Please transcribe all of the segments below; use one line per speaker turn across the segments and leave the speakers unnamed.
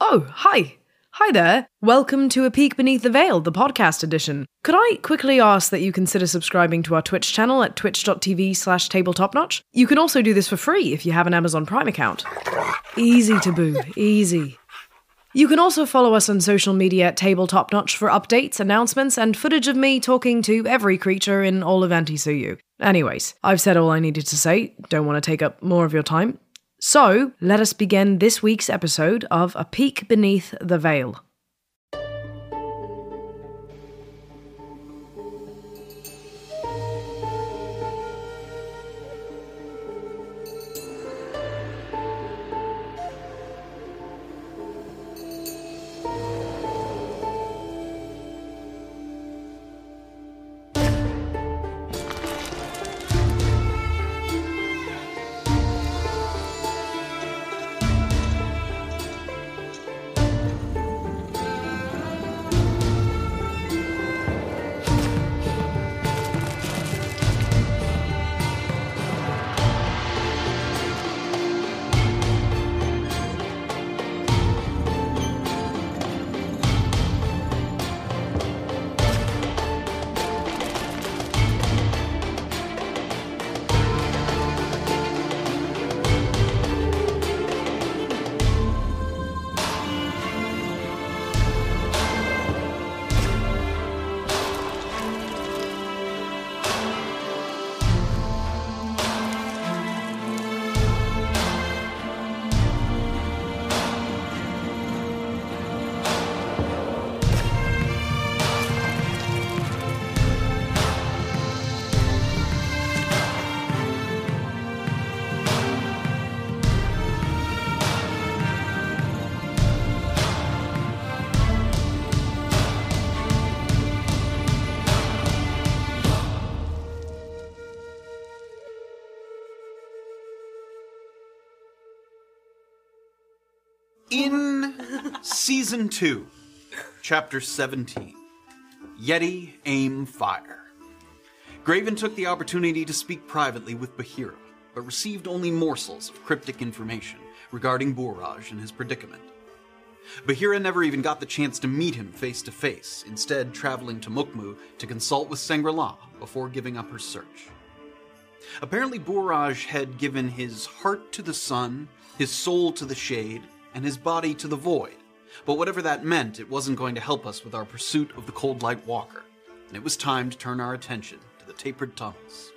Oh, hi. Hi there. Welcome to A Peek Beneath the Veil, the podcast edition. Could I quickly ask that you consider subscribing to our Twitch channel at twitch.tv slash tabletopnotch? You can also do this for free if you have an Amazon Prime account. Easy to boo. Easy. You can also follow us on social media at Tabletop Notch for updates, announcements, and footage of me talking to every creature in all of Antisuyu. Anyways, I've said all I needed to say. Don't want to take up more of your time. So, let us begin this week's episode of A Peek Beneath the Veil.
In season two, chapter 17, Yeti Aim Fire. Graven took the opportunity to speak privately with Bahira, but received only morsels of cryptic information regarding Booraj and his predicament. Bahira never even got the chance to meet him face to face, instead, traveling to Mukmu to consult with Sangrila before giving up her search. Apparently, Booraj had given his heart to the sun, his soul to the shade, and his body to the void. But whatever that meant, it wasn't going to help us with our pursuit of the Cold Light Walker, and it was time to turn our attention to the tapered tunnels.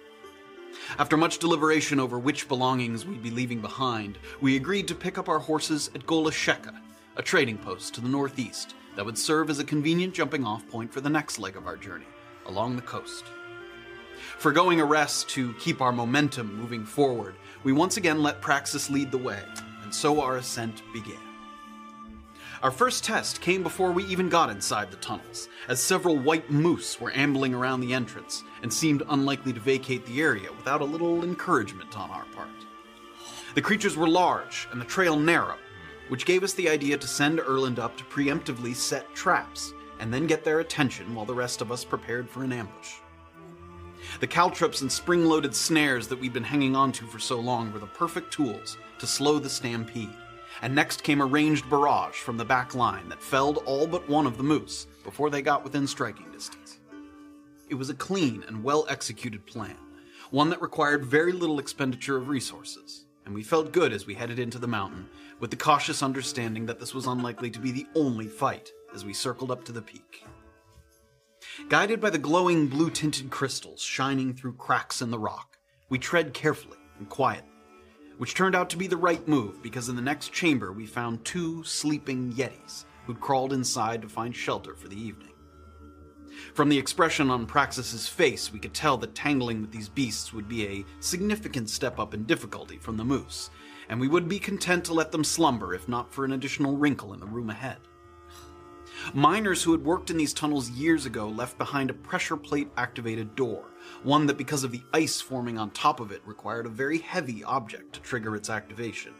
After much deliberation over which belongings we'd be leaving behind, we agreed to pick up our horses at Golasheka, a trading post to the northeast that would serve as a convenient jumping off point for the next leg of our journey along the coast. Forgoing a rest to keep our momentum moving forward, we once again let Praxis lead the way, and so our ascent began. Our first test came before we even got inside the tunnels, as several white moose were ambling around the entrance and seemed unlikely to vacate the area without a little encouragement on our part. The creatures were large and the trail narrow, which gave us the idea to send Erland up to preemptively set traps and then get their attention while the rest of us prepared for an ambush. The caltrops and spring loaded snares that we'd been hanging onto for so long were the perfect tools to slow the stampede. And next came a ranged barrage from the back line that felled all but one of the moose before they got within striking distance. It was a clean and well executed plan, one that required very little expenditure of resources, and we felt good as we headed into the mountain, with the cautious understanding that this was unlikely to be the only fight as we circled up to the peak. Guided by the glowing blue tinted crystals shining through cracks in the rock, we tread carefully and quietly, which turned out to be the right move because in the next chamber we found two sleeping yetis who'd crawled inside to find shelter for the evening. From the expression on Praxis's face, we could tell that tangling with these beasts would be a significant step up in difficulty from the moose, and we would be content to let them slumber if not for an additional wrinkle in the room ahead. Miners who had worked in these tunnels years ago left behind a pressure plate activated door, one that, because of the ice forming on top of it, required a very heavy object to trigger its activation.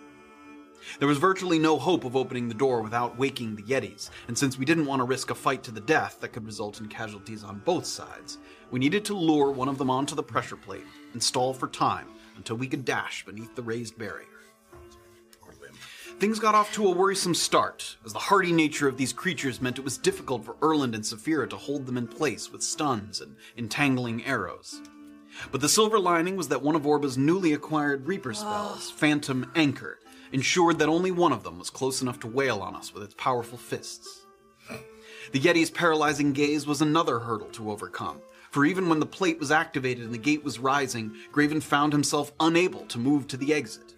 There was virtually no hope of opening the door without waking the Yetis, and since we didn't want to risk a fight to the death that could result in casualties on both sides, we needed to lure one of them onto the pressure plate and stall for time until we could dash beneath the raised barrier. Things got off to a worrisome start, as the hardy nature of these creatures meant it was difficult for Erland and Saphira to hold them in place with stuns and entangling arrows. But the silver lining was that one of Orba's newly acquired Reaper spells, Phantom Anchor, ensured that only one of them was close enough to wail on us with its powerful fists. The Yeti's paralyzing gaze was another hurdle to overcome, for even when the plate was activated and the gate was rising, Graven found himself unable to move to the exit.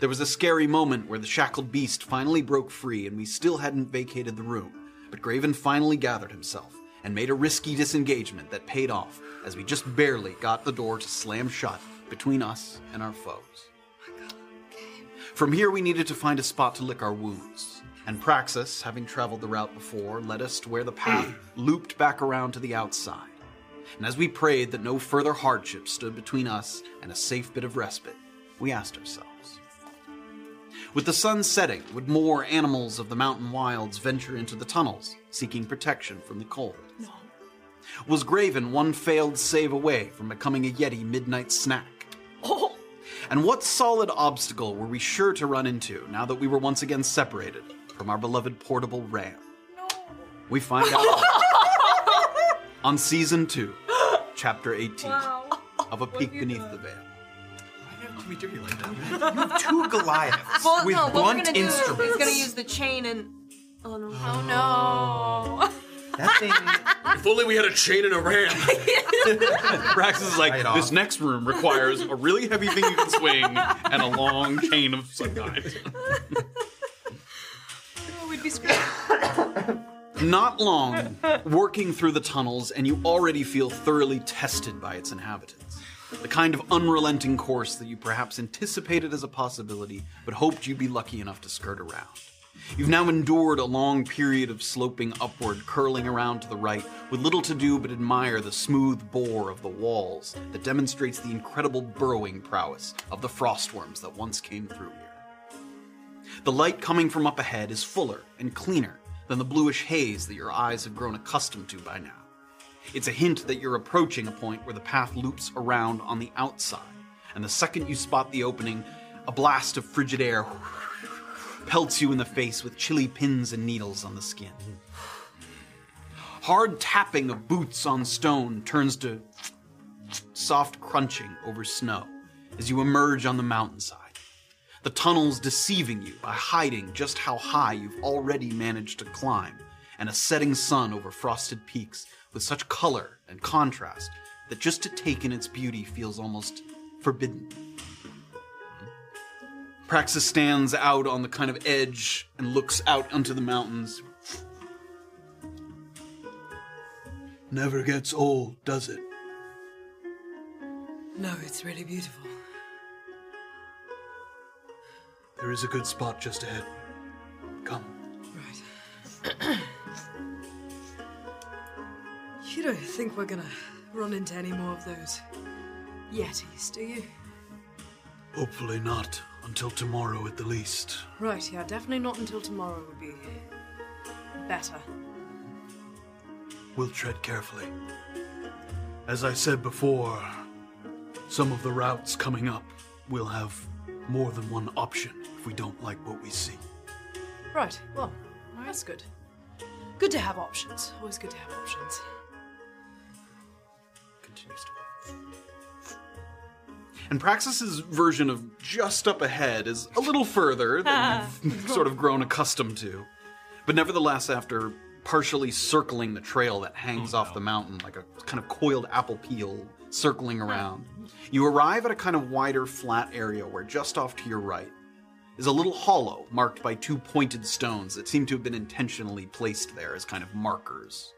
There was a scary moment where the shackled beast finally broke free and we still hadn't vacated the room, but Graven finally gathered himself and made a risky disengagement that paid off as we just barely got the door to slam shut between us and our foes. From here, we needed to find a spot to lick our wounds, and Praxis, having traveled the route before, led us to where the path looped back around to the outside. And as we prayed that no further hardship stood between us and a safe bit of respite, we asked ourselves. With the sun setting, would more animals of the mountain wilds venture into the tunnels, seeking protection from the cold? No. Was Graven one failed save away from becoming a Yeti midnight snack?
Oh,
And what solid obstacle were we sure to run into now that we were once again separated from our beloved portable ram? We find out on season two, chapter 18 of A Peek Beneath the Veil.
Why have to be dirty like that? You have two Goliaths
well,
with
no, what we're
blunt
gonna do is
instruments.
he's gonna use the chain and. Oh no.
Oh no.
that thing.
If only we had a chain and a ram.
Praxis is like,
Right off.
this next room requires a really heavy thing you can swing and a long chain of some kind.
we'd be screwed.
Not long working through the tunnels, and you already feel thoroughly tested by its inhabitants. The kind of unrelenting course that you perhaps anticipated as a possibility, but hoped you'd be lucky enough to skirt around. You've now endured a long period of sloping upward, curling around to the right, with little to do but admire the smooth bore of the walls that demonstrates the incredible burrowing prowess of the frostworms that once came through here. The light coming from up ahead is fuller and cleaner than the bluish haze that your eyes have grown accustomed to by now. It's a hint that you're approaching a point where the path loops around on the outside, and the second you spot the opening, a blast of frigid air pelts you in the face with chilly pins and needles on the skin. Hard tapping of boots on stone turns to soft crunching over snow as you emerge on the mountainside the tunnels deceiving you by hiding just how high you've already managed to climb, and a setting sun over frosted peaks with such color and contrast that just to take in its beauty feels almost forbidden. Praxis stands out on the kind of edge and looks out onto the mountains. Never gets old, does it?
No, it's really beautiful.
There is a good spot just ahead. Come.
Right. you don't think we're gonna run into any more of those Yetis, do you?
Hopefully not until tomorrow at the least.
Right, yeah, definitely not until tomorrow would be better.
We'll tread carefully. As I said before, some of the routes coming up will have more than one option if we don't like what we see.
Right, well, that's good. Good to have options. Always good to have options.
Continues to And Praxis's version of just up ahead is a little further than you've sort of grown accustomed to. But nevertheless, after partially circling the trail that hangs off the mountain like a kind of coiled apple peel circling around, you arrive at a kind of wider, flat area where just off to your right is a little hollow marked by two pointed stones that seem to have been intentionally placed there as kind of markers.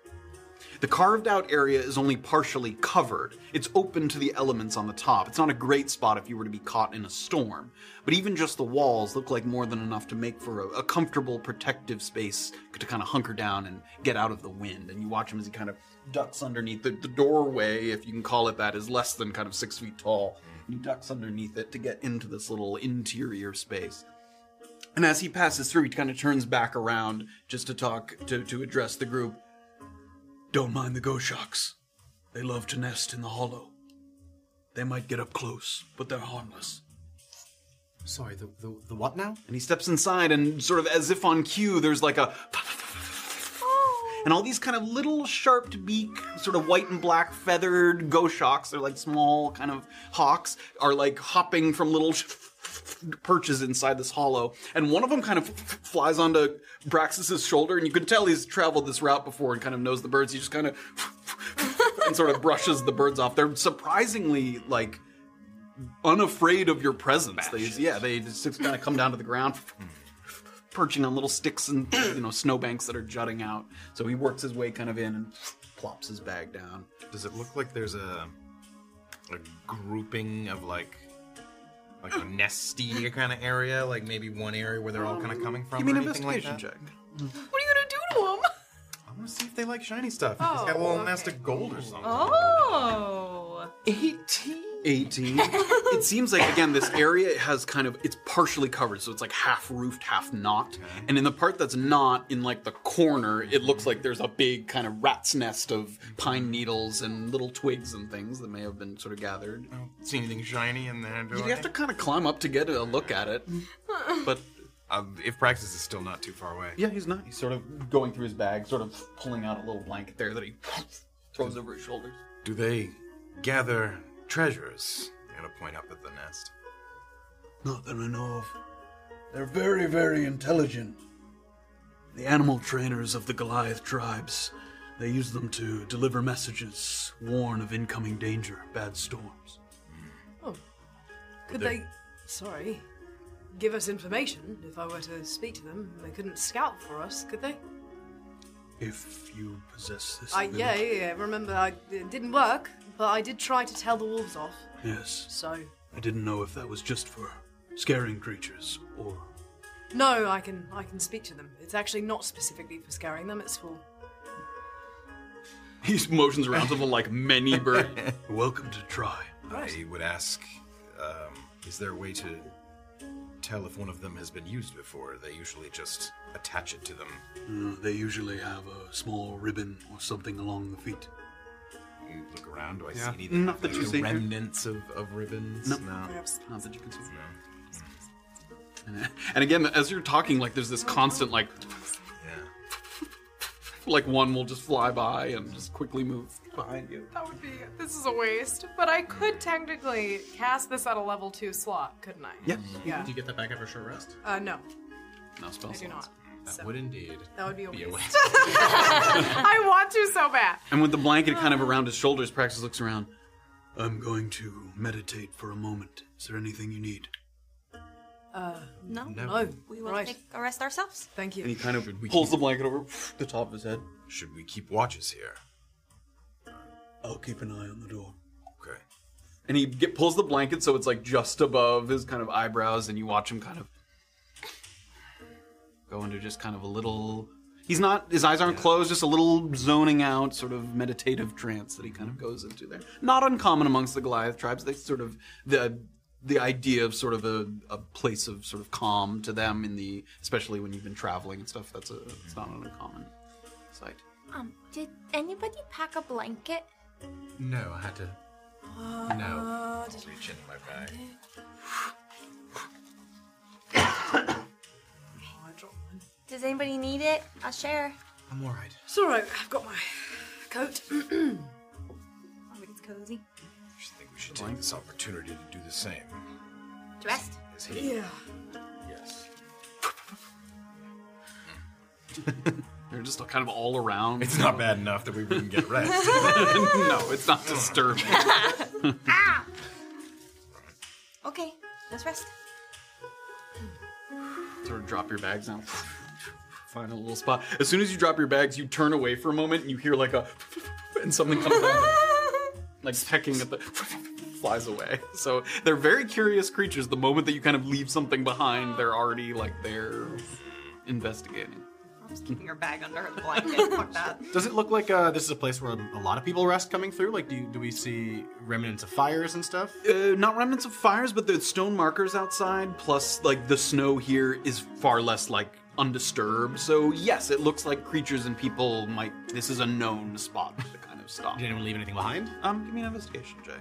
The carved out area is only partially covered. It's open to the elements on the top. It's not a great spot if you were to be caught in a storm, but even just the walls look like more than enough to make for a, a comfortable protective space to kind of hunker down and get out of the wind. And you watch him as he kind of ducks underneath the, the doorway, if you can call it that, is less than kind of six feet tall. He ducks underneath it to get into this little interior space. And as he passes through, he kind of turns back around just to talk, to, to address the group. Don't mind the Goshawks. They love to nest in the hollow. They might get up close, but they're harmless.
Sorry, the, the, the what now?
And he steps inside, and sort of as if on cue, there's like a. And all these kind of little sharp beak, sort of white and black feathered goshawks, they're like small kind of hawks, are like hopping from little perches inside this hollow. And one of them kind of flies onto Braxis's shoulder, and you can tell he's traveled this route before and kind of knows the birds. He just kind of and sort of brushes the birds off. They're surprisingly like unafraid of your presence. They, yeah, they just kind of come down to the ground, perching on little sticks and you know snowbanks that are jutting out. So he works his way kind of in and plops his bag down.
Does it look like there's a a grouping of like like a nesty kind of area? Like maybe one area where they're all kind of coming from?
Give me
or
an
anything like
investigation
that?
check.
What are you gonna do to him?
I want to see if they like shiny stuff. if He's got a little nest of gold or something.
Oh.
18. 18. it seems like, again, this area has kind of, it's partially covered, so it's like half roofed, half not. And in the part that's not, in like the corner, it looks like there's a big kind of rat's nest of pine needles and little twigs and things that may have been sort of gathered.
I don't see anything shiny in there? Do
You
I?
have to kind of climb up to get a look at it. But
Uh, if practice is still not too far away.
yeah, he's not. He's sort of going through his bag, sort of pulling out a little blanket there that he throws over his shoulders.
Do they gather treasures? I'm gonna point up at the nest.
Not that I know of. They're very, very intelligent. The animal trainers of the Goliath tribes. They use them to deliver messages, warn of incoming danger, bad storms.
Could they, sorry, give us information if I were to speak to them? They couldn't scout for us, could they?
If you possess this
I, yeah,
ability.
yeah, yeah. Remember, I, it didn't work, but I did try to tell the wolves off.
Yes.
So,
I didn't know if that was just for scaring creatures or.
no, I can, I can speak to them. It's actually not specifically for scaring them. It's for
He motions around to the like many bird.
Welcome to try. Uh,
I would ask, um, is there a way to tell if one of them has been used before? They usually just attach it to them.
Uh, they usually have a small ribbon or something along the feet.
You look around. Do I
Yeah.
see anything?
Not that you
Like
see.
remnants of, of ribbons.
No. Not that you can see. And again, as you're talking, like there's this constant like
Yeah.
like one will just fly by and just quickly move behind you.
That would be. This is a waste. But I could technically cast this at a level two slot, couldn't I?
Yeah.
Yeah.
you get that back after a short rest?
uh, no,
No spell
I do not.
slots.
That
So,
would indeed.
that would be a
be a
waste.
waste.
I want to so bad.
And with the blanket kind
Um,
of around his shoulders, Praxis looks around. I'm going to meditate for a moment. Is there anything you need?
No,
No,
we will
right.
take a rest ourselves.
Thank
And he
you.
kind of
Should we
pulls the
keep-
blanket over the top of his head.
Should we keep watches here?
I'll keep an eye on the door.
Okay.
And he get, pulls the blanket so it's like just above his kind of eyebrows, and you watch him kind of go into just kind of a little. He's not. His eyes aren't closed. Just a little zoning out, sort of meditative trance that he kind of goes into there. Not uncommon amongst the Goliath tribes. They sort of the the idea of sort of a, a place of sort of calm to them in the especially when you've been traveling and stuff. That's a it's not an uncommon sight.
Um, did anybody pack a blanket?
No, I had to.
Uh,
no. Reach in my bag.
Does anybody need it? I'll share.
I'm alright.
It's all right. I've got my coat.
Oh, it's cozy.
I should think we should take this opportunity to do the same.
Dressed?
Is he?
yeah.
Yes.
They're just kind of all around.
It's not bad enough that we wouldn't get rest.
no, it's not disturbing.
Okay, let's rest.
sort of drop your bags down. Find a little spot. As soon as you drop your bags, you turn away for a moment and you hear like a and something comes out. like pecking at the flies away. So they're very curious creatures. The moment that you kind of leave something behind, they're already like they're investigating.
I'm just keeping her bag under her blanket. Fuck that.
Does it look like uh, this is a place where a lot of people rest coming through? Like, do, you, do we see remnants of fires and stuff?
Uh, not remnants of fires, but the stone markers outside, plus like the snow here is far less like undisturbed. So yes, it looks like creatures and people might. This is a known spot to kind of stop.
Did anyone leave anything behind?
Um, give me an investigation check.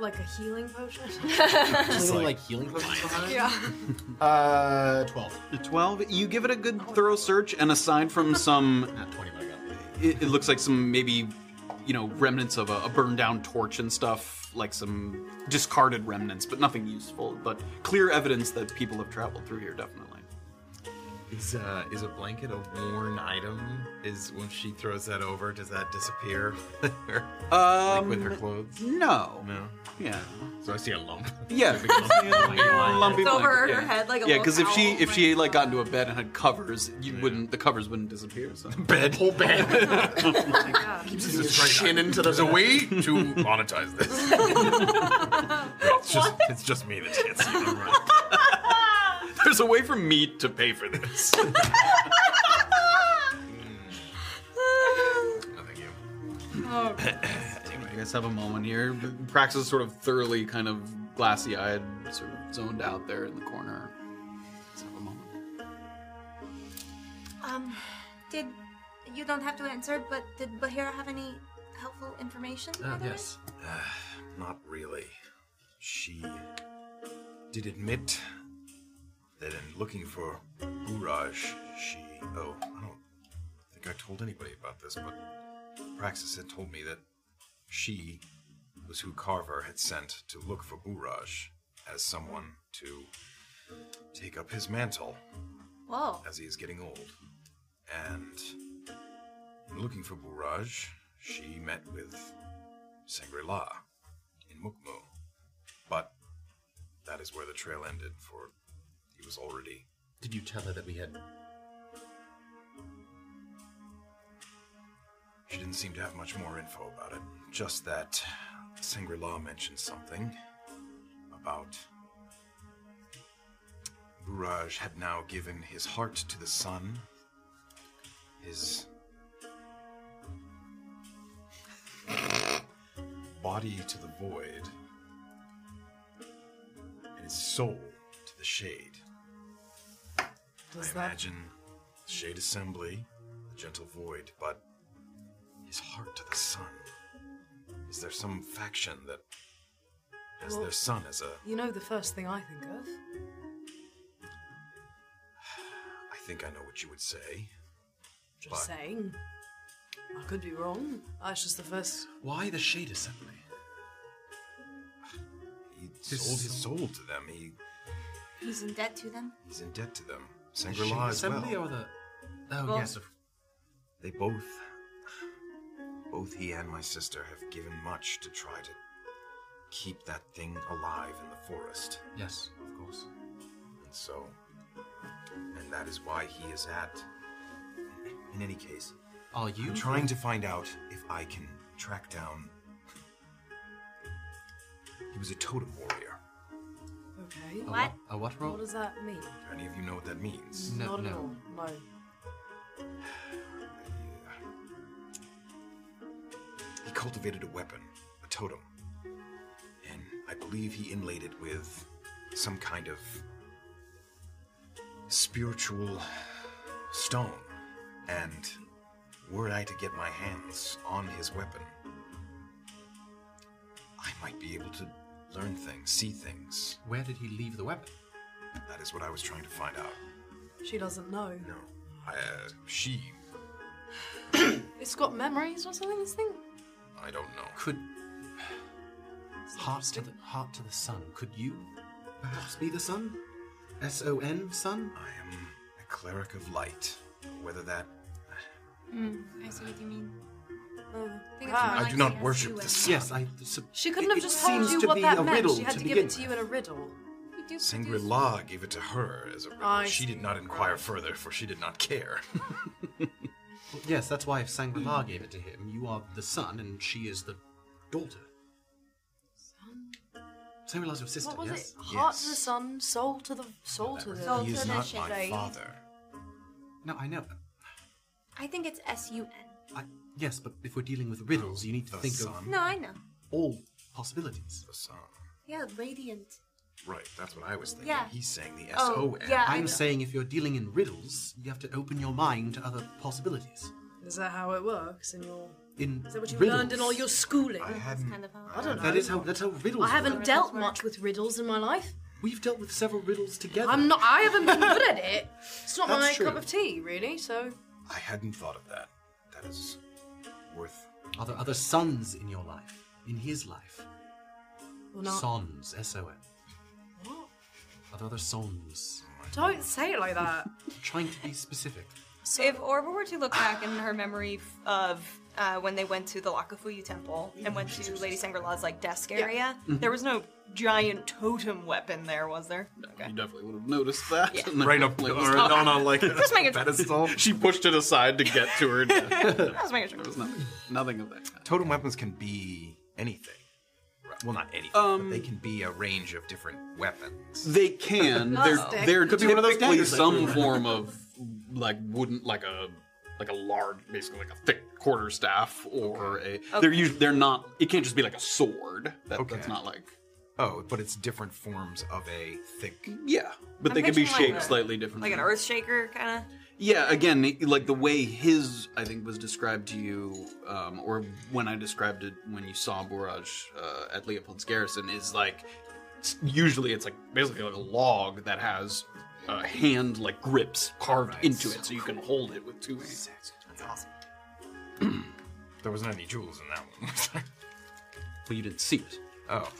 Like a healing potion?
Just like, healing potions behind it?
yeah.
Uh, 12.
A 12. You give it a good thorough search, and aside from some,
Not 20, but I got it.
it, it looks like some maybe, you know, remnants of a, a burned down torch and stuff, like some discarded remnants, but nothing useful, but clear evidence that people have traveled through here, definitely.
Is uh, is a blanket a worn item? Is when she throws that over, does that disappear? like
Um,
with her clothes?
No.
No.
Yeah.
So I see a lump.
Yeah. Lumpy
It's over
blanket, yeah.
her head like a
Yeah,
little
because if she
towel.
if she had like got into a bed and had covers, you wouldn't the covers wouldn't disappear. So.
bed. Whole bed.
Shin into the
There's a way to monetize this. it's just it's just me that can't see them right.
There's a way for me to pay for this.
No, Oh, thank you.
you guys have a moment here. Prax is sort of thoroughly kind of glassy eyed, sort of zoned out there in the corner. Let's have a moment.
Um, did you don't have to answer, but did Bahira have any helpful information? by
Uh,
Uh,
the way?
Not really. She did admit that in looking for Uraj, she. Oh, I don't think I told anybody about this, but Praxis had told me that she was who Carver had sent to look for Uraj as someone to take up his mantle
Whoa.
as he is getting old. And in looking for Buraj, she met with Sangrila in Mukmu. But that is where the trail ended, for he was already.
Did you tell her that we had.
She didn't seem to have much more info about it, just that Sangrila mentioned something about. Buraj had now given his heart to the sun. His body to the void, and his soul to the shade. I imagine the shade assembly, the gentle void, but his heart to the sun. Is there some faction that has
Well-
their sun as a?
You know the first thing I think of?
I think I know what you would say.
Just
But-
saying. I could be wrong. That's just the first.
Why the Shade Assembly?
He sold his soul to them. He
He's in debt to them.
he's in debt to them. Sangrila as well.
Assembly or the. Oh,
Well-
yes. of-
They both, both he and my sister, have given much to try to keep that thing alive in the forest.
Yes, of course.
And so, and that is why he is at. In any case,
Are you
I'm trying to find out if I can track down. He was a totem warrior.
Okay.
A
What?
A what roll?
What does that mean?
Do any of you know what that means?
No,
Not at
no.
all. No.
He cultivated a weapon, a totem, and I believe he inlaid it with some kind of spiritual stone. And were I to get my hands on his weapon, I might be able to learn things, see things.
Where did he leave the weapon?
That is what I was trying to find out.
She doesn't know.
No, I, uh, she,
It's got memories or something, this thing?
I don't know.
Could heart to the heart to the sun? Could you perhaps be the sun? S O N sun.
I am a cleric of light. Whether that
I see what you mean. Oh,
Ah.
I do not worship the sun.
Yes, I. Su-
She couldn't
it-
have
it
just told
seems
you
to
what
be
that
a
meant.
riddle
She had to, give
begin
it to
with.
you in a riddle.
Sangri-La gave it to her as a
I
riddle. She
see.
did not inquire further, for she did not care.
Well, Yes, that's why if Sangrilar gave it to him, you are the son and she is the daughter. Son? Sangrilar's your sister,
What was
yes?
it? Heart to the
Yes.
sun, soul to the soul to the.
Soul.
he is
Alternate
not my
shade.
father.
No, I know.
I think it's S U N.
I, yes, but if we're dealing with riddles, you need to
The
think
sun.
of
No, I know.
all possibilities.
The son.
Yeah, radiant.
Right, that's what I was thinking.
Yeah.
He's saying the S O
Oh,
N.
yeah. I
I'm
know.
saying if you're dealing in riddles, you have to open your mind to other possibilities.
Is that how it works in your?
In
Is that what you
riddles.
learned in all your schooling?
I hadn't.
kind of how
I don't know.
That is how. That's how riddles.
I haven't
work.
dealt much with riddles in my life.
We've dealt with several riddles together.
I'm not. I haven't been good at it. It's not
That's
my
true.
cup of tea, really. So
I hadn't thought of that. That is worth.
Are there other sons in your life? In his life?
Well, not-
Sons. S O N. Are there other sons?
don't say it like that.
Trying to be specific.
if Orba were to look back in her memory f- of uh, when they went to the Lakafuyu Temple and went to Lady Sangrala's like desk area, there was no giant totem weapon there, was there? Okay.
You definitely would have noticed that. And then,
Right up
like,
or on a like
Just making sure.
pedestal.
She pushed it aside to get to her death.
I was making sure.
There's nothing, nothing of that. kind.
Totem weapons can be anything. Well, not anything.
Um,
but they can be a range of different weapons.
They can.
stick.
Oh.
They're they're
Could be one of those
typically
daggers that we
some
were-
form of like wooden, like a like a large, basically like a thick quarter staff or a. They're usually they're not. It can't just be like a sword. That,
Okay.
That's not like.
Oh, but it's different forms of a thick.
Yeah, but
I'm
they can be
picturing,
shaped
like, a-
slightly differently.
Like an earth shaker kind
Yeah, again, like the way his, I think, was described to you, um, or when I described it when you saw Boraj uh, at Leopold's Garrison, is like s- usually it's like basically like a log that has uh, hand like grips carved into it, so you can hold it with two hands.
There wasn't any jewels in that one. was there?
Well, you didn't see it.
oh,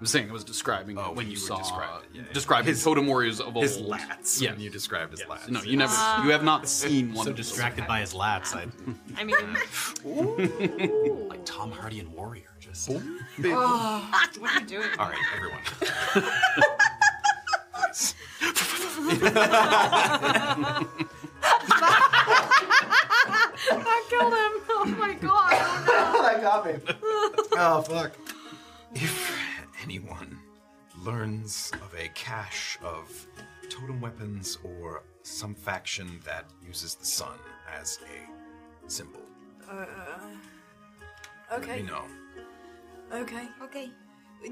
I'm saying I was describing
Oh,
it when
you
you,
were
saw
describing it, yeah, yeah.
describing totem warriors of old.
his lats.
Yeah.
When you described his lats.
No, you never.
Ah.
you have not seen one.
So
of those.
distracted by his lads, I
of. I mean, uh,
like Tom Hardy and Warrior. Just
what are you doing?
All right, everyone. Please.
That killed him. Oh my god.
Oh fuck. If anyone learns of a cache of totem weapons or some faction that uses the sun as a symbol,
Okay.
you know.
Okay.
Okay.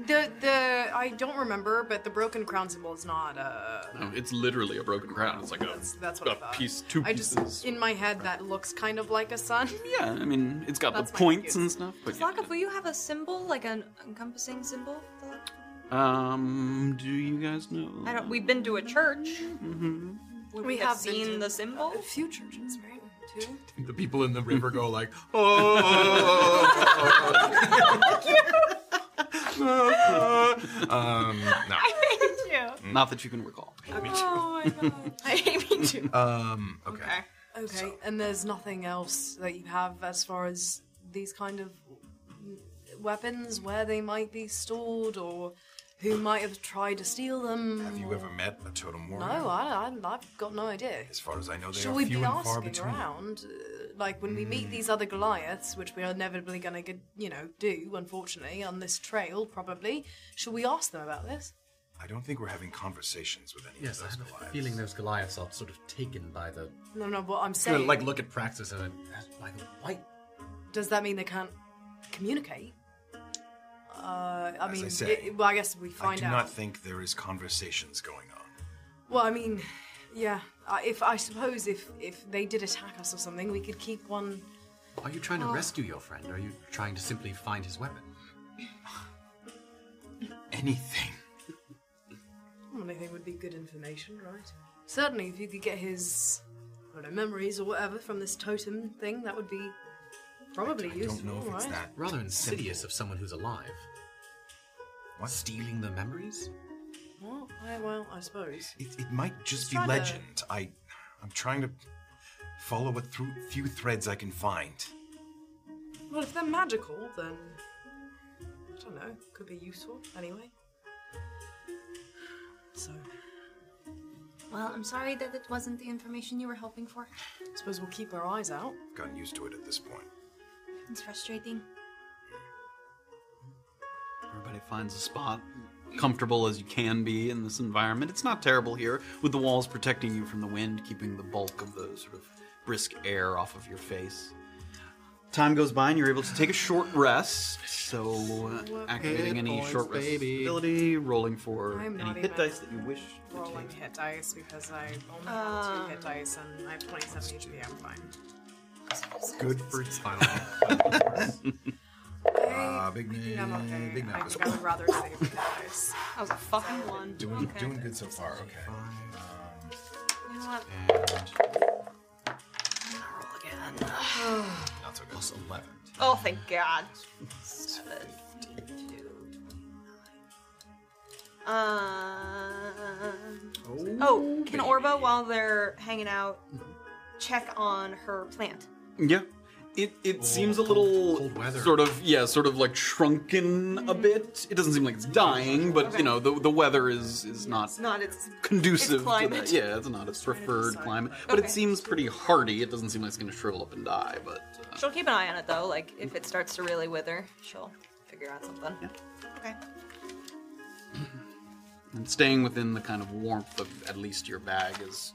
The the I don't remember, but the broken crown symbol is not uh
No, it's literally a broken crown. It's like a,
That's- that's what I
a
thought.
piece, two
I
pieces.
just in my head that looks kind of like a sun.
Yeah, I mean, it's got
That's
the
my
points
excuse.
and stuff. But yeah.
Laka, will you have a symbol, like an encompassing symbol? for that?
Um, do you guys know?
I don't, we've been to a church. Would
We
We have
have been to-
seen the symbol.
Few churches, right? Two.
The people in the river go like, oh. um, no.
I hate
Not that you can recall.
you. Oh my god. I hate you.
Um, okay.
Okay.
Okay. And there's nothing else that you have as far as these kind of weapons, where they might be stored, or who might have tried to steal them.
Have you
or-
ever met a totem warrior?
No, I, I, I've got no idea.
As far as I know, they
Shall
are
we
few
be
and far
asking
between.
around, uh, like when we meet these other Goliaths, which we are inevitably going to, you know, do unfortunately on this trail, probably? Shall we ask them about this?
I don't think we're having conversations with any
yes, I
of those
have a
Goliaths.
feeling those Goliaths are sort of taken by the.
No, no. What I'm saying,
like look at Praxis and uh, by the white.
does that mean they can't communicate? Uh, I
As I
mean,
say,
it- well, I guess we
I
find
do
out.
not think there is conversations going on.
Well, I mean, yeah. I if I suppose if if they did attack us or something, we could keep one.
Are you trying to
Oh.
rescue your friend? Or are you trying to simply find his weapon?
Anything.
Well, anything would be good information, right? Certainly, if you could get his I don't know, memories or whatever from this totem thing, that would be probably
I
useful,
don't know if it's
right?
that.
Rather insidious of someone who's alive.
What?
Stealing the memories?
Well, I, well, I suppose.
It, it might just be
try to-
legend. I, I'm trying to follow what through few threads I can find.
Well, if they're magical, then I don't know. Could be useful anyway. So,
Well, I'm sorry that it wasn't the information you were hoping for.
I suppose we'll keep our eyes out.
Gotten used to it at this point.
It's frustrating.
Everybody finds a spot comfortable as you can be in this environment. It's not terrible here, with the walls protecting you from the wind, keeping the bulk of the sort of brisk air off of your face. Time goes by and you're able to take a short rest. So, uh, activating any short rest ability, rolling for
I'm
any
not
hit
even
dice that you wish to
Rolling
take.
Ah.
hit dice because I only have two hit dice and I have 27 HP. I'm fine.
Good for you. Ah, big
I think
name.
I'm okay.
Big
I
name.
think I would rather save the dice.
I was a fucking one.
Doing
okay.
doing good so far. Okay.
You know what?
Not so good. Plus eleven.
Oh, thank God. Um, oh, can Orba, while they're hanging out, check on her plant?
Yeah. It it seems a little sort of yeah, sort of like shrunken a bit. It doesn't seem like it's dying, but you know, the the weather is is not
It's not its
conducive
its climate.
to that. Yeah, it's not its preferred climate, but
Okay.
it seems pretty hardy. It doesn't seem like it's going to shrivel up and die, but uh,
She'll keep an eye on it though. Like if it starts to really wither, she'll figure out something. Okay.
and staying within the kind of warmth of at least your bag is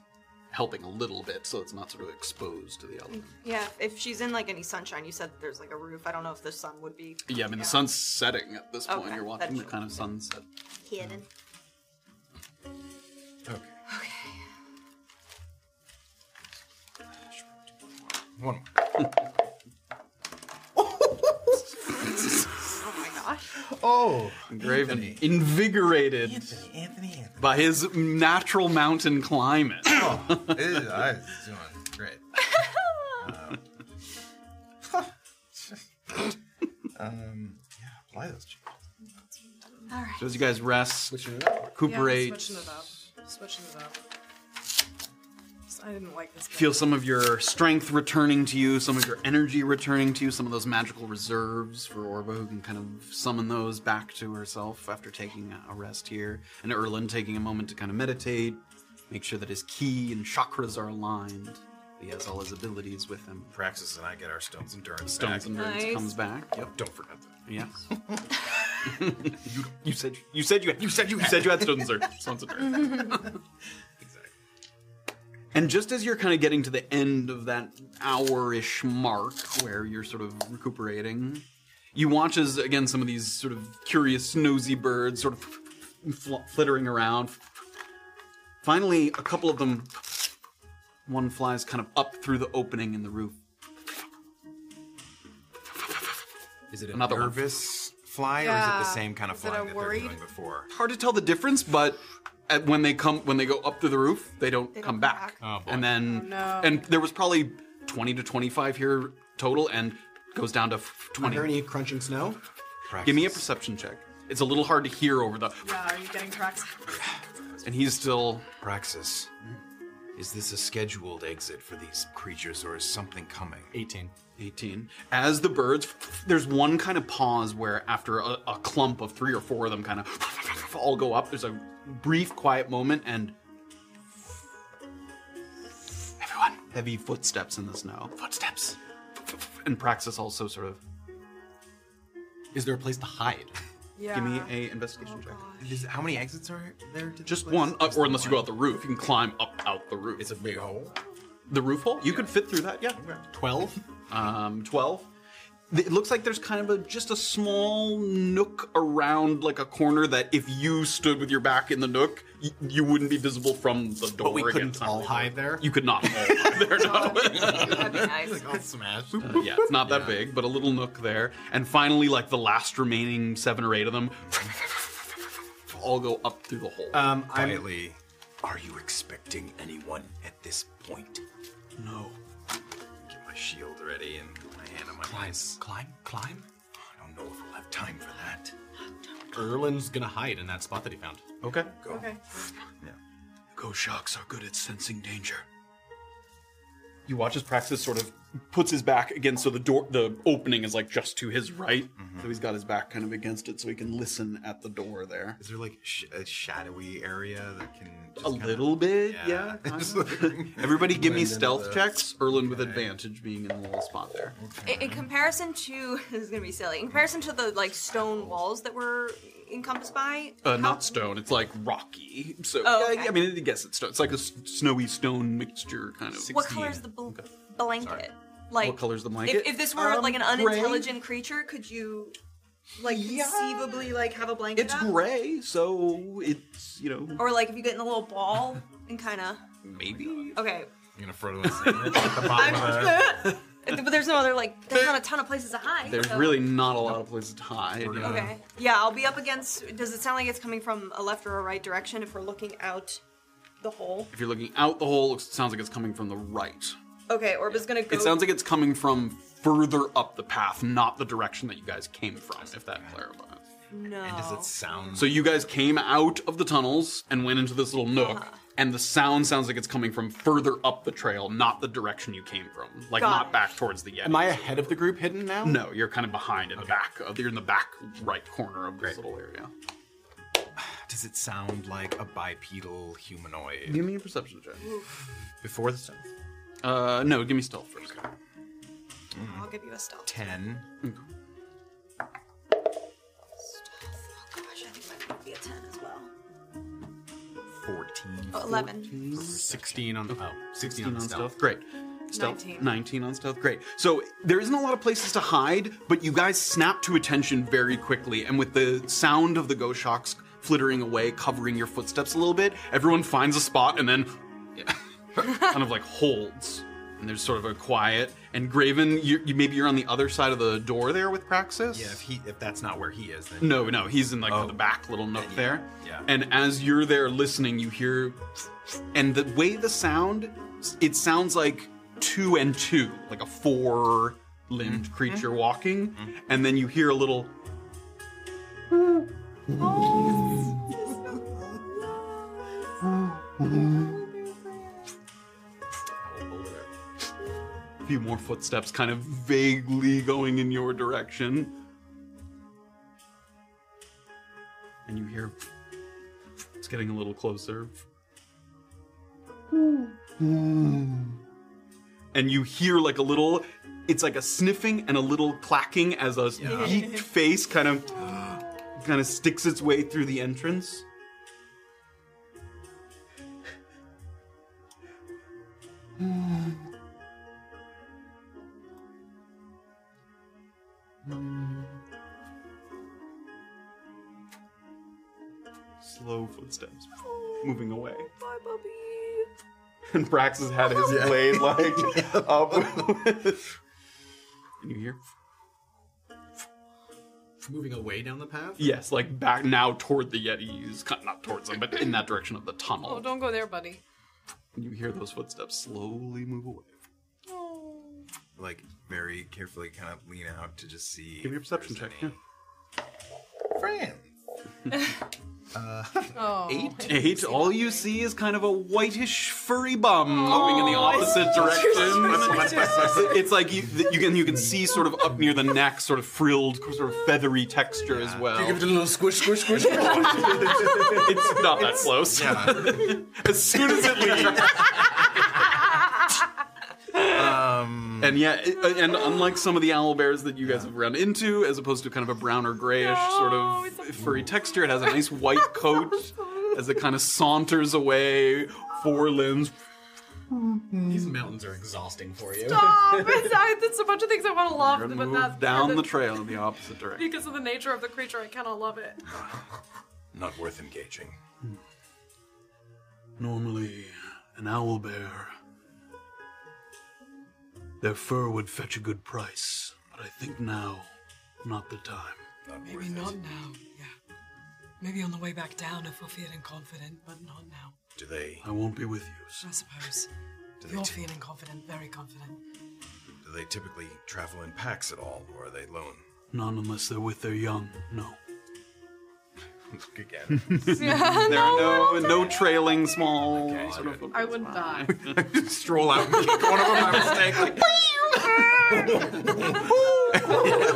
helping a little bit so it's not sort of exposed to the elements.
Yeah. If she's in like any sunshine, you said that there's like a roof. I don't know if the sun would be
Yeah, I mean the sun's setting at this point.
Okay,
You're watching the
that's-
kind of sunset.
hidden.
Okay. One more.
Oh my gosh.
Oh,
Graven invigorated
Anthony.
by his natural mountain climate.
Oh,
Anthony. I was doing great. Um, um, yeah, apply those changes.
so as you guys rest,
Switching it up.
recuperate,
Yeah, switching it up. Switching it up. I didn't like this.
feel some of your strength returning to you, some of your energy returning to you, some of those magical reserves for Orba, who can kind of summon those back to herself after taking a rest here, and Erlin taking a moment to kind of meditate, make sure that his ki and chakras are aligned. He has all his abilities with him.
Praxis and I get our stones endurance.
Stones
back.
and Nerds
Nice.
comes back. Yep.
Don't forget that.
Yeah. you, you said you said you had, you said you, said you had stones or stones of earth.
Exactly.
And just as you're kind of getting to the end of that hour-ish mark where you're sort of recuperating, you watch as again some of these sort of curious nosy birds sort of fl- flittering around. Finally, a couple of them one flies kind of up through the opening in the roof.
Is it a
Another one.
nervous fly, or is it
Yeah.
the same kind of
Is it
fly
a
that they're doing
worried-
before?
hard to tell the difference, but at, when they come when they go up through the roof, they don't come
don't come
back.
back. Oh,
and then
no.
and there was probably 20 to 25 here total and goes down to f-
Are there
20.
any crunching snow?
Give me a perception check. It's a little hard to hear over the
Yeah, are you getting tracks?
and he's still
Praxis, is this a scheduled exit for these creatures, or is something coming?
18.
18. As the birds, there's one kind of pause where after a, a clump of three or four of them kind of all go up, there's a brief quiet moment and everyone, heavy footsteps in the snow. Footsteps. And Praxis also sort of.
Is there a place to hide?
Yeah.
Give me a investigation check.
Is, how many exits are there? To this
Just
place?
one, uh,
Just
or unless you go
one.
out the roof, you can climb up out the roof.
It's a big hole.
the roof hole? You could fit through that, yeah.
12?
um, 12 Th- it looks like there's kind of a just a small nook around like a corner that if you stood with your back in the nook y- you wouldn't be visible from the door
But we
again.
couldn't all hide there?
you could not all hide there no.
That'd be nice.
I'll smash.
Uh, Oh, yeah it's not that big but a little nook there and finally like the last remaining seven or eight of them all go up through the hole
Um, I'm,
Quietly, are you expecting anyone at this point?
no
Get my shield ready and put my hand on my
climb,
eyes.
climb, climb.
I don't know if we'll have time for that.
Erlin's gonna hide in that spot that he found.
okay
Go.
Okay.
Ghost sharks are good at sensing danger. You watch as Praxis sort of puts his back against, so the door, the opening is like just to his right.
Mm-hmm.
So he's got his back kind of against it, so he can listen at the door there.
Is there like sh- a shadowy area that can just
A
kinda-
little bit, yeah. kind
Just
of.
like-
Everybody, give me
Blend into
stealth
the-
checks. Erlin with advantage, being in the little spot there.
In, in comparison to, this is gonna be silly. In comparison to the like stone walls that we're encompassed by,
Uh,
how-
not stone. It's like rocky. So
Oh,
yeah,
okay.
I mean, I guess it's stone. It's like a s- snowy stone mixture kind of.
What color is the bl- blanket? Like
What color's the blanket?
If, if this were
Um,
like an
gray.
unintelligent creature, could you like conceivably like have a blanket?
It's
up?
gray, so it's you know
Or like if you get in a little ball and kind of
maybe
okay.
I'm gonna Frodo and Sam it at the bottom of
I'm, but there's no other like.
There's not a ton of places to hide.
There's
So-
really not a lot of places to hide. yeah.
Oh. Okay. Yeah, I'll be up against. Does it sound like it's coming from a left or a right direction? If we're looking out the hole.
If you're looking out the hole, it sounds like it's coming from the right.
Okay, Orba's gonna go.
It sounds like it's coming from further up the path, not the direction that you guys came from, if that clarifies.
No.
And does it sound?
So you guys came out of the tunnels and went into this little nook, and the sound sounds like it's coming from further up the trail, not the direction you came from. Like
Got
not
it.
back towards the end.
Am I ahead of the group hidden now?
No, you're kind of behind in the back. Of, you're in the back right corner of this little area.
Does it sound like a bipedal humanoid?
Give me a perception check.
Before the stealth.
Uh, no, give me stealth first.
I'll give you a stealth.
Ten.
Mm.
Oh gosh, I think mine would be a ten as well.
Fourteen.
Oh, Eleven.
16 on the. Oh, 16
16
on the stealth.
Great. Stealth. 19.
19.
on stealth. Great. So there isn't a lot of places to hide, but you guys snap to attention very quickly, and with the sound of the go shocks flittering away, covering your footsteps a little bit, everyone finds a spot and then kind of like holds. And there's sort of a quiet. And Graven, you, you maybe you're on the other side of the door there with Praxis.
Yeah, if he if that's not where he is,
Mm.
then
No, no, he's in like
Oh.
the back little nook there.
yeah.
And as you're there listening, you hear, and the way the sound, it sounds like two and two, like a four limbed creature walking. And then you hear a little, a few more footsteps kind of vaguely going in your direction. And you hear, it's getting a little closer. and you hear like a little it's like a sniffing and a little clacking as a geeked face kind of kind of sticks its way through the entrance slow footsteps moving away
Bye, Bubby.
and Praxis had his blade like up. and you hear,
Moving away down the path?
yes, like back now toward the Yetis, kind- not towards them, but in that direction of the
Oh,
tunnel.
don't go there, buddy.
And you hear those footsteps slowly move away.
like very carefully kind of lean out to just see.
Give me a perception check. Yeah.
Friend.
Oh.
Uh, Eight. Eight. All you see is kind of a whitish furry bum moving in the opposite direction. it's like you, th- you can you can see sort of up near the neck, sort of frilled, sort of feathery texture as well.
Give it a little squish, squish, squish.
It's not that close.
Yeah.
as soon as it leaves.
um.
And yeah, it- uh, and unlike some of the owl bears that you guys have run into, as opposed to kind of a brown or grayish sort of furry texture, it has a nice white coat as it kind of saunters away, four limbs.
These mountains are exhausting for you.
Stop! It's, I, it's a bunch of things I want to love,
You're gonna
but
move
that's
down the trail in the opposite direction.
because of the nature of the creature. I cannot love it.
Not worth engaging.
Normally, an owl bear, their fur would fetch a good price, but I think now, not the time.
Not
Maybe
worth
not
it.
now. Yeah. Maybe on the way back down if we're feeling confident, but not now.
Do they?
I won't be with you.
I suppose.
Do they?
You're
T-
feeling confident, very confident.
do they typically travel in packs at all, or are they lone?
Not unless they're with their young. No.
Look again.
There are no no trailing small.
Okay,
sort of-
I wouldn't die.
Stroll out and kick one of them by mistake. Like,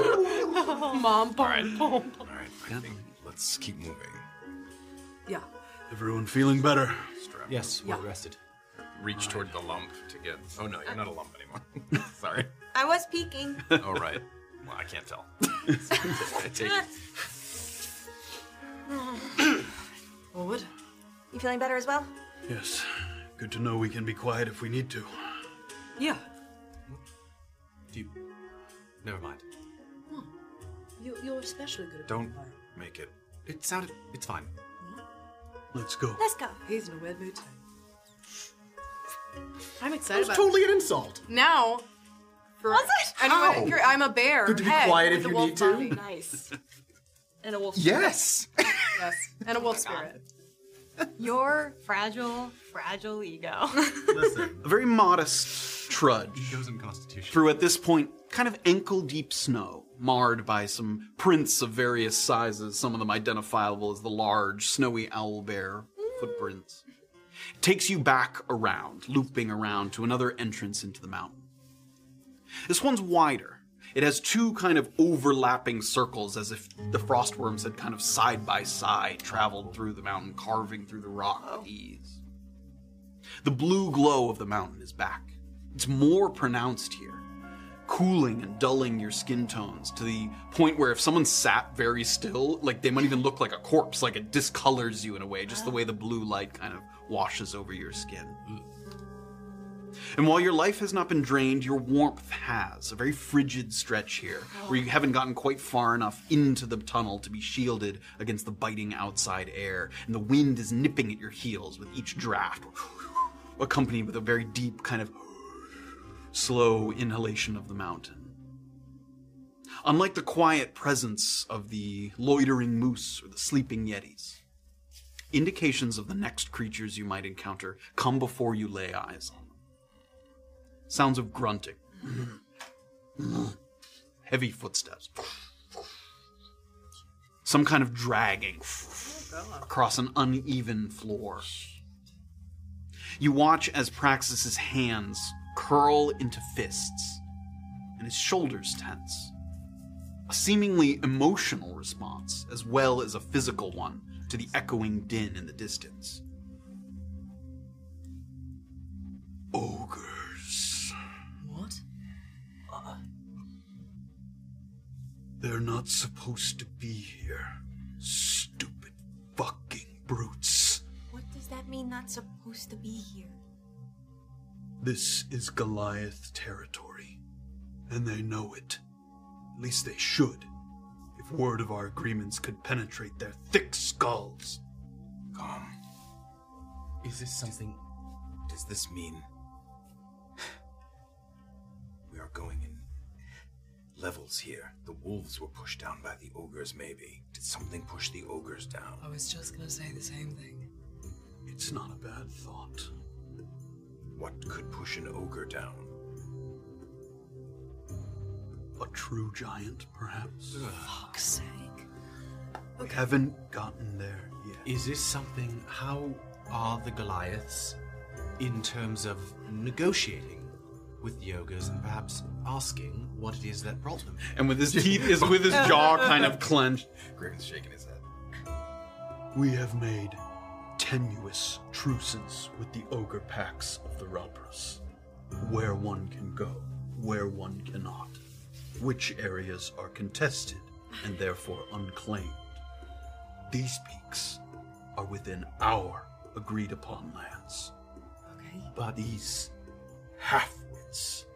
Mom, bum, bum.
all right. I think let's keep moving.
Yeah.
Everyone feeling better?
Strap.
Yes, we're
Yeah.
rested.
Reach toward the lump to get. Oh no, you're not a lump anymore. Sorry.
I was peeking.
All Oh, right. Well, I can't tell. I take it.
Forward.
You feeling better as well?
Yes. Good to know we can be quiet if we need to.
Yeah.
Do you... Never mind.
You, you're especially good at
Don't
being quiet.
make it.
It sounded. It's fine.
Let's go.
Let's go.
He's in a weird mood today.
I'm excited about
totally an insult.
Now,
For
Was it?
Anyone
How?
curi- I'm a bear.
Good to be
head
quiet
with
if
a
you
wolf
need to.
body.
Nice. And a wolf.
Yes.
Yes, and a wolf spirit.
Your fragile, fragile ego.
Listen,
A very modest trudge
goes in Constitution.
through at this point kind of ankle deep snow, marred by some prints of various sizes, some of them identifiable as the large, snowy owl bear footprints. It takes you back around, looping around to another entrance into the mountain. This one's wider. It has two kind of overlapping circles as if the frostworms had kind of side by side traveled through the mountain, carving through the rock with ease. The blue glow of the mountain is back. It's more pronounced here, cooling and dulling your skin tones to the point where if someone sat very still, like they might even look like a corpse, like it discolors you in a way, just the way the blue light kind of washes over your skin. And while your life has not been drained, your warmth has. A very frigid stretch here, where you haven't gotten quite far enough into the tunnel to be shielded against the biting outside air, and the wind is nipping at your heels with each draft, accompanied with a very deep kind of slow inhalation of the mountain. Unlike the quiet presence of the loitering moose or the sleeping yetis, indications of the next creatures you might encounter come before you lay eyes on them. Sounds of grunting, heavy footsteps, some kind of dragging across an uneven floor. You watch as Praxis's hands curl into fists and his shoulders tense. A seemingly emotional response, as well as a physical one, to the echoing din in the distance. Ogres.
What?
They're not supposed to be here. Stupid fucking brutes.
What does that mean? Not supposed to be here.
This is Goliath territory, and they know it. At least they should, if word of our agreements could penetrate their thick skulls.
Calm.
is this something?
Does this mean we are going in levels here? The wolves were pushed down by the ogres, maybe. Did something push the ogres down?
I was just gonna say the same thing.
It's not a bad thought.
What could push an ogre down?
A true giant, perhaps?
Fuck's sake.
We haven't gotten there yet.
Is this something? How are the Goliaths in terms of negotiating with the ogres and perhaps asking what it is that brought them?
And with his teeth, is with his jaw kind of clenched.
Graven's shaking his head.
We have made tenuous truces with the ogre packs of the Rabras. Where one can go, where one cannot. Which areas are contested and therefore unclaimed. These peaks are within our agreed upon lands.
Okay.
But these halfwits,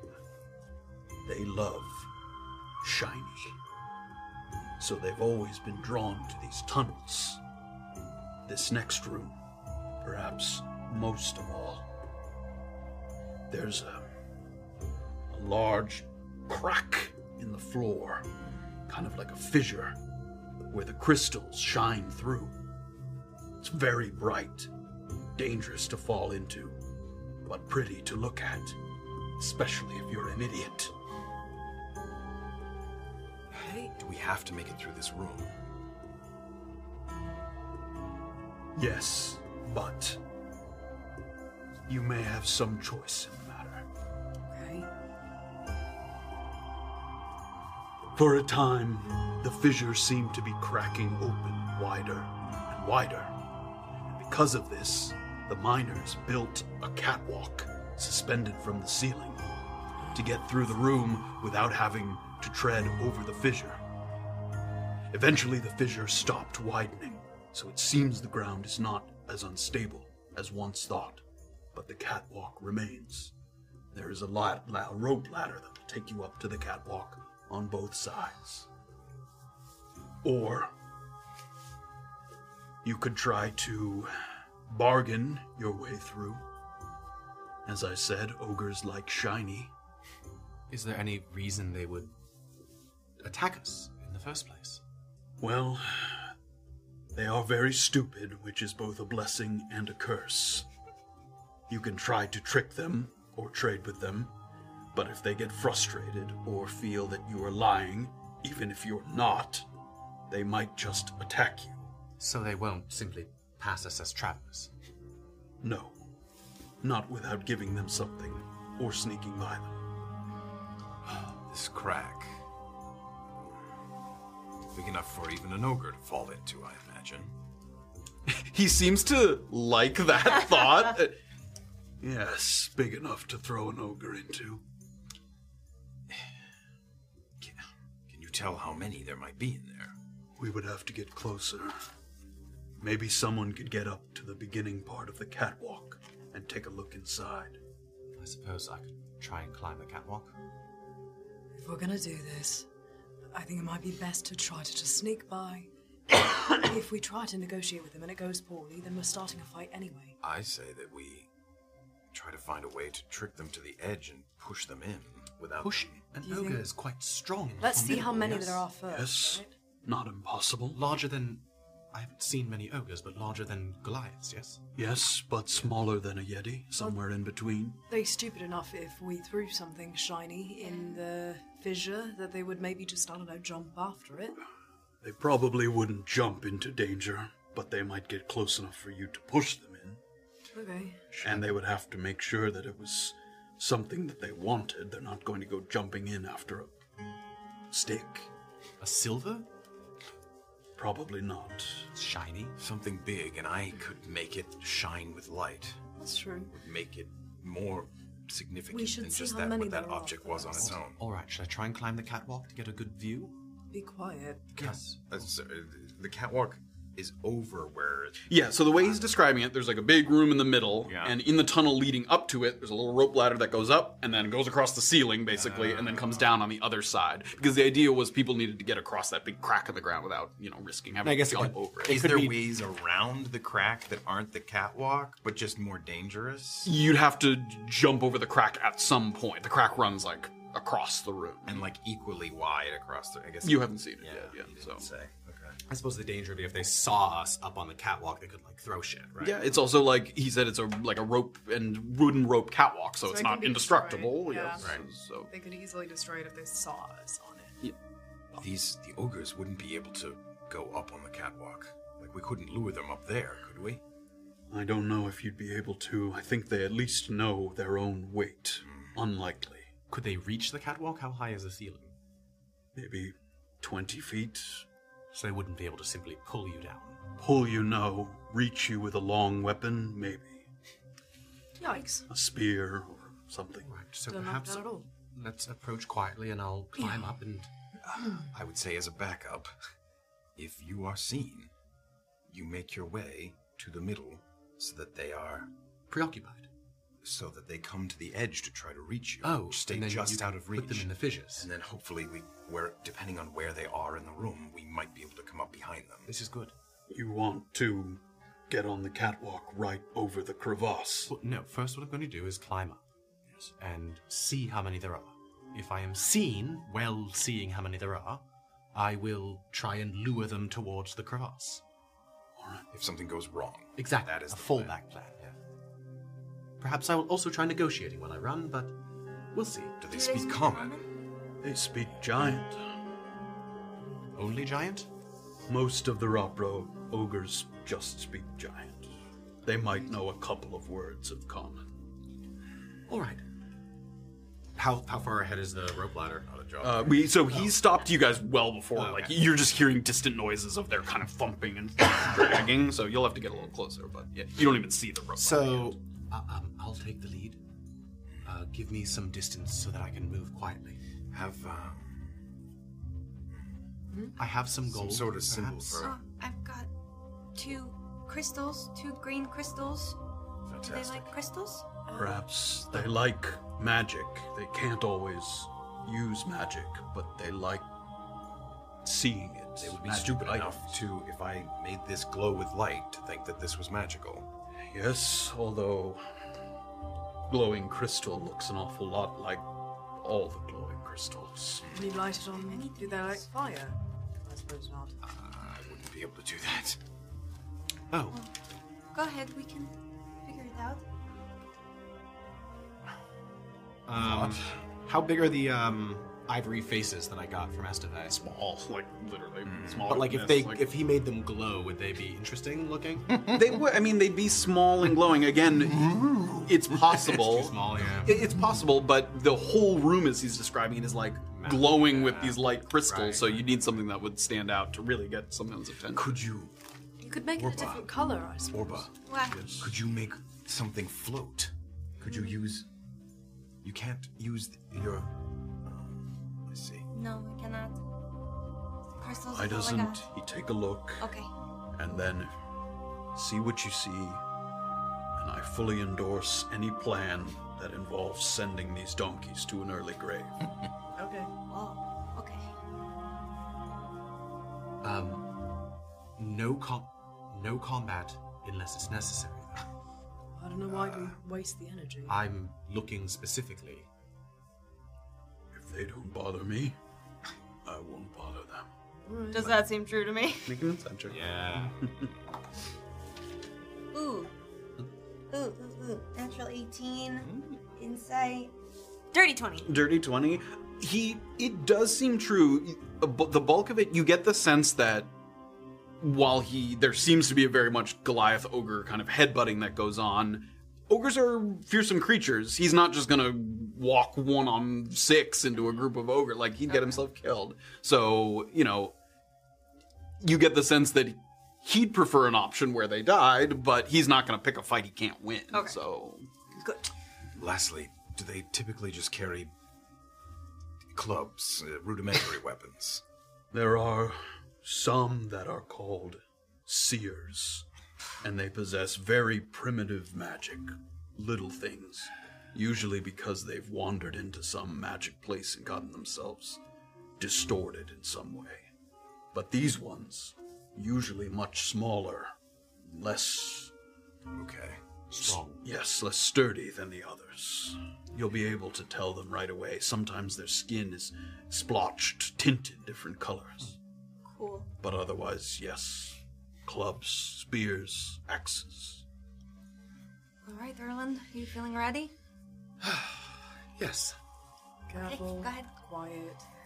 they love shiny. So they've always been drawn to these tunnels. This next room, perhaps most of all, there's a, a large crack in the floor, kind of like a fissure, where the crystals shine through. It's very bright, dangerous to fall into but pretty to look at, especially if you're an idiot.
Okay.
Do we have to make it through this room?
Yes, but you may have some choice in the matter.
Okay.
For a time, the fissure seemed to be cracking open wider and wider. And because of this, the miners built a catwalk suspended from the ceiling to get through the room without having to tread over the fissure. Eventually, the fissure stopped widening, so it seems the ground is not as unstable as once thought, but the catwalk remains. There is a la- la- rope ladder that will take you up to the catwalk on both sides. Or you could try to bargain your way through. As I said, ogres like shiny.
Is there any reason they would attack us in the first place?
Well, they are very stupid, which is both a blessing and a curse. You can try to trick them or trade with them, but if they get frustrated or feel that you are lying, even if you're not, they might just attack you.
So they won't simply pass us as travelers.
No, not without giving them something or sneaking by them.
This crack. Big enough for even an ogre to fall into, I imagine.
He seems to like that thought.
Yes, big enough to throw an ogre into.
Can you tell how many there might be in there?
We would have to get closer. Maybe someone could get up to the beginning part of the catwalk and take a look inside.
I suppose I could try and climb the catwalk.
If we're gonna do this, I think it might be best to try to just sneak by. if we try to negotiate with them and it goes poorly, then we're starting a fight anyway.
I say that we try to find a way to trick them to the edge and push them in without
Pushing. An
Do you
ogre
think-
is quite strong. and
Let's see how
formidable,
many
yes.
there are first.
Yes,
right?
not impossible.
Larger than. I haven't seen many ogres, but larger than Goliaths, yes?
Yes, but smaller than a Yeti, somewhere in between.
They stupid enough if we threw something shiny in the fissure that they would maybe just, I don't know, jump after it.
They probably wouldn't jump into danger, but they might get close enough for you to push them in.
Okay.
And they would have to make sure that it was something that they wanted. They're not going to go jumping in after a stick.
A silver?
Probably not.
Shiny?
something big, and I could make it shine with light.
That's true.
Would make it more significant
We should
than
see
just
how
that
many
what that
there are
object was on its
Oh.
first.
own.
Alright, should I try and climb the catwalk to get a good view?
Be quiet.
Yes.
That's- uh, the catwalk is over where it-
Yeah, so the way he's describing it, there's like a big room in the middle,
Yeah.
and in the tunnel leading up to it, there's a little rope ladder that goes up and then goes across the ceiling, basically, and then
Ah.
comes down on the other side. Because the idea was people needed to get across that big crack in the ground without, you know, risking having
I guess
to
it
jump
could-
over it.
Is there ways around the crack that aren't the catwalk, but just more dangerous?
You'd have to j- jump over the crack at some point. The crack runs like across the room.
And like equally wide across the. I guess
You haven't seen it
Yeah,
yet,
you
yeah.
didn't
So
say. Okay.
I suppose the danger would be if they saw us up on the catwalk, they could, like, throw shit, right?
yeah, it's also like he said, it's a like a rope and wooden rope catwalk, so,
So
it's
it can
not
be
indestructible.
destroyed, yeah.
Yes, So
They could easily destroy it if they saw us on it.
These the ogres wouldn't be able to go up on the catwalk. Like we couldn't lure them up there, could we?
I don't know if you'd be able to. I think they at least know their own weight.
Hmm.
Unlikely.
Could they reach the catwalk? How high is the ceiling?
Maybe 20 feet.
So they wouldn't be able to simply pull you down.
Pull you no, reach you with a long weapon, maybe.
Yikes.
A spear or something.
Right, so
Don't like
perhaps
that at all.
let's approach quietly and I'll climb up and.
I would say as a backup, if you are seen, you make your way to the middle so that they are
Preoccupied.
so that they come to the edge to try to reach you.
Oh,
stay
and then you
just
can
out of reach.
Put them in the fissures.
And then hopefully we where depending on where they are in the room, we might be able to come up behind them.
This is good.
You want to get on the catwalk right over the crevasse.
Well, no, first what I'm going to do is climb up and see how many there are. If I am seen, well seeing how many there are, I will try and lure them towards the crevasse.
If something goes wrong.
Exactly.
That is
a
the plan.
fallback plan, yeah. Perhaps I will also try negotiating when I run, but we'll see.
Do they speak common?
They speak giant.
Only giant?
Most of the Ropro ogres just speak giant. They might know a couple of words of common.
All right. How, how far ahead is the rope ladder?
Uh, we so he stopped you guys well before.
Oh,
Like
okay.
you're just hearing distant noises of their kind of thumping and dragging. So you'll have to get a little closer, but yeah, you don't even see the rope.
So, uh, um, I'll take the lead. Uh, give me some distance so that I can move quietly.
Have um,
I have some
some
gold.
sort of symbol
perhaps.
for
Oh, I've got two crystals, two green crystals. Do they
fantastic.
like crystals?
Perhaps they like magic. They can't always use magic, but they like seeing it.
They would be
Magic
stupid
items.
enough to, if I made this glow with light, to think that this was magical.
Yes, although glowing crystal looks an awful lot like all the glowing crystals.
Can you light it on? Do they like fire? I suppose not.
I wouldn't be able to do that.
Oh,
Go ahead, we can figure it out.
um, how big are the um, ivory faces that I got from Estevay? Small,
like literally
small. Hmm. But like if they, if he made them glow, would they be interesting looking?
they would. I mean, they'd be small and glowing. Again, it's possible.
It's too small, yeah.
It- it's possible, but the whole room, as he's describing it, is like glowing with these light crystals. So you need something that would stand out to really get someone's attention.
Could you,
You could make it a
Orba.
different color, I suppose.
Orba? Could you make something float? Could you use? You can't use your. Um, let's see.
No, we cannot. Crystals.
Why
is all I got.
doesn't he take a look
Okay.
and then see what you see? And I fully endorse any plan that involves sending these donkeys to an early grave.
Okay.
Oh, okay.
Um, no com, no combat unless it's necessary.
I don't know why we waste the energy.
I'm looking specifically.
If they don't bother me, I won't bother them.
Does that seem true to me?
Make an insight check.
Yeah.
Ooh. Ooh, ooh, ooh. Natural 18. Insight. Dirty 20.
Dirty 20. He, it does seem true. The bu- the bulk of it, you get the sense that while he, there seems to be a very much Goliath ogre kind of headbutting that goes on. Ogres are fearsome creatures. He's not just gonna walk one on six into a group of ogre like he'd get himself killed. So you know, you get the sense that he'd prefer an option where they died, but he's not gonna pick a fight he can't win.
Okay.
So
Lastly, do they typically just carry clubs, uh, rudimentary weapons?
There are some that are called seers, and they possess very primitive magic, little things, usually because they've wandered into some magic place and gotten themselves distorted in some way. But these ones, usually much smaller, less.
Okay.
Strong.
Yes, less sturdy than the others. You'll be able to tell them right away. Sometimes their skin is splotched, tinted different colors.
Cool.
But otherwise, yes. Clubs, spears, axes.
All right, Erland, are you feeling ready?
Yes,
Careful.
go ahead.
Quiet.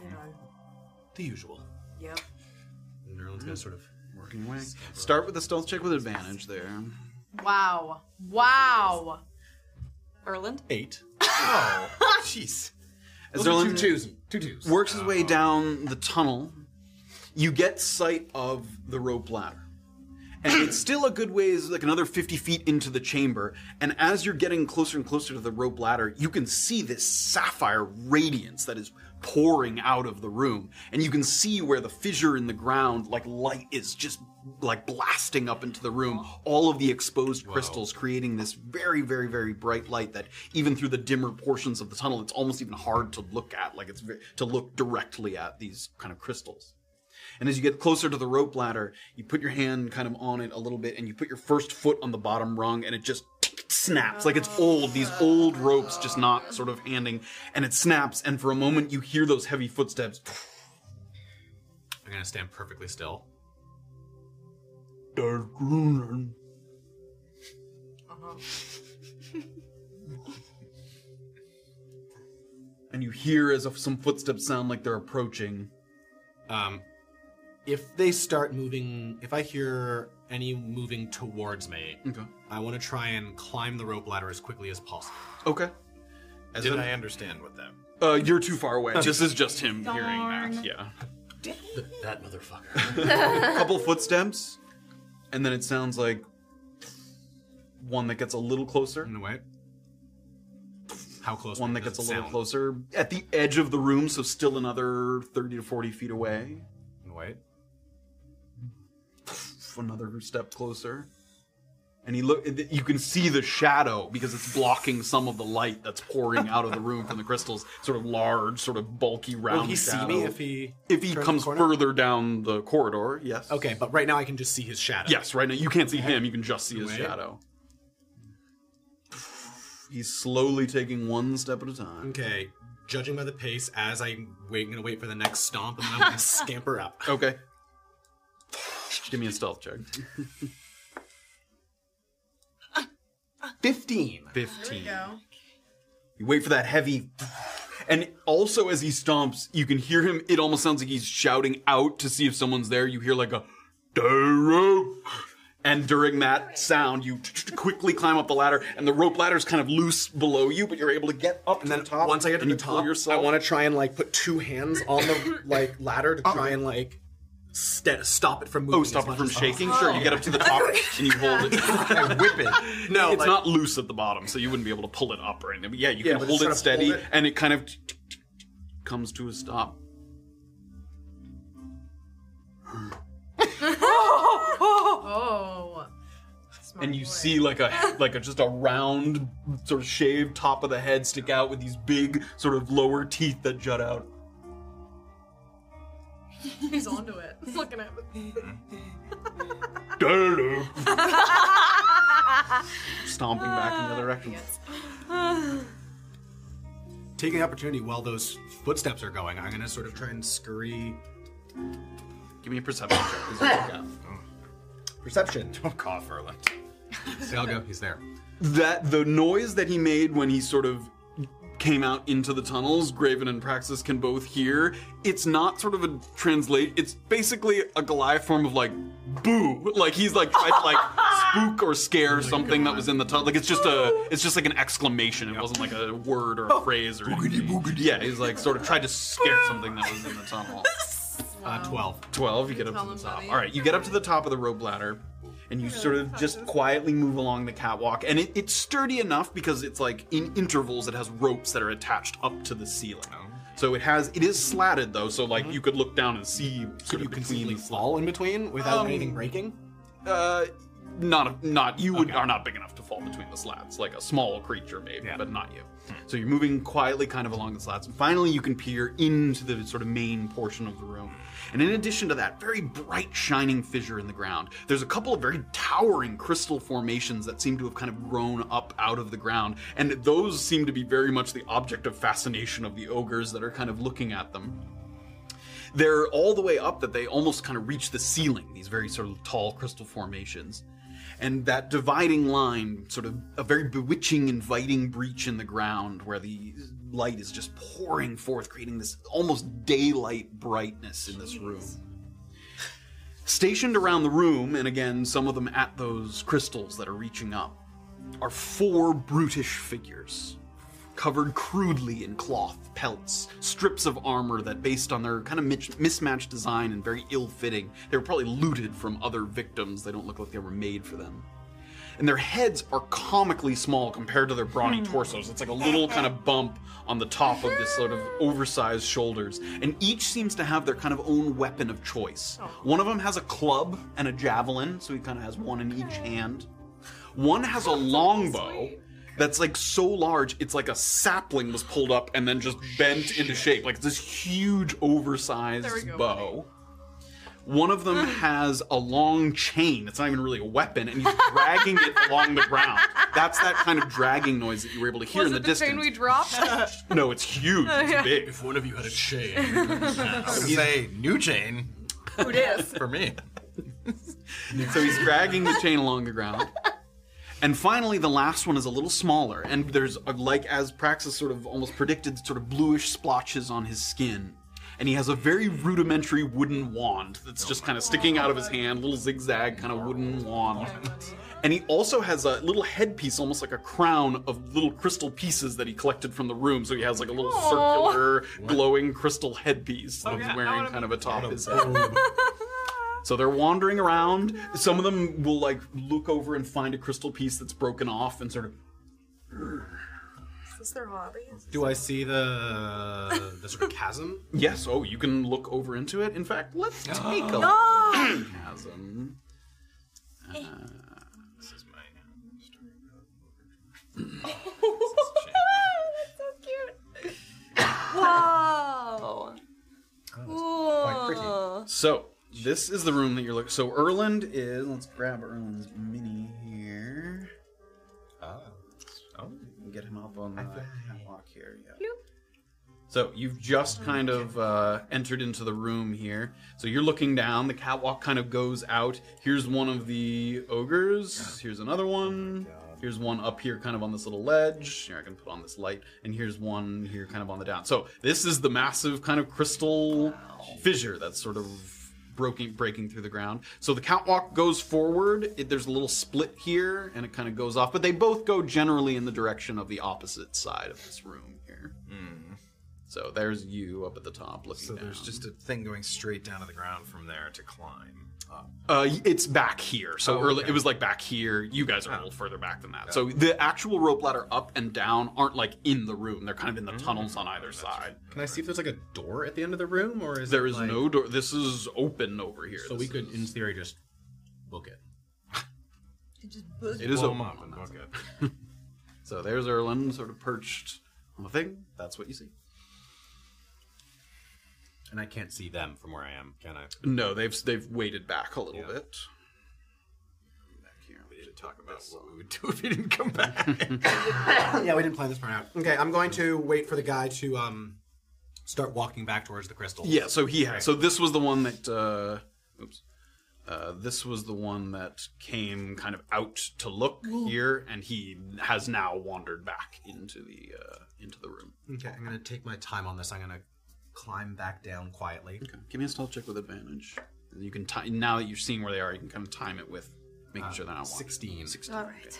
You know.
the usual.
Yep.
And everyone's gonna sort of
working away. Start with a stealth check with advantage there.
Wow. Wow.
Erland?
eight. Oh, jeez.
As
Those are
Erlen-
two twos, two twos.
works his
Oh.
way down the tunnel. You get sight of the rope ladder. And it's still a good ways, like another 50 feet into the chamber. And as you're getting closer and closer to the rope ladder, you can see this sapphire radiance that is pouring out of the room. And you can see where the fissure in the ground, like light, is just like blasting up into the room. All of the exposed crystals creating this very, very, very bright light that even through the dimmer portions of the tunnel, it's almost even hard to look at. Like it's ve- to look directly at these kind of crystals. And as you get closer to the rope ladder, you put your hand kind of on it a little bit, and you put your first foot on the bottom rung, and it just snaps. Like it's old, these old ropes just not sort of handing, and it snaps. And for a moment, you hear those heavy footsteps.
I'm gonna stand perfectly still.
And you hear as if some footsteps sound like they're approaching.
Um, if they start moving, if I hear any moving towards me,
Okay.
I want to try and climb the rope ladder as quickly as possible.
Okay.
As Did I understand what that?
Uh, you're too far away. this is just him hearing that.
Darn.
Yeah.
That motherfucker.
couple footsteps, and then it sounds like one that gets a little closer.
In the way. How close?
one that gets
does
a
it
little
sound?
closer at the edge of the room, so still another 30 to 40 feet away.
In the way.
Another step closer. And he look you can see the shadow because it's blocking some of the light that's pouring out of the room from the crystals, sort of large, sort of bulky round
Will he see
shadow.
me if he
If he
turns the
comes
corner?
further down the corridor, yes.
Okay, but right now I can just see his shadow.
Yes, right now you can't see him, you can just see his
Wait.
shadow. He's slowly taking one step at a time.
Okay. judging by the pace, as I'm wait, going to wait for the next stomp, and then I'm going to scamper up.
Okay. Give me a stealth check.
15.
15.
go.
You wait for that heavy. And also, as he stomps, you can hear him. It almost sounds like he's shouting out to see if someone's there. You hear like a. "Derek!" And during that sound, you quickly climb up the ladder, and the rope ladder is kind of loose below you, but you're able to get up and to then the top.
Once I get to
and
the
you pull
top, I
yourself.
want to try and like put two hands on the like ladder to try and like st- stop it from moving.
Oh, stop it from shaking? Sure, you get up to the
top.
top and you hold it and whip it.
No,
it's
like-
not loose at the bottom, so you wouldn't be able to pull it up or anything. But yeah, you
Yeah,
can
but
hold
just
it
try to
steady,
hold it.
and it kind of comes to a stop.
oh, oh,
and you see like a like a just a round sort of shaved top of the head stick out with these big sort of lower teeth that jut out.
He's onto it. He's looking at me.
Stomping back in the other direction.
Taking the opportunity while those footsteps are going, I'm going to sort of try and scurry.
Give me a perception check.
perception. Don't cough, Erland. See, I'll go. He's there.
That the noise that he made when he sort of came out into the tunnels, Graven and Praxis can both hear. It's not sort of a translate. It's basically a Goliath form of like boo. Like he's like tried to like spook or scare something that was in the tunnel. Like it's just a it's just like an exclamation. It wasn't like a word or a phrase or anything. Yeah, he's like sort of tried to scare something that was in the tunnel.
Uh, 12.
12, you get up to the top. All right, you get up to the top of the rope ladder, and you sort of just quietly move along the catwalk. And it, it's sturdy enough because it's like in intervals, it has ropes that are attached up to the ceiling. So it has, it is slatted though, so like you could look down and see sort of between.
fall in between without anything breaking?
Uh, not, a, not you would are not big enough to fall between the slats. Like a small creature maybe, but not you. So you're moving quietly kind of along the slats. And finally, you can peer into the sort of main portion of the room. And in addition to that, very bright, shining fissure in the ground, there's a couple of very towering crystal formations that seem to have kind of grown up out of the ground. And those seem to be very much the object of fascination of the ogres that are kind of looking at them. They're all the way up that they almost kind of reach the ceiling, these very sort of tall crystal formations. And that dividing line, sort of a very bewitching, inviting breach in the ground where the light is just pouring forth, creating this almost daylight brightness in this room. Stationed around the room, and again, some of them at those crystals that are reaching up, are four brutish figures covered crudely in cloth, pelts, strips of armor that, based on their kind of mitch- mismatched design and very ill fitting, they were probably looted from other victims. They don't look like they were made for them. And their heads are comically small compared to their brawny torsos. It's like a little kind of bump on the top of this sort of oversized shoulders. And each seems to have their kind of own weapon of choice. One of them has a club and a javelin, so he kind of has one in each hand. One has a longbow that's like so large, it's like a sapling was pulled up and then just bent into shape. Like this huge,
There we
oversized
go,
bow. One of them has a long chain. It's not even really a weapon, and he's dragging it along the ground. That's that kind of dragging noise that you were able to hear
Was
in the
it the chain
distance.
we dropped? Oh,
No, it's huge. It's
Yeah.
big.
If one of you had a chain, I was gonna say new chain
Who dis?
for me.
So he's dragging the chain along the ground. And finally, the last one is a little smaller, and there's a, like as Praxis sort of almost predicted, sort of bluish splotches on his skin, and he has a very rudimentary wooden wand that's just kind of sticking out of his hand, little zigzag kind of wooden wand. And he also has a little headpiece, almost like a crown of little crystal pieces that he collected from the room. So he has like a little
Aw.
circular, glowing crystal headpiece that
Okay, I
he's wearing
wanna
kind of
be-
atop his head. So they're wandering around. Some of them will like look over and find a crystal piece that's broken off and sort of
Is this their hobby?
Do I see the the sort of chasm?
yes. Oh, you can look over into it. In fact, let's take a chasm.
Eh.
Uh,
This is mine.
That's so cute. Whoa. Cool.
So this is the room that you're looking. So Erland is. Let's grab Erland's mini here.
Ah. Oh.
Get him up on the catwalk here. Yeah. So you've just kind of uh, entered into the room here. So you're looking down. The catwalk kind of goes out. Here's one of the ogres. Here's another one. Here's one up here, kind of on this little ledge. Here, I can put on this light. And here's one here, kind of on the down. So this is the massive kind of crystal fissure that's sort of breaking breaking through the ground. So the catwalk goes forward. It, there's a little split here, and it kind of goes off. But they both go generally in the direction of the opposite side of this room here. So there's you up at the top looking
So there's just a thing going straight down to the ground from there to climb up.
Uh, y- it's back here. So
Oh,
early,
okay.
it was like back here. You guys are a little further back than that. So the actual rope ladder up and down aren't like in the room. They're kind of in the tunnels on either side.
Can I see if there's like a door at the end of the room, or is
There
it
is
like-
no door. This is open over here.
So we could, in theory, just book it.
It is
Blow
open.
'em
Up and book it. so there's Erlen, sort of perched on the thing. That's what you see.
And I can't see them from where I am, can I?
No, they've they've waited back a little bit.
We need to talk about what we would do if he didn't come back.
yeah, we didn't plan this part out. Okay, I'm going to wait for the guy to um start walking back towards the crystal.
Yeah, so he had. So this was the one that. Uh, oops. Uh, this was the one that came kind of out to look here, and he has now wandered back into the uh, into the room.
Okay, I'm gonna take my time on this. I'm gonna climb back down quietly.
Okay, give me a stealth check with advantage. And you can time now that you're seeing where they are. You can kind of time it with making
Uh,
sure they're not wandered.
16.
Sixteen.
All
right.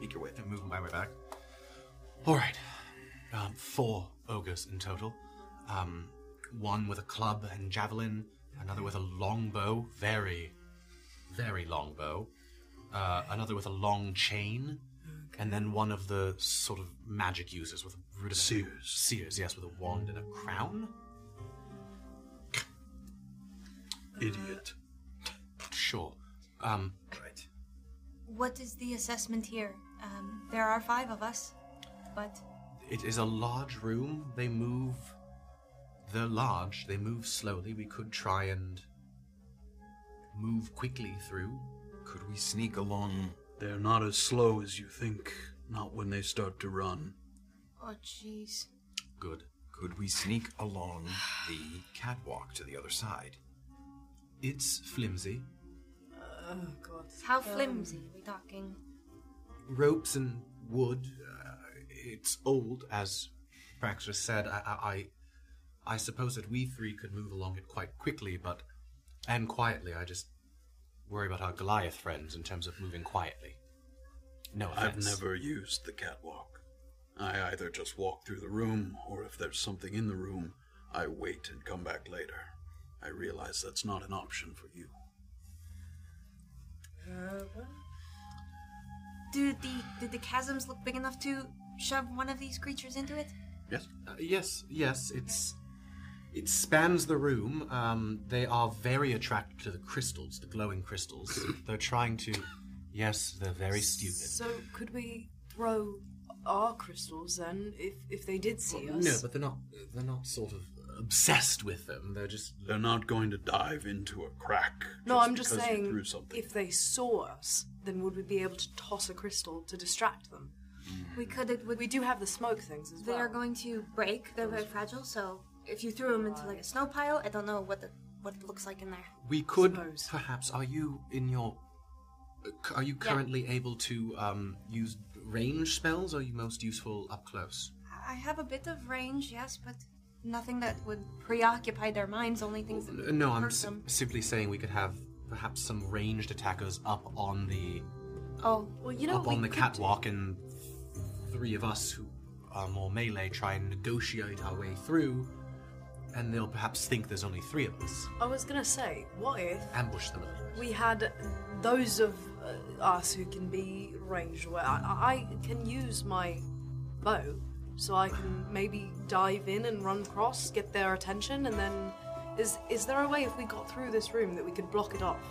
Make your way.
And move my way back. All right. Um, four ogres in total. Um, one with a club and javelin, another with a long bow, very, very long bow, uh, another with a long chain, and then one of the sort of magic users with a rudimentary- seers. yes, with a wand and a crown.
Idiot.
Sure. Um,
right.
What is the assessment here? Um, there are five of us, but
It is a large room. They move. They're large. They move slowly. We could try and move quickly through.
Could we sneak along?
They're not as slow as you think. Not when they start to run.
oh jeez.
Good.
Could we sneak along the catwalk to the other side?
It's flimsy.
Oh god.
How
Um,
flimsy are we talking?
Ropes and wood. Uh, it's old, as Prax just said. I, I, I, I suppose that we three could move along it quite quickly, but and quietly. I just worry about our Goliath friends in terms of moving quietly. No
I've
offense.
never used the catwalk. I either just walk through the room, or if there's something in the room, I wait and come back later. I realize that's not an option for you.
Do the did the chasms look big enough to shove one of these creatures into it?
Yes.
Uh, yes, yes, it's it spans the room. Um, they are very attracted to the crystals, the glowing crystals. they're trying to. Yes, they're very stupid.
So could we throw our crystals then if if they did see us?
No, but they're not. They're not sort of obsessed with them. Um, They're just.
They're not going to dive into a crack.
No, I'm just
because you
saying
threw something.
if they saw us, then would we be able to toss a crystal to distract them?
We could. It would,
We do have the smoke things as
they
well.
are going to break. They're very fragile. So if you threw them into like a snow pile, I don't know what the what it looks like in there.
We could perhaps. Are you in your? uh, c- Are you
Yeah.
currently able to um, use range spells? Or are you most useful up close?
I have a bit of range, yes, but nothing that would preoccupy their minds. Only things that would
No, I'm
hurt
s-
them.
simply saying we could have perhaps some ranged attackers up on the
Oh,
well, you know
up
what
on
we
the
could
catwalk, and three of us who are more melee try and negotiate our way through, and they'll perhaps think there's only three of us.
do- I was gonna say, what if
Ambush them.
we had those of uh, us who can be ranged? Where I, I can use my bow, so I can maybe dive in and run across, get their attention, and then is is there a way if we got through this room that we could block it off?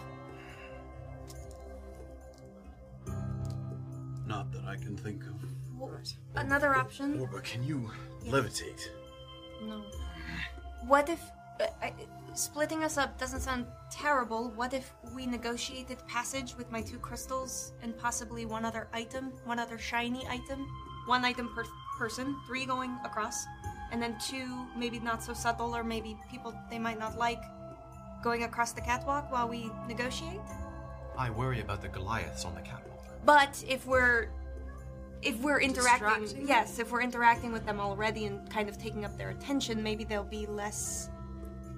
Not that I can think of.
another option.
Orba, can you levitate?
No. What if uh, I, splitting us up doesn't sound terrible? What if we negotiated passage with my two crystals and possibly one other item, one other shiny item? one item per person, three going across, and then two maybe not so subtle or maybe people they might not like going across the catwalk while we negotiate.
I worry about the Goliaths on the catwalk.
But if we're if we're
Distracting.
interacting, yes, if we're interacting with them already and kind of taking up their attention, maybe they'll be less.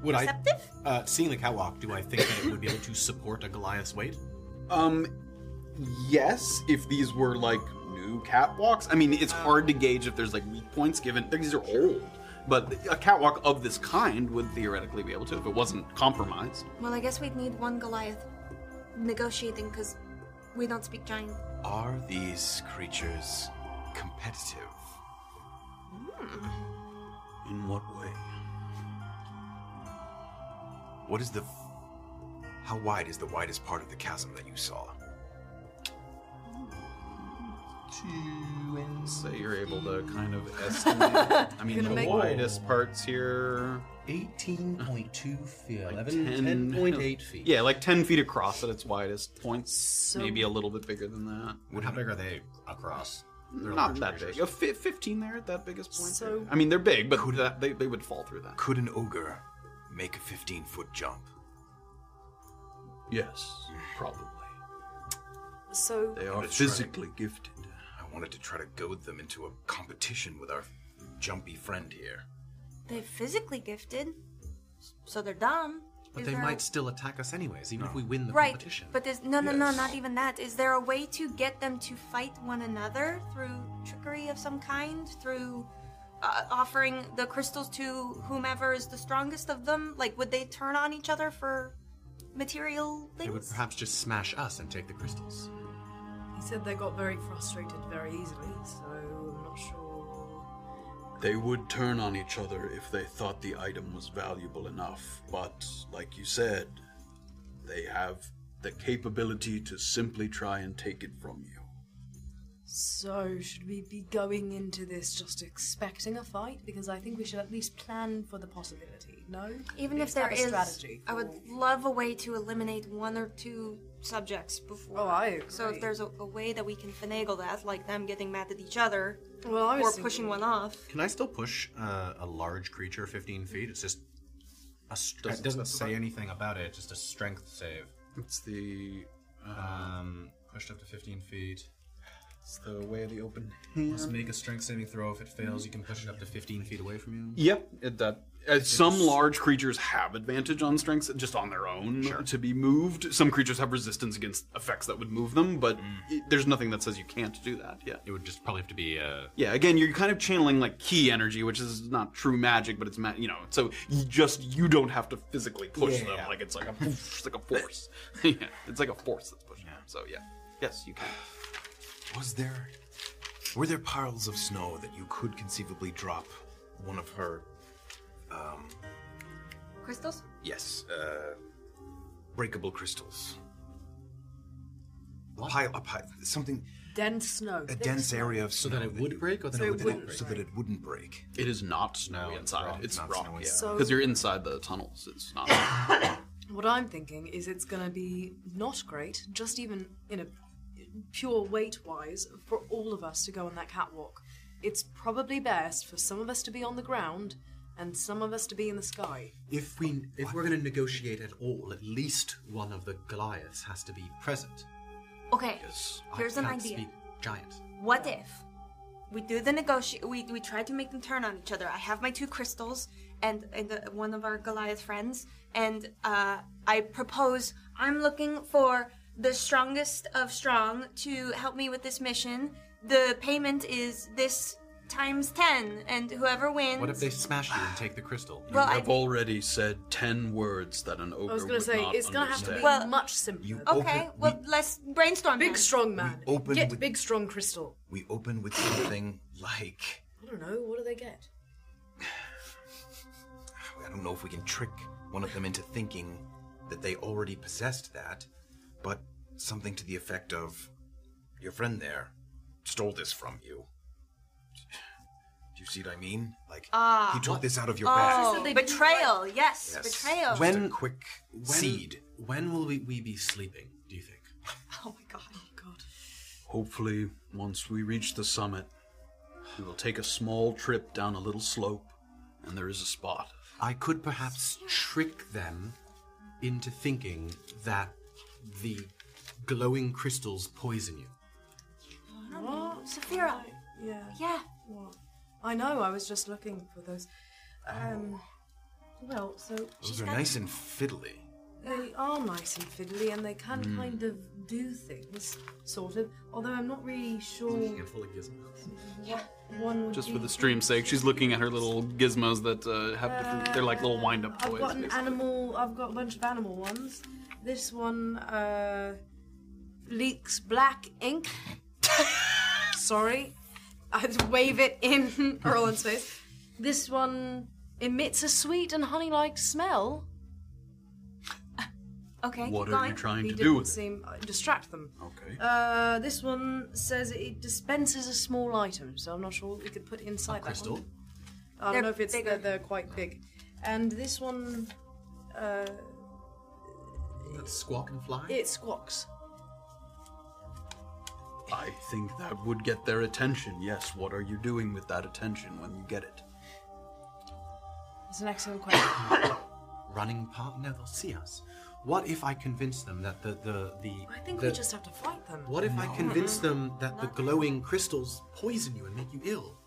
Would Receptive? I, uh, seeing the catwalk, do I think that it would be able to support a Goliath's weight?
Um, yes, if these were like new catwalks. I mean, it's hard to gauge if there's like weak points given. These are old, but a catwalk of this kind would theoretically be able to if it wasn't compromised.
Well, I guess we'd need one Goliath negotiating because we don't speak giant.
Are these creatures competitive? Hmm. In what way? What is the. f- How wide is the widest part of the chasm that you saw?
So you're able to kind of estimate. I mean,
Gonna
the
make-
widest parts here.
18.2 feet.
10.8 feet. Yeah, like 10 feet across at its widest points. maybe a little bit bigger than that.
How big are they across? They're
Not
large
that big. A fi- 15 there at that biggest point.
So-
I mean, they're big, but that, they, they would fall through that.
Could an ogre make a 15 foot jump? Hmm.
Yes,
probably.
So
They are physically gifted. I wanted to try to goad them into a competition with our jumpy friend here.
They're physically gifted, s- so they're dumb.
But
Is
they
there a-
might still attack us anyways, even if we win the
right,
competition.
but there's no, no, no,
Yes.
not even that. Is there a way to get them to fight one another through trickery of some kind, through uh, offering the crystals to whomever is the strongest of them? Like, would they turn on each other for material
They would
things?
perhaps just smash us and take the crystals.
He said they got very frustrated very easily, so I'm not sure.
They would turn on each other if they thought the item was valuable enough, but like you said, they have the capability to simply try and take it from you.
So, should we be going into this just expecting a fight? Because I think we should at least plan for the possibility, no?
Even
At
if
least have
there is,
a strategy.
I would love a way to eliminate one or two subjects before.
Oh, I
So if
agree.
there's a, a way that we can finagle that, like them getting mad at each other,
Well, I was
or
thinking-
pushing one off.
Can I still push uh, a large creature 15 feet? It's just. A str- it doesn't say anything about it, just a strength save.
It's the.
Um, pushed up to 15 feet.
It's the way of the open
Must make a strength saving throw. If it fails, you can push it up to 15 feet away from you.
Yep, it, that. uh, some large creatures have advantage on strengths just on their own to be moved. Some creatures have resistance against effects that would move them, but i- there's nothing that says you can't do that. Yeah,
it would just probably have to be. Uh...
Yeah, again, you're kind of channeling like key energy, which is not true magic, but it's ma- you know. So you just you don't have to physically push
Yeah.
them. Like it's like a it's like a force. yeah, it's like a force that's pushing them. So yeah, yes, you can.
Was there. Were there piles of snow that you could conceivably drop one of her. Um,
Crystals?
yes, uh, breakable crystals? A pile, a pile, something,
Dense snow.
a dense area of snow. So that it would break, or
that So it it would wouldn't not break?
So that it wouldn't break.
It is not snow inside. it's
not
rock,
snow
yeah,
inside.
because you're inside the tunnels. It's not.
What I'm thinking is it's going to be not great, just even in a pure weight wise, for all of us to go on that catwalk. It's probably best for some of us to be on the ground and some of us to be in the sky.
If we if we're going to negotiate at all, at least one of the Goliaths has to be present.
Okay,
I
here's an
can't
idea.
Speak giant.
What if we do the negotiate? We we try to make them turn on each other. I have my two crystals and and uh, one of our Goliath friends, and uh, I propose I'm looking for the strongest of strong to help me with this mission. The payment is this times ten, and whoever wins.
What if they smash you and take the crystal?
Well, I-
I've already said ten words that an ogre
was
gonna
would
say,
not
it's gonna have to
understand.
be Well, much simpler.
okay, well let's brainstorm.
Big strong man.
open
Get
with-
big strong crystal.
We open with something like
I don't know, what do they get?
I don't know if we can trick one of them into thinking that they already possessed that, but something to the effect of your friend there stole this from you. Do you see what I mean? Like
Ah.
he took this out of your
oh,
bag.
betrayal. Yes,
Yes.
betrayal.
When
quick
when,
seed.
When will we, we be sleeping? Do you think?
Oh my god.
Hopefully, once we reach the summit,
We will take a small trip down a little slope, and there is a spot.
I could perhaps trick them into thinking that the glowing crystals poison you.
What? Saphira. Yeah. Yeah. I know. I was just looking for those. Um. Well, so she's
Those are
got-
nice and fiddly.
They are nice and fiddly, and they can
Mm.
kind of do things, sort of. Although I'm not really sure.
Handful of gizmos.
Yeah. One would
Just
be
for the stream's sake, she's looking at her little gizmos that uh, have different. They're like little wind-up
I've
toys.
got an
basically.
animal. I've got a bunch of animal ones. This one uh, leaks black ink. Sorry, I had to wave it in Erlen's face. This one emits a sweet and honey-like smell. Okay.
What keep are you going. trying to do with it?
Seem, uh, distract them.
Okay.
Uh, this one says it dispenses a small item, so I'm not sure what we could put inside that
crystal?
one. I don't
They're
know if it's they're, they're quite big. And this one, uh,
That squawk and fly?
it squawks.
I think that would get their attention. Yes, what are you doing with that attention when you get it?
It's an excellent question.
Running part? No, they'll see us. What if I convince them that the the the?
I think
the,
we just have to fight them.
What if I convince them that the glowing crystals poison you and make you ill?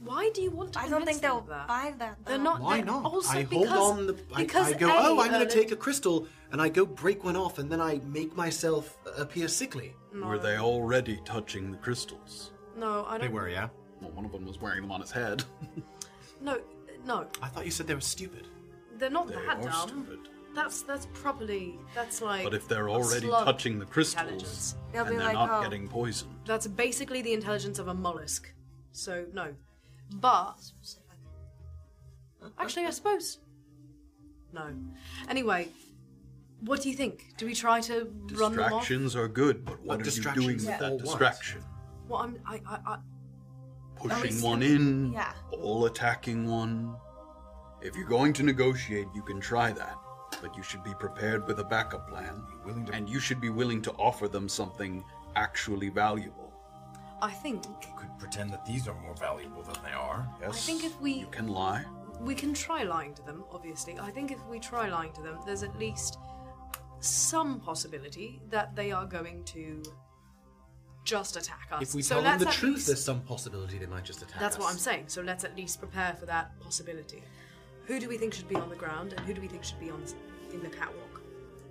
Why do you want to?
I don't
convince
think they'll
them of that?
buy that.
They're not.
Why
they're
not?
Also
I
because,
hold on the. I,
because
I go,
A, uh,
oh, I'm going
Erlen-
to take a crystal, and I go break one off, and then I make myself appear sickly.
Were they already touching the crystals?
No, I don't.
yeah?
Well, one of them was wearing them on his head.
No, no,
I thought you said they were stupid.
they're not
They
that
are
dumb.
stupid.
That's that's properly that's like.
But if they're
a
already
slug
touching the
intelligence.
crystals,
They'll
and
be
they're
like,
not
"Oh."
getting poisoned,
That's basically the intelligence of a mollusk. So no, but actually, I suppose no. Anyway, what do you think? Do we try to run them off?
distractions are good. But what
But
are you doing
distractions
with
for
that
what?
distraction?
Well, I'm, I, I, I,
Pushing one in,
yeah.
all attacking one. If you're going to negotiate, you can try that, but you should be prepared with a backup plan, and you should be willing to offer them something actually valuable.
I think
Could pretend that these are more valuable than they are.
I think if we
You can lie.
we can try lying to them, obviously. I think if we try lying to them, there's at least some possibility that they are going to just attack us.
If we
so
tell them
let's
the
at
truth,
least-
there's some possibility they might just attack
That's
us.
what I'm saying. So let's at least prepare for that possibility. Who do we think should be on the ground, and who do we think should be on in the catwalk?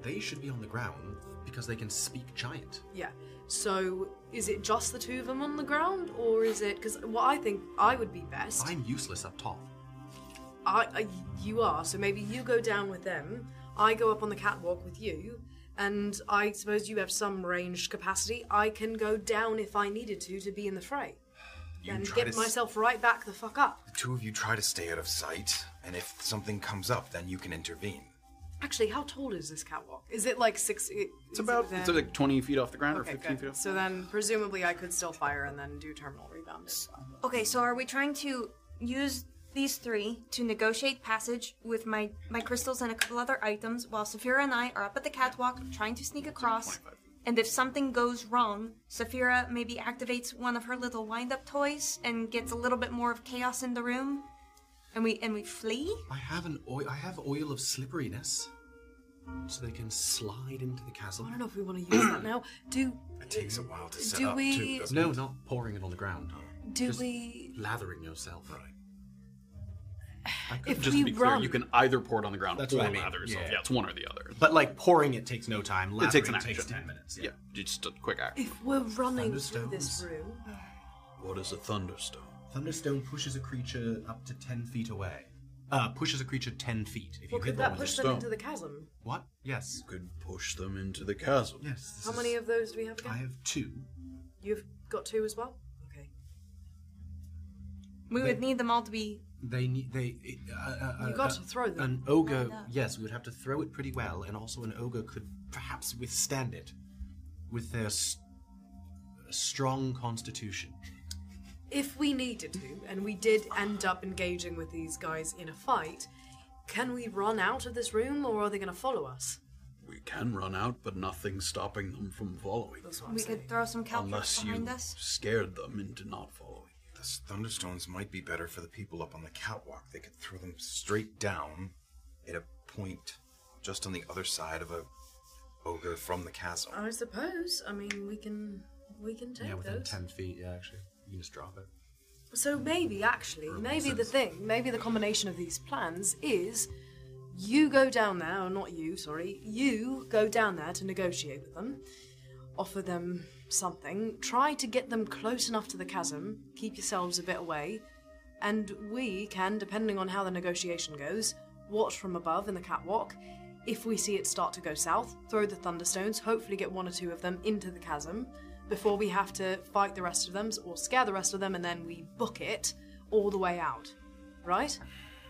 They should be on the ground because they can speak giant.
Yeah. So is it just the two of them on the ground, or is it because what I think I would be best?
I'm useless up top.
I, I, you are. So maybe you go down with them. I go up on the catwalk with you, and I suppose you have some ranged capacity. I can go down if I needed to to be in the fray,
You
and
try
get
to s-
myself right back the fuck up.
The two of you try to stay out of sight, and if something comes up, then you can intervene.
Actually, how tall is this catwalk? Is it like six? It's
about it's like 20 feet off the ground or
Okay,
15
good.
feet off.
So then, presumably, I could still fire and then do terminal rebound as well.
Okay, so are we trying to use these three to negotiate passage with my my crystals and a couple other items while Safira and I are up at the catwalk trying to sneak across? And if something goes wrong, Safira maybe activates one of her little wind-up toys and gets a little bit more of chaos in the room, and we and we flee.
I have an oil. I have oil of slipperiness, so they can slide into the chasm.
I don't know if we want to use that now. Do
It takes a while
to set Mm. Do up, we- too, doesn't
No,
it?
not pouring it on the ground.
do
Just
we?
lathering yourself? Right. I
could- If
Just
we
to be clear,
run-
you can either pour it on the ground
That's
or
what I mean,
lather yourself.
yeah.
Yeah. it's one or the other.
But like pouring it takes no time.
it takes an
lathering
action.
ten minutes.
Yeah. just a quick action.
If we're running through this room,
What is a thunderstone?
Thunderstone pushes a creature up to ten feet away. Uh, pushes a creature ten feet. If
well,
you hit
could
them
that
with a
push them
stone.
into the chasm?
What? Yes. You
could push them into the chasm.
Yes.
How many of those do we have again?
I have two.
You've got two as well. Okay.
We would need them all to be.
They need they. Uh, uh,
You
uh,
got
uh,
to throw them.
An ogre,
Lined up.
yes, we would have to throw it pretty well, and also an ogre could perhaps withstand it with their s- strong constitution.
If we needed to, and we did end up engaging with these guys in a fight, can we run out of this room, or are they going to follow us?
We can run out, but nothing's stopping them from following.
That's what I'm
We
saying.
could throw some caltrops
Unless you
behind us.
scared them into not following.
Those thunderstones might be better for the people up on the catwalk. They could throw them straight down at a point just on the other side of a ogre from the castle.
I suppose. I mean, we can we can take
yeah, within
those.
ten feet. Yeah, actually, you can just drop it.
So maybe, actually, maybe the thing, maybe the combination of these plans is you go down there, or not you, sorry, you go down there to negotiate with them, offer them something, try to get them close enough to the chasm, keep yourselves a bit away, and we can, depending on how the negotiation goes, watch from above in the catwalk. If we see it start to go south, throw the thunderstones, hopefully get one or two of them into the chasm before we have to fight the rest of them or scare the rest of them and then we book it all the way out. Right?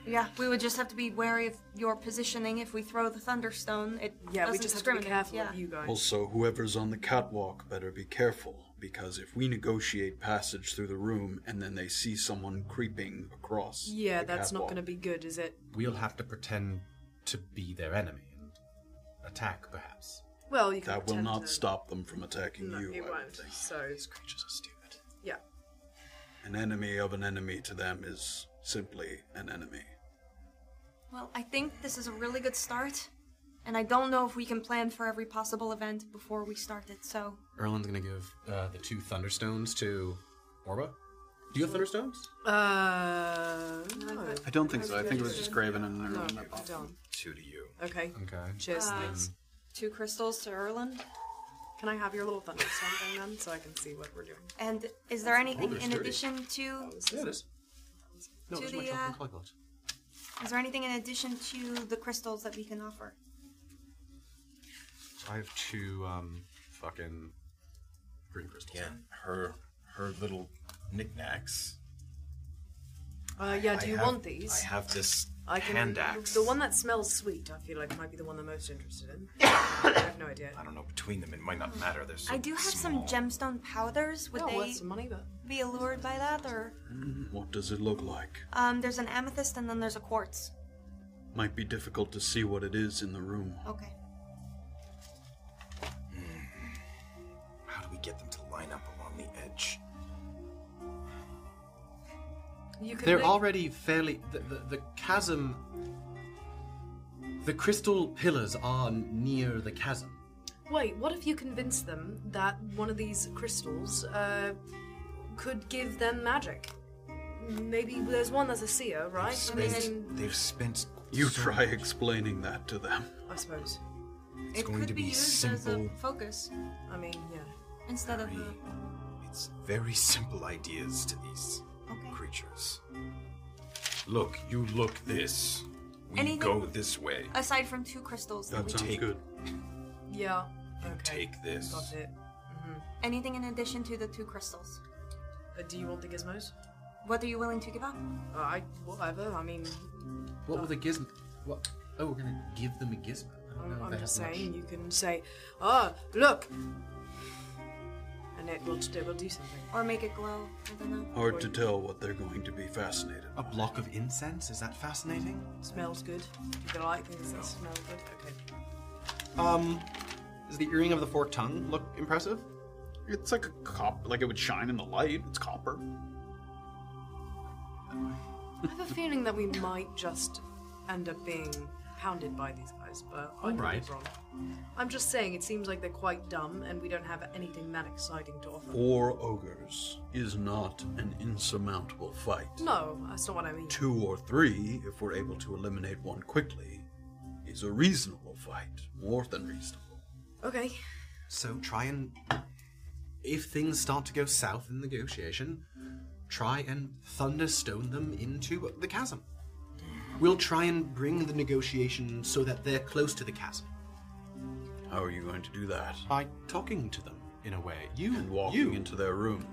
Yeah, we would just have to be wary of your positioning if we throw the thunderstone. It
Yeah, we just have
doesn't
to be
discriminate.
careful
yeah.
of you guys.
Also, whoever's on the catwalk better be careful, because if we negotiate passage through the room and then they see someone creeping across.
Yeah,
the
that's not
catwalk,
going to be good, is it?
We'll have to pretend to be their enemy and attack, perhaps.
Well, you can
That will
pretend
not
to-
stop them from attacking
No,
you.
it
I would
won't.
think.
So
these creatures are stupid.
Yeah.
An enemy of an enemy to them is simply an enemy.
Well, I think this is a really good start, and I don't know if we can plan for every possible event before we start it. So
Erlen's gonna give uh, the two thunderstones to Orba. Do you have thunderstones?
Uh, no.
I don't think so. I think it was just Graven and
No,
everyone.
I don't.
Two to you.
Okay.
Okay.
Cheers.
Um,
thanks.
two crystals to Erland.
Can I have your little thunderstone thing then, so I can see what we're doing?
And is there anything
there's
in
thirty.
addition to
Yeah, it is. No,
to
it's my
the
chocolate
uh,
clock watch.
is there anything in addition to the crystals that we can offer?
I have two um, fucking green crystals.
Yeah, her her little knickknacks.
Uh, yeah. Do
I
you
have-
want these?
I have this
I can.
hand axe.
The one that smells sweet, I feel like might be the one I'm most interested in. I have no idea.
I don't know. Between them, it might not matter. There's
I do have some gemstone powders. Would
Well,
they
worth some money, but
be allured by that, or
What does it look like?
um, there's an amethyst and then there's a quartz?
Might be difficult to see what it is in the room.
Okay.
How do we get them to line up along the edge?
you could.
They're
make-
already fairly. The, the, the chasm. The crystal pillars are near the chasm.
Wait, what if you convince them that one of these crystals uh, could give them magic? Maybe there's one that's a seer, right? I mean,
Spent, they've spent.
You
so
try
much-
explaining that to them.
I suppose.
It's going
could
to
be
be
used
simple.
as a focus
I mean, yeah.
instead of
Very-
a,
It's very simple ideas to these
okay.
creatures. Look, you look this. We
Anything-
go this way.
Aside from two crystals, that
That
we
sounds
take-
good.
Yeah.
You
Okay.
take this.
Got it.
anything in addition to the two crystals.
Uh, do you want the gizmos?
What are you willing to give up?
Uh, I whatever. I mean,
What will the gizmo. What? Oh, we're gonna give them a gizmo. I don't know if
I'm,
they
I'm just
have much-
saying you can say, "Ah, look," and it will it will do something.
Or make it glow? I don't know.
Hard to tell what they're going to be fascinated.
A block of incense? Is that fascinating?
Smells good. You gonna like things that smell good. Okay.
Um, does the earring of the forked tongue look impressive?
It's like a cop, like it would shine in the light. It's copper.
I have a feeling that we might just end up being hounded by these guys, but I could
Alright.
be wrong. I'm just saying it seems like they're quite dumb, and we don't have anything that exciting to offer.
Four ogres is not an insurmountable fight.
No, Oh, that's not what I mean.
Two or three, if we're able to eliminate one quickly, is a reasonable fight. More than reasonable.
Okay.
So try and. If things start to go south in negotiation, try and thunderstone them into the chasm. We'll try and bring the negotiation so that they're close to the chasm
How are you going to do that?
by talking to them in a way. You
And walking
you,
into their room.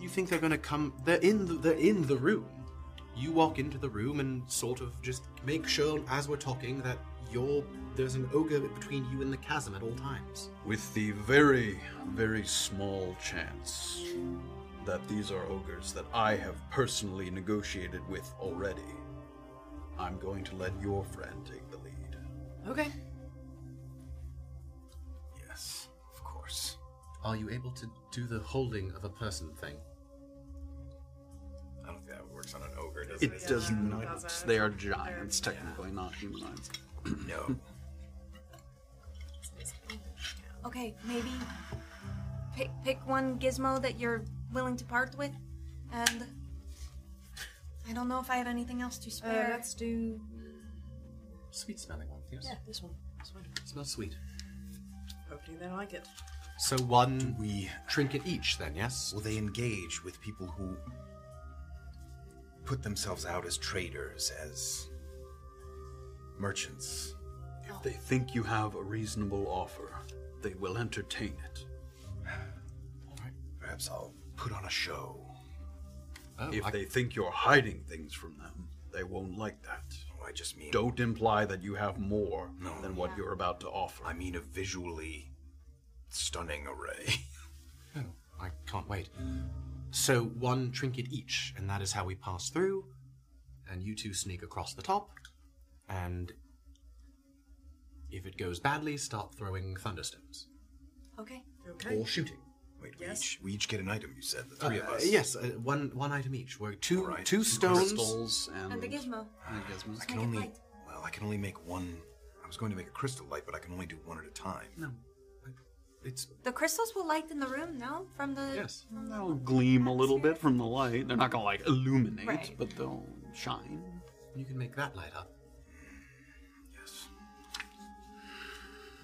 you think they're gonna come? They're in the, they're in the room. You walk into the room and sort of just make sure as we're talking that you're there's an ogre between you and the chasm at all times.
With the very, very small chance that these are ogres that I have personally negotiated with already, I'm going to let your friend take the lead.
Okay.
Yes, of course.
Are you able to do the holding of a person thing?
works on an ogre, doesn't it?
It does not. They are giants, technically, not humanoids.
No.
Okay, maybe pick pick one gizmo that you're willing to part with, and I don't know if I have anything else to
Uh,
spare.
let's do.
Sweet smelling one, yes.
Yeah, this one. This one.
Smells sweet.
Hopefully they like it.
So one
we
trinket each, then yes.
Will they engage with people who put themselves out as traders, as merchants?
If they think you have a reasonable offer, they will entertain it.
Perhaps I'll put on a show.
if they think you're hiding things from them, they won't like that.
Oh, I just mean
Don't imply that you have more
No.
than what you're about to offer.
I mean a visually stunning array.
Oh.
I can't wait. So one trinket each, and that is how we pass through. And you two sneak across the top, and if it goes badly, start throwing thunderstones
okay.
Or shooting. Wait, we, each, we each get an item. You said the three of
Uh,
us.
yes, uh, one one item each. We're two
All right.
two stones.
Crystals and,
And the gizmo.
and the gizmos.
I can
Make it
only
light.
well, I can only make one. I was going to make a crystal light, but I can only do one at a time.
No.
It's
The crystals will light in the room, no? From the
Yes.
They'll gleam a little bit from the light. They're not gonna like illuminate,
Right.
but they'll shine.
You can make that light up.
yes.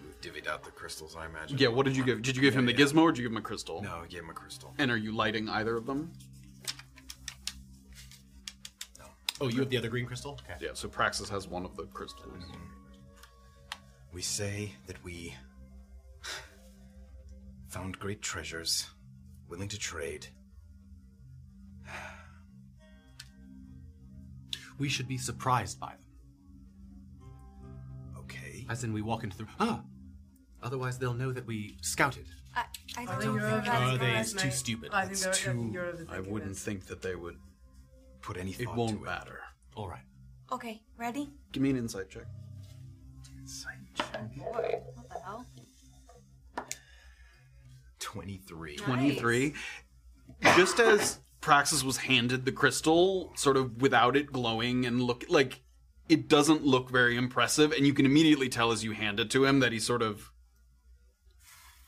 We've divvied out the crystals, I imagine.
Yeah, what did you give? Did you give him the gizmo or did you give him a crystal?
No, I gave him a crystal.
And are you lighting either of them?
Oh, you have the other green crystal. Okay.
Yeah, so Praxis has one of the crystals.
We say that we found great treasures, willing to trade.
We should be surprised by them,
Okay.
as in we walk into the ah. Otherwise, they'll know that we scouted.
I, I don't,
think
know.
you're
that's
Oh,
Uh,
overthinking
they
it,
is
mate.
too stupid.
I think
It's
they're, I think
too-
you're
I
overthinking
wouldn't
this.
think that they would.
Put any
It
thought
won't
to
matter.
All right.
Okay, ready?
Give me an insight check.
What the hell?
it. Twenty-three.
23. Just as Praxis was handed the crystal, sort of without it glowing and look like it doesn't look very impressive, and you can immediately tell as you hand it to him that he sort of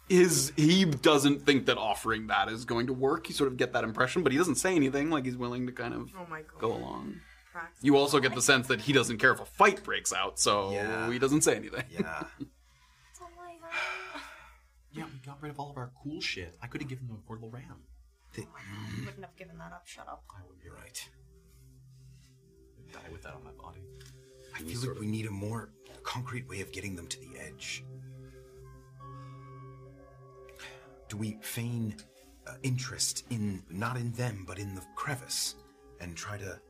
his he doesn't think that offering that is going to work. You sort of get that impression, but he doesn't say anything, like he's willing to kind of
Oh my god.
go along.
Praxis.
You also get the sense that he doesn't care if a fight breaks out, so
Yeah.
he doesn't say anything.
Yeah.
It's all I have.
Yeah, we got rid of all of our cool shit. I could have given them a portable RAM.
Wouldn't have given that up. Shut up.
I would be right. Die with that on my body.
I feel like we need a more concrete way of getting them to the edge. Do we feign uh, interest in not in them but in the crevice and try to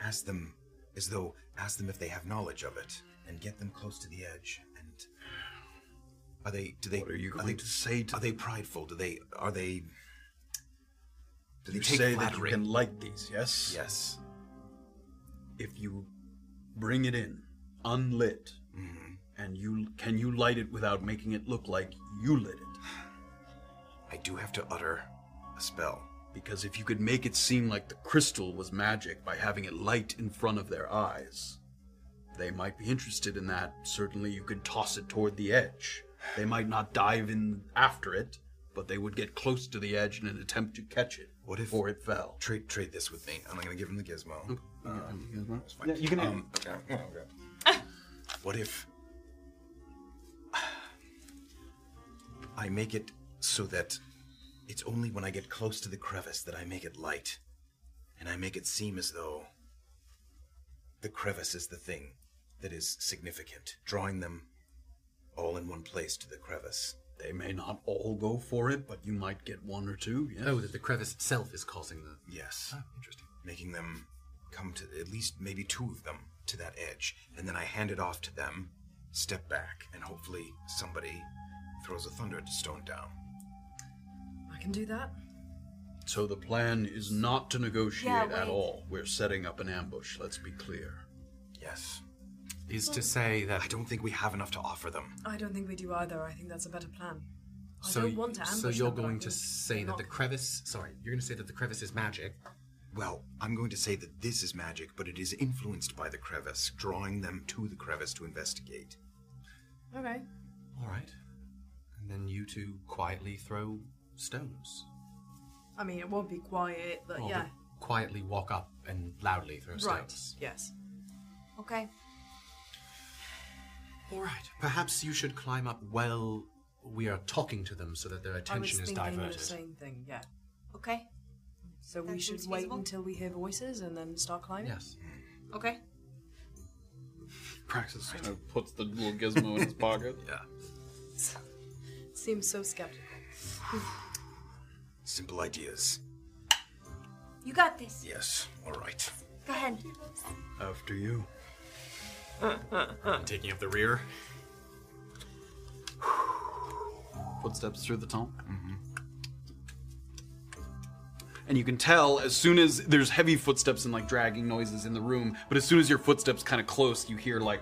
ask them as though ask them if they have knowledge of it and get them close to the edge and are they do they
What are you
they,
going to say to
are they prideful do they are they do they
You
take
say that you
flattery
can light these, yes?
yes
If you bring it in unlit,
Mm-hmm.
and you can you light it without making it look like you lit it?
I do have to utter a spell
Because if you could make it seem like the crystal was magic by having it light in front of their eyes, they might be interested in that. Certainly, you could toss it toward the edge. They might not dive in after it, but they would get close to the edge in an attempt to catch it.
What if-
before it fell?
Trade trade this with me. I'm not gonna give him the gizmo. Um, it's fine.
you can-
Um, okay. yeah, okay. what if I make it so that it's only when I get close to the crevice that I make it light, and I make it seem as though the crevice is the thing that is significant, drawing them all in one place to the crevice.
They may not all go for it, but you might get one or two. Yes.
Oh, that the crevice itself is causing the.
Yes.
Interesting.
making them come to at least maybe two of them to that edge, and then I hand it off to them, step back, and hopefully somebody throws a thunder stone down.
I can do that.
So the plan is not to negotiate
Yeah,
at
wait.
all. We're setting up an ambush, let's be clear.
Yes.
Is to say that.
I don't think we have enough to offer them.
I don't think we do either. I think that's a better plan. I
so
don't want to ambush
so you're
them, but I
going to
think
say that the
not-
crevice. Sorry, you're going to say that the crevice is magic,
Well, I'm going to say that this is magic, but it is influenced by the crevice, drawing them to the crevice to investigate.
Okay.
All right. And then you two quietly throw stones.
I mean, it won't be quiet, but
Or
yeah.
Quietly walk up and loudly throw
Right.
stones.
Yes.
Okay.
All right. Perhaps you should climb up while we are talking to them so that their attention
I was
is
thinking
diverted.
the same thing. Yeah.
Okay.
So
That
we should
seems
wait
feasible.
until we hear voices and then start climbing.
Yes.
Okay.
Praxis kind of puts the little gizmo in his pocket.
Yeah.
Seems so skeptical.
Simple ideas.
You got this.
Yes, all right.
Go ahead.
After you.
taking up the rear.
Footsteps through the tunnel. And you can tell as soon as there's heavy footsteps and like dragging noises in the room, but as soon as your footsteps kind of close, you hear like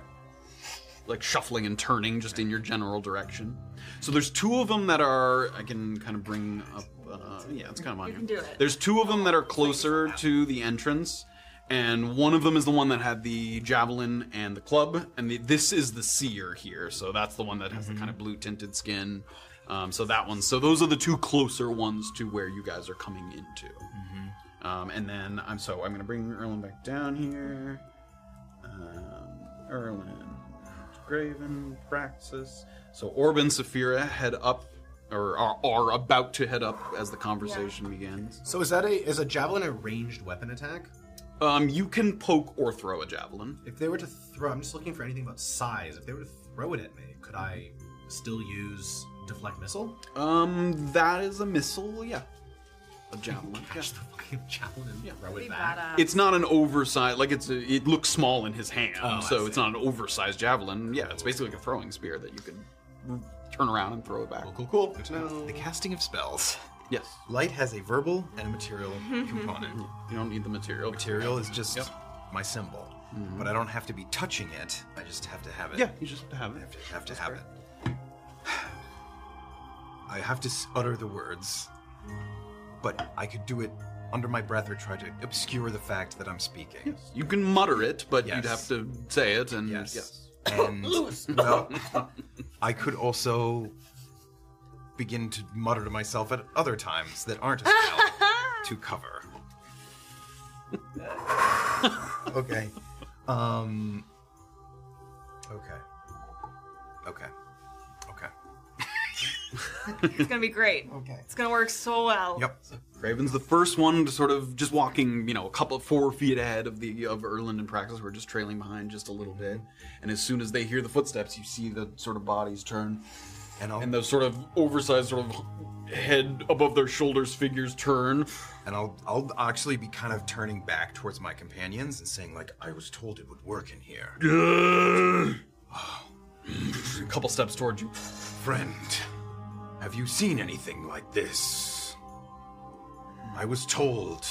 like shuffling and turning just in your general direction. So there's two of them that are I can kind of bring up. Uh, yeah, it's kind of on you.
can do it.
There's two of them that are closer to the entrance, and one of them is the one that had the javelin and the club, and the, this is the seer here. So that's the one that has the kind of blue tinted skin. Um, so that one. So those are the two closer ones to where you guys are coming into. Um, and then I'm so I'm gonna bring Erlen back down here. Um, Erlen, Graven, Praxis. So Orb and Saphira head up, or are, are about to head up as the conversation begins.
So is that a is a javelin a ranged weapon attack?
Um, you can poke or throw a javelin.
If they were to throw, I'm just looking for anything about size. If they were to throw it at me, could I still use deflect missile?
Um, that is a missile. Yeah, a javelin. yeah.
Catch the fucking javelin and throw
Be
it back.
badass.
It's not an oversized like it's a, it looks small in his hand,
Oh, I
so
see.
it's not an oversized javelin. Yeah, it's basically like a throwing spear that you can turn around and throw it back.
Cool, cool, cool.
Good to know. The casting of spells.
Yes,
Light has a verbal and a material component.
you don't need the material.
Material is just my symbol, but I don't have to be touching it. I just have to have it.
Yeah, you just have it.
I have to have, to have it. I have to s- utter the words, but I could do it under my breath or try to obscure the fact that I'm speaking.
You can mutter it, but you'd
Yes.
have to say it, and
Yes.
yes.
And well, I could also begin to mutter to myself at other times that aren't a spell to cover. okay. Um. Okay. Okay. Okay.
It's gonna be great.
Okay.
It's gonna work so well.
Yep.
Craven's the first one to sort of just walking, you know, a couple four feet ahead of the of Erland in practice. We're just trailing behind just a little bit, and as soon as they hear the footsteps, you see the sort of bodies turn,
And I'll
and those sort of oversized, sort of head above their shoulders figures turn.
and I'll I'll actually be kind of turning back towards my companions and saying like I was told it would work in here.
A couple steps towards you.
Friend, have you seen anything like this? I was told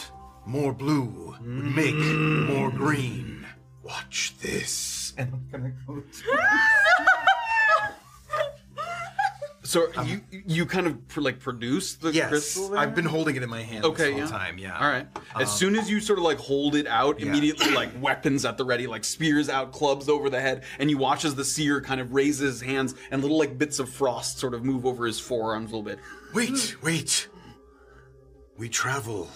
more blue would make more
Mm.
green. Watch this. And I'm gonna go
So you you kind of pr- like produce the
Yes,
crystal. there?
I've been holding it in my hand
Okay,
this whole
yeah.
time. Yeah. Um,
All right. As soon as you sort of like hold it out,
Yeah.
immediately like weapons at the ready, like spears out, clubs over the head, and you watch as the seer kind of raises his hands and little like bits of frost sort of move over his forearms a little bit.
Wait, wait. We travel.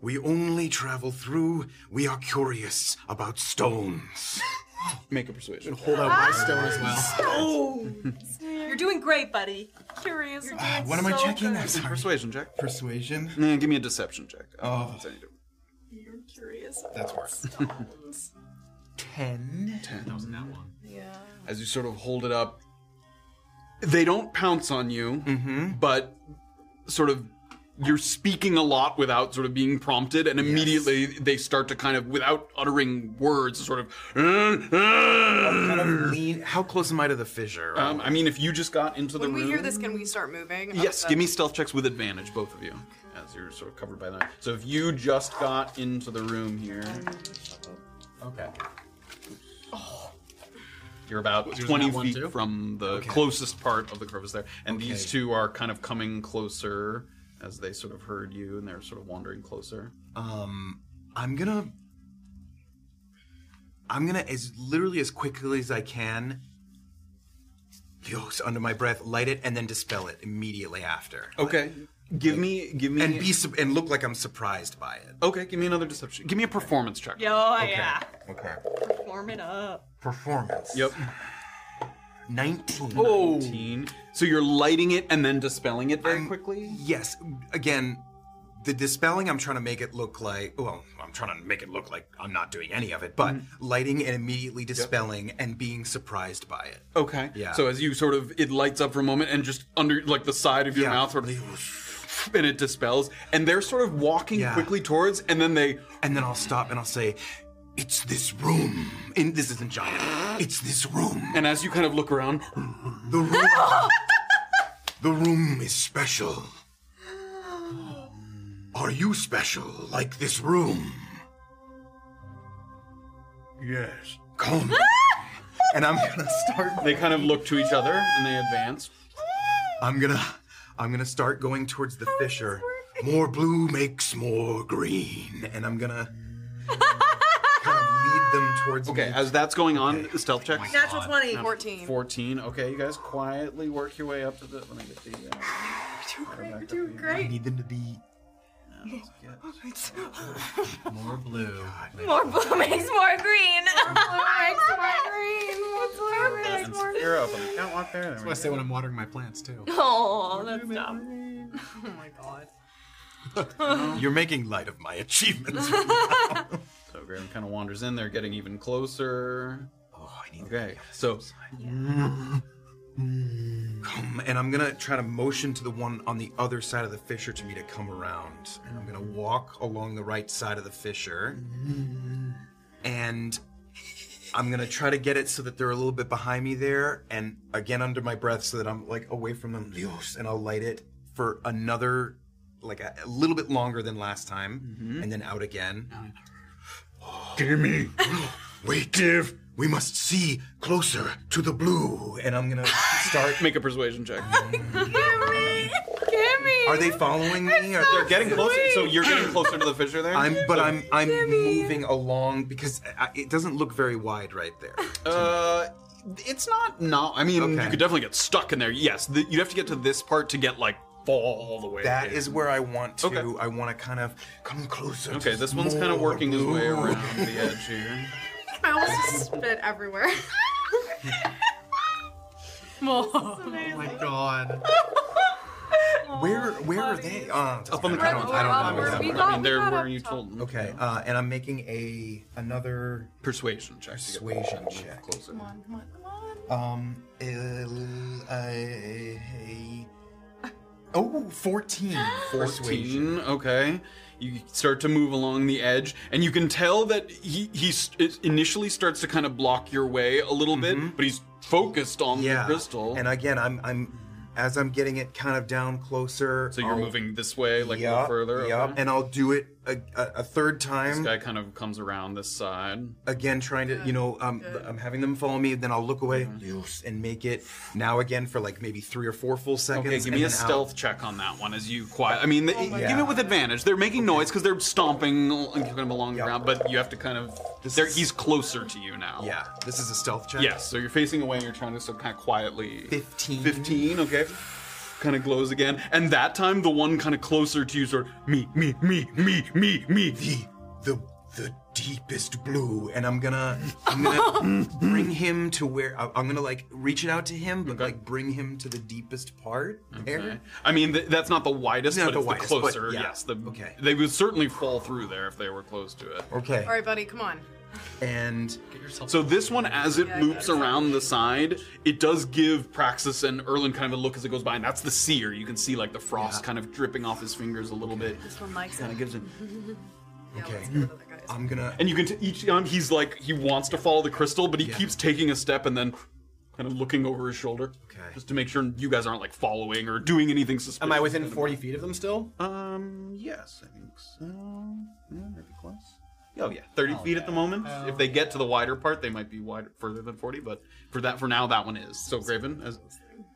We only travel through. We are curious about stones.
Make a persuasion.
Hold out my stone as well.
Oh! You're doing great, buddy.
Curious.
Ah, what am I checking? I'm sorry.
Persuasion check.
Persuasion.
Nah, give me a deception check. Oh, that's any different.
You're curious.
That's worse. Ten.
That was that one.
as you sort of hold it up. They don't pounce on you, but sort of you're speaking a lot without sort of being prompted, and immediately they start to kind of, without uttering words, sort of. "Uh,
Kind of lean. How close am I to the fissure?
Um, I mean, if you just got into the
When we
room.
hear this, can we start moving?
yes,
Up
give
the-
me stealth checks with advantage, both of you, as you're sort of covered by that. So if you just got into the room here,
Okay.
you're about
Yours is
20
that one
feet
too?
from the
Okay.
closest part of the crevice there. And these
Okay.
two are kind of coming closer as they sort of heard you and they're sort of wandering closer.
Um, I'm gonna. I'm gonna, as literally as quickly as I can, yos under my breath, light it, and then dispel it immediately after.
Okay. Give me, give me,
and be su- and look like I'm surprised by it.
Okay, give me another deception. Give me a performance check.
Yo, yeah.
Okay.
Perform it up.
Performance.
Yep.
19.
Oh. 19. So you're lighting it and then dispelling it very quickly?
Yes. Again, the dispelling, I'm trying to make it look like, well, I'm trying to make it look like I'm not doing any of it,
Mm.
but lighting and immediately dispelling and being surprised by it.
Okay.
Yeah.
So as you sort of, it lights up for a moment and just under, like the side of your mouth, sort of, and it dispels. And they're sort of walking
Yeah.
quickly towards, and then they.
And then I'll stop and I'll say, it's this room. And this isn't giant. It's this room.
And as you kind of look around,
the room. the room is special. Are you special like this room?
Yes.
Come. and I'm gonna start.
They kind of look to each other and they advance.
I'm gonna, I'm gonna start going towards the fissure. More blue makes more green, and I'm gonna kind of lead them towards.
Okay, as that's going on, stealth check.
Natural 20.
Natural-
14.
14. Okay, you guys quietly work your way up to the. Let me get the. Uh,
You're doing great.
need them to be
Oh,
More blue.
More blue makes more green.
And
You're open. Can't walk there.
That's what I say when I'm watering my plants too.
Oh, that's dumb.
Oh my god.
You're making light of my achievements.
So Graham kind of wanders in there, getting even closer.
Oh, I need.
Okay, so
Come, and I'm gonna try to motion to the one on the other side of the fissure to me to come around. And I'm gonna walk along the right side of the fissure. And I'm gonna try to get it so that they're a little bit behind me there, and again under my breath so that I'm like away from them. Dios, and I'll light it for another, like a, a little bit longer than last time, and then out again.
Gimme.
Wait, we must see closer to the blue. And I'm gonna start.
make a persuasion check.
Are they following me? Or
They're getting closer. So you're getting closer to the fissure there.
I'm, but I'm, I'm moving along because I, it doesn't look very wide right there.
Uh, it's not. No, I mean you could definitely get stuck in there. Yes, the, you'd have to get to this part to get like fall all the way.
That
in.
is where I want to.
Okay.
I want to kind of come closer.
Okay, this one's kind of working his way around the edge here.
I almost spit everywhere.
Oh
my god.
Where, where are they? Uh, up on the I don't,
I
I don't know.
I mean, they're where you told them.
Okay, uh, and I'm making a another
Persuasion check. to get
persuasion check.
Closer.
Um, uh, uh, oh, 14.
14 okay you start to move along the edge and you can tell that he he st- initially starts to kind of block your way a little bit but he's focused on
Mm-hmm. Yeah.
the crystal
And again, I'm, I'm, as I'm getting it kind of down closer.
so you're
I'll-
moving this way like a
Yeah,
little further
yeah,
okay?
and I'll do it a, a, a third
this
time.
guy kind of comes around this side
Again, trying to, you know, um, I'm having them follow me, then I'll look away yes, and make it now again for like maybe three or four full seconds.
Mm-hmm. okay give
and
me a
then out.
stealth check on that one as you quiet i mean the,
Oh my
give
God.
it with advantage they're making noise because they're stomping al- kind of along the ground but you have to kind of they're, he's closer to you now
Yeah, this is a stealth check.
Yes, so you're facing away and you're trying to so kind of quietly.
15.
15, okay. Kind of glows again. And that time, the one kind of closer to you sort of, me, me, me, me, me, me.
The, the, the deepest blue, and I'm gonna, I'm gonna bring him to where, I- I'm gonna like reach it out to him, but like bring him to the deepest part there.
I mean, th- that's not the widest,
Not
but
the
it's
widest,
the
but
closer.
yeah.
Yes, the,
Okay.
They would certainly fall through there if they were close to it.
Okay,
Alright, buddy, come on.
and
So this one, as it
Yeah, I
loops
got it.
around the side, it does give Praxis and Erlin kind of a look as it goes by, and that's the seer. You can see like the frost kind of dripping off his fingers a little bit.
This one likes
Kind
it.
of gives him
Yeah,
Okay.
let's go to the guys.
I'm gonna,
And you can t- each time he's like he wants to follow the crystal, but he keeps taking a step and then kind of looking over his shoulder,
Okay.
just to make sure you guys aren't like following or doing anything suspicious.
Am I within 40 feet of them still?
Um, yes, I think so. Yeah, maybe close. Oh yeah, thirty feet at the moment. if they get to
Oh.
the wider part, they might be wider, further than forty. But for that, for now, that one is. So Graven, as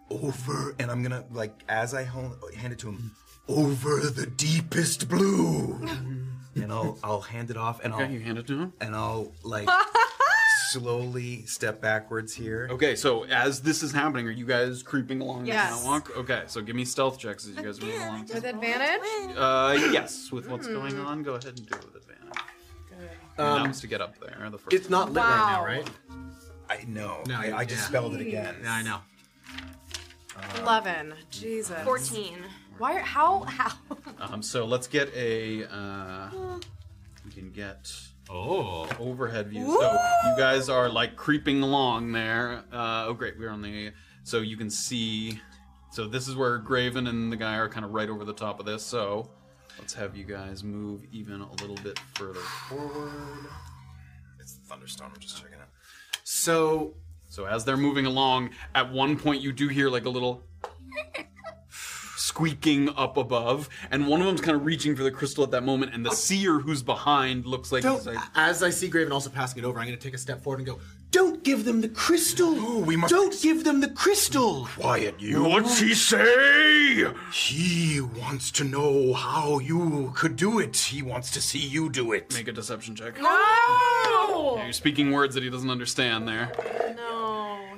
over and I'm gonna like as I hon- hand it to him over the deepest blue
and I'll I'll hand it off and
Okay,
I'll
you hand it to him,
and I'll like slowly step backwards here.
Okay, so as this is happening, are you guys creeping along
Yes.
the catwalk? Okay, so give me stealth checks as you guys move along.
With advantage?
Uh, yes, with what's
Hmm.
going on, go ahead and do it with advantage.
Um,
Um, to get up there. The first
It's not lit right now,
Wow.
right? I know.
No,
I,
you-
I just
yeah.
spelled it again.
Yeah, I know.
11. Jesus.
14.
Why? How? How?
Um, so let's get a. Uh, we can get oh overhead view. So you guys are like creeping along there. Uh, oh great, we're on the. So you can see. So this is where Graven and the guy are kind of right over the top of this. So let's have you guys move even a little bit further forward.
It's thunderstorm. I'm just checking out.
So. So as they're moving along, at one point you do hear like a little squeaking up above, and one of them's kind of reaching for the crystal at that moment,
Oh.
and the seer who's behind looks like he's like,
As I see Graven also passing it over, I'm going to take a step forward and go, Don't give them the crystal! we must Don't give them the crystal!
Quiet you. What's he say? He wants to know how you could do it. He wants to see you do it.
Make a deception check.
No!
Yeah, you're speaking words that he doesn't understand there.
No.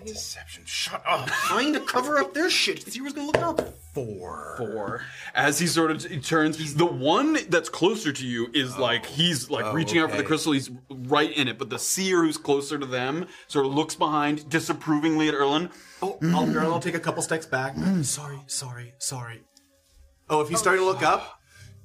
Deception.
Shut up.
Trying to cover up their shit because he was going to look it up. Four. Four. As he sort of he turns, the one that's closer to you is like, he's like
Oh,
reaching out for the
okay.
crystal. He's right in it. But the seer who's closer to them sort of looks behind disapprovingly at Erlen. Oh,
I'll, Erlen, I'll take a couple steps back. sorry, sorry, sorry. Oh, if he's starting to look up,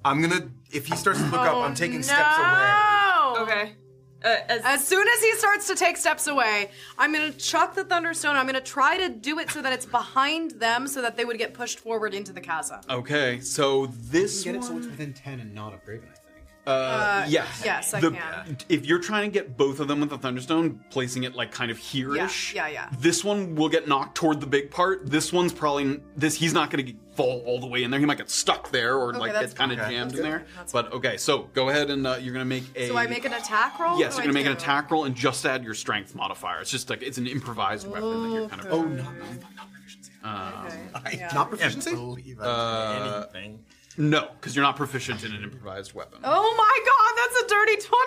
I'm gonna. If he starts to look up,
Oh,
I'm taking steps away.
No!
Okay. Uh, as,
soon as he starts to take steps away, I'm gonna chuck the thunderstone. I'm gonna try to do it so that it's behind them, so that they would get pushed forward into the chasm.
Okay, so this
Get it so
one-
it's within 10 and not of Graven, I think.
Uh,
Uh,
yes.
yes, I
The-
can.
If you're trying to get both of them with the Thunderstone, placing it like kind of here
Yeah,
ish,
yeah, yeah.
this one will get knocked toward the big part. This one's probably this. He's not going to fall all the way in there. He might get stuck there or
Okay,
like
that's
get kind of
fine.
jammed
That's
in
good.
there. But okay, so go ahead and uh, you're going to make a.
So I make an attack roll?
Yes,
What
you're
do
going to
I
make an
do?
attack roll and just add your strength modifier. It's just like it's an improvised weapon that you're kind of.
Oh,
not,
yeah.
not proficiency. Uh, No, because you're not proficient in an improvised weapon.
Oh my god, that's a dirty 20!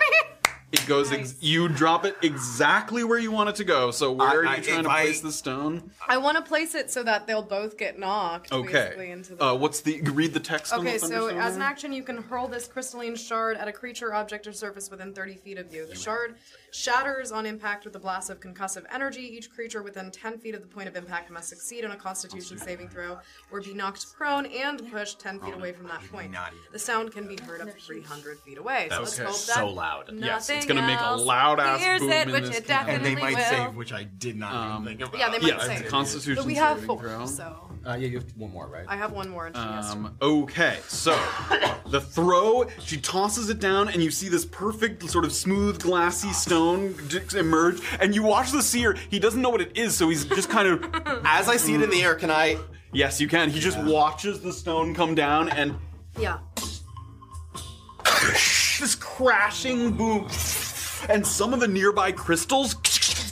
It goes. Ex- you drop it exactly where you want it to go. So where are you
I-
trying
if
to
I-
place the stone?
I want to place it so that they'll both get knocked. basically,
Okay.
Into the-
Uh, what's the read the text? on
okay,
the
so
thunderstone
as an
there?
action, you can hurl this crystalline shard at a creature, object, or surface within 30 feet of you. The shard shatters on impact with a blast of concussive energy. Each creature within 10 feet of the point of impact must succeed on a constitution
Oh,
saving throw or be knocked prone and pushed 10 feet away from that point. The sound can be heard up to 300 feet away. so
That
let's
was
hope
so
that
loud.
Yes, it's
nothing
gonna make a
else
loud ass
hears
boom
it,
in
which
this
it
thing.
definitely
And they might
will.
save, which I did not even think about.
Yeah, they might
yeah,
save.
it's a Constitution
But we have
saving
four,
throw.
so
Uh, yeah, you have one more, right?
I have one more. And she has two.
Um, okay, so the throw, she tosses it down, and you see this perfect, sort of smooth, glassy stone d- emerge. And you watch the seer, he doesn't know what it is, so he's just kind of.
As I see it in the air, can I?
Yes, you can. He just watches the stone come down, and
Yeah.
this crashing boom, and some of the nearby crystals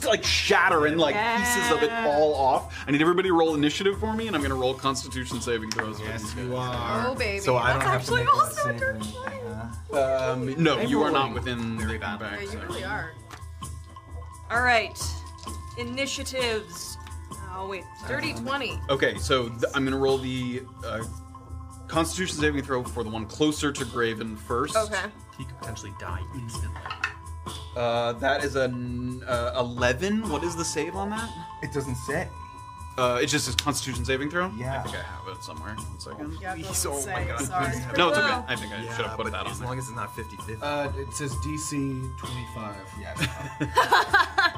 like shatter and like pieces of it fall off. I need everybody to roll initiative for me, and I'm gonna roll Constitution saving throws. Yes, you are.
Oh, baby.
So I don't
That's
have to
actually
make
also a dirty
Um, no,
I'm
you are not
rolling
within the back.
Yeah, you
so.
really are.
All right. Initiatives. Oh wait,
Dirty 20.
Okay, so th- I'm gonna roll the uh, Constitution saving throw for the one closer to Graven first.
He could potentially die instantly.
Uh, that is an uh, 11. What is the save on that?
It doesn't say.
Uh, it's just his Constitution saving throw.
Yeah.
I think I have it somewhere. One second.
Yeah, it
oh
doesn't
my
say,
god.
sorry.
please have
No, it's
it.
okay. I think I should have put
but
that on
As
there.
long as it's not 50 50.
Uh, it says DC 25. Yeah.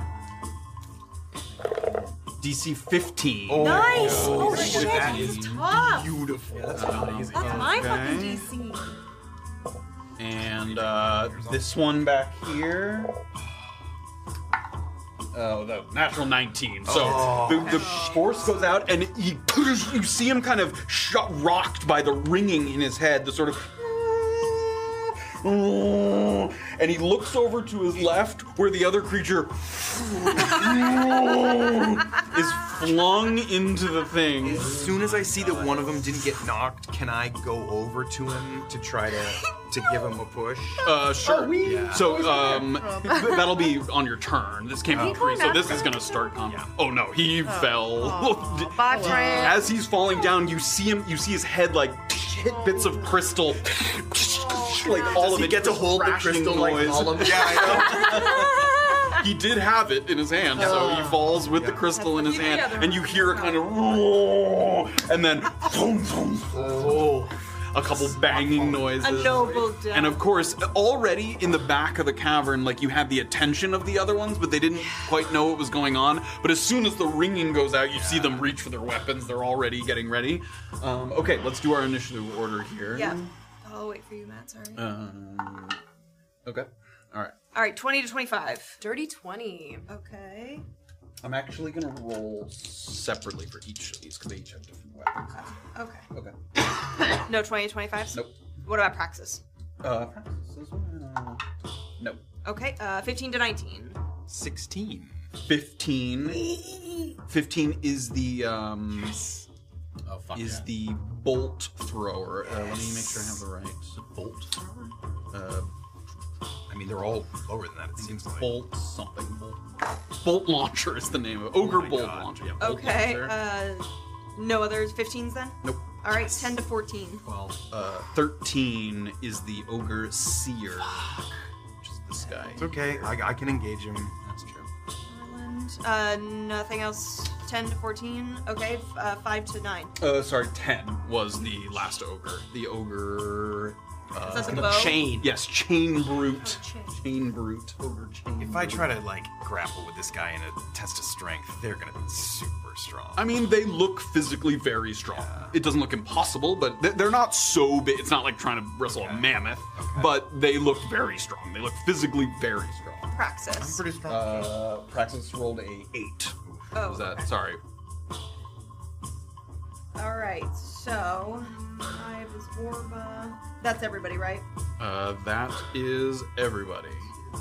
DC 15.
Nice! Oh, shit,
That
this
is
is tough.
beautiful. that's
That's my fucking DC.
And uh, this one back here. Oh, the natural 19. So
Oh.
the, the force goes out, and he, you see him kind of shot, rocked by the ringing in his head, the sort of
and he looks over to his left where the other creature
is flung into the thing.
As soon as I see that one of them didn't get knocked, can I go over to him to try to to give him a push?
Uh,
Oh,
sure.
Yeah.
So um, that'll be on your turn. This came
He
out free, so
climbed
this
up.
is gonna start. Com- Oh no, he fell.
Bye, friend.
As he's falling down, you see him. You see his head like hit bits of crystal, like
Oh. Does
all of
he
it.
get to hold the
crashing
crystal like
noise.
Gollum?
Yeah, I know. he did have it in his hand, so he
Oh.
falls with the crystal in his hand, and you hear a kind of and then
Oh.
a couple banging noises.
A noble death.
And of course, already in the back of the cavern, like you had the attention of the other ones, but they didn't quite know what was going on. But as soon as the ringing goes out, you see them reach for their weapons. They're already getting ready. Um, okay, let's do our initiative order here.
Yeah. I'll wait for you, Matt. Sorry.
Um, okay. All right.
All right, 20 to 25.
Dirty 20.
Okay.
I'm actually gonna roll separately for each of these because they each have different weapons.
Okay.
Okay.
No 20 to 25?
Nope.
What about Praxis?
Uh, no.
Okay, uh, 15 to 19.
16. 15. 15 is the um oh, fuck is the bolt thrower. Uh, let me make sure I have the right bolt thrower. Uh, I mean they're all lower than that. It seems like bolt something. Bolt, bolt launcher is the name of it. ogre bolt launcher. Oh Yeah, bolt
Okay,
launcher.
uh, no other 15s then?
Nope.
All right, 10 to 14.
Uh, 13 is the ogre seer. Which is this guy.
It's okay. I, I can engage him.
That's true.
Uh, nothing else. 10 to 14. Okay, f- uh, 5 to 9.
Uh, sorry, ten was the last ogre. The ogre. Uh,
Is that the bow?
chain. Yes, chain brute. chain brute. Ogre chain.
If I try
brute.
to like grapple with this guy in a test of strength, they're gonna be super strong.
I mean, they look physically very strong. It doesn't look impossible, but they- they're not so big. It's not like trying to wrestle a mammoth, but they look very strong. They look physically very strong.
Praxis.
I'm pretty strong. Uh, Praxis rolled a eight.
Oh,
was that? Sorry.
All right, so I have his Orba. That's everybody, right?
Uh, that is everybody.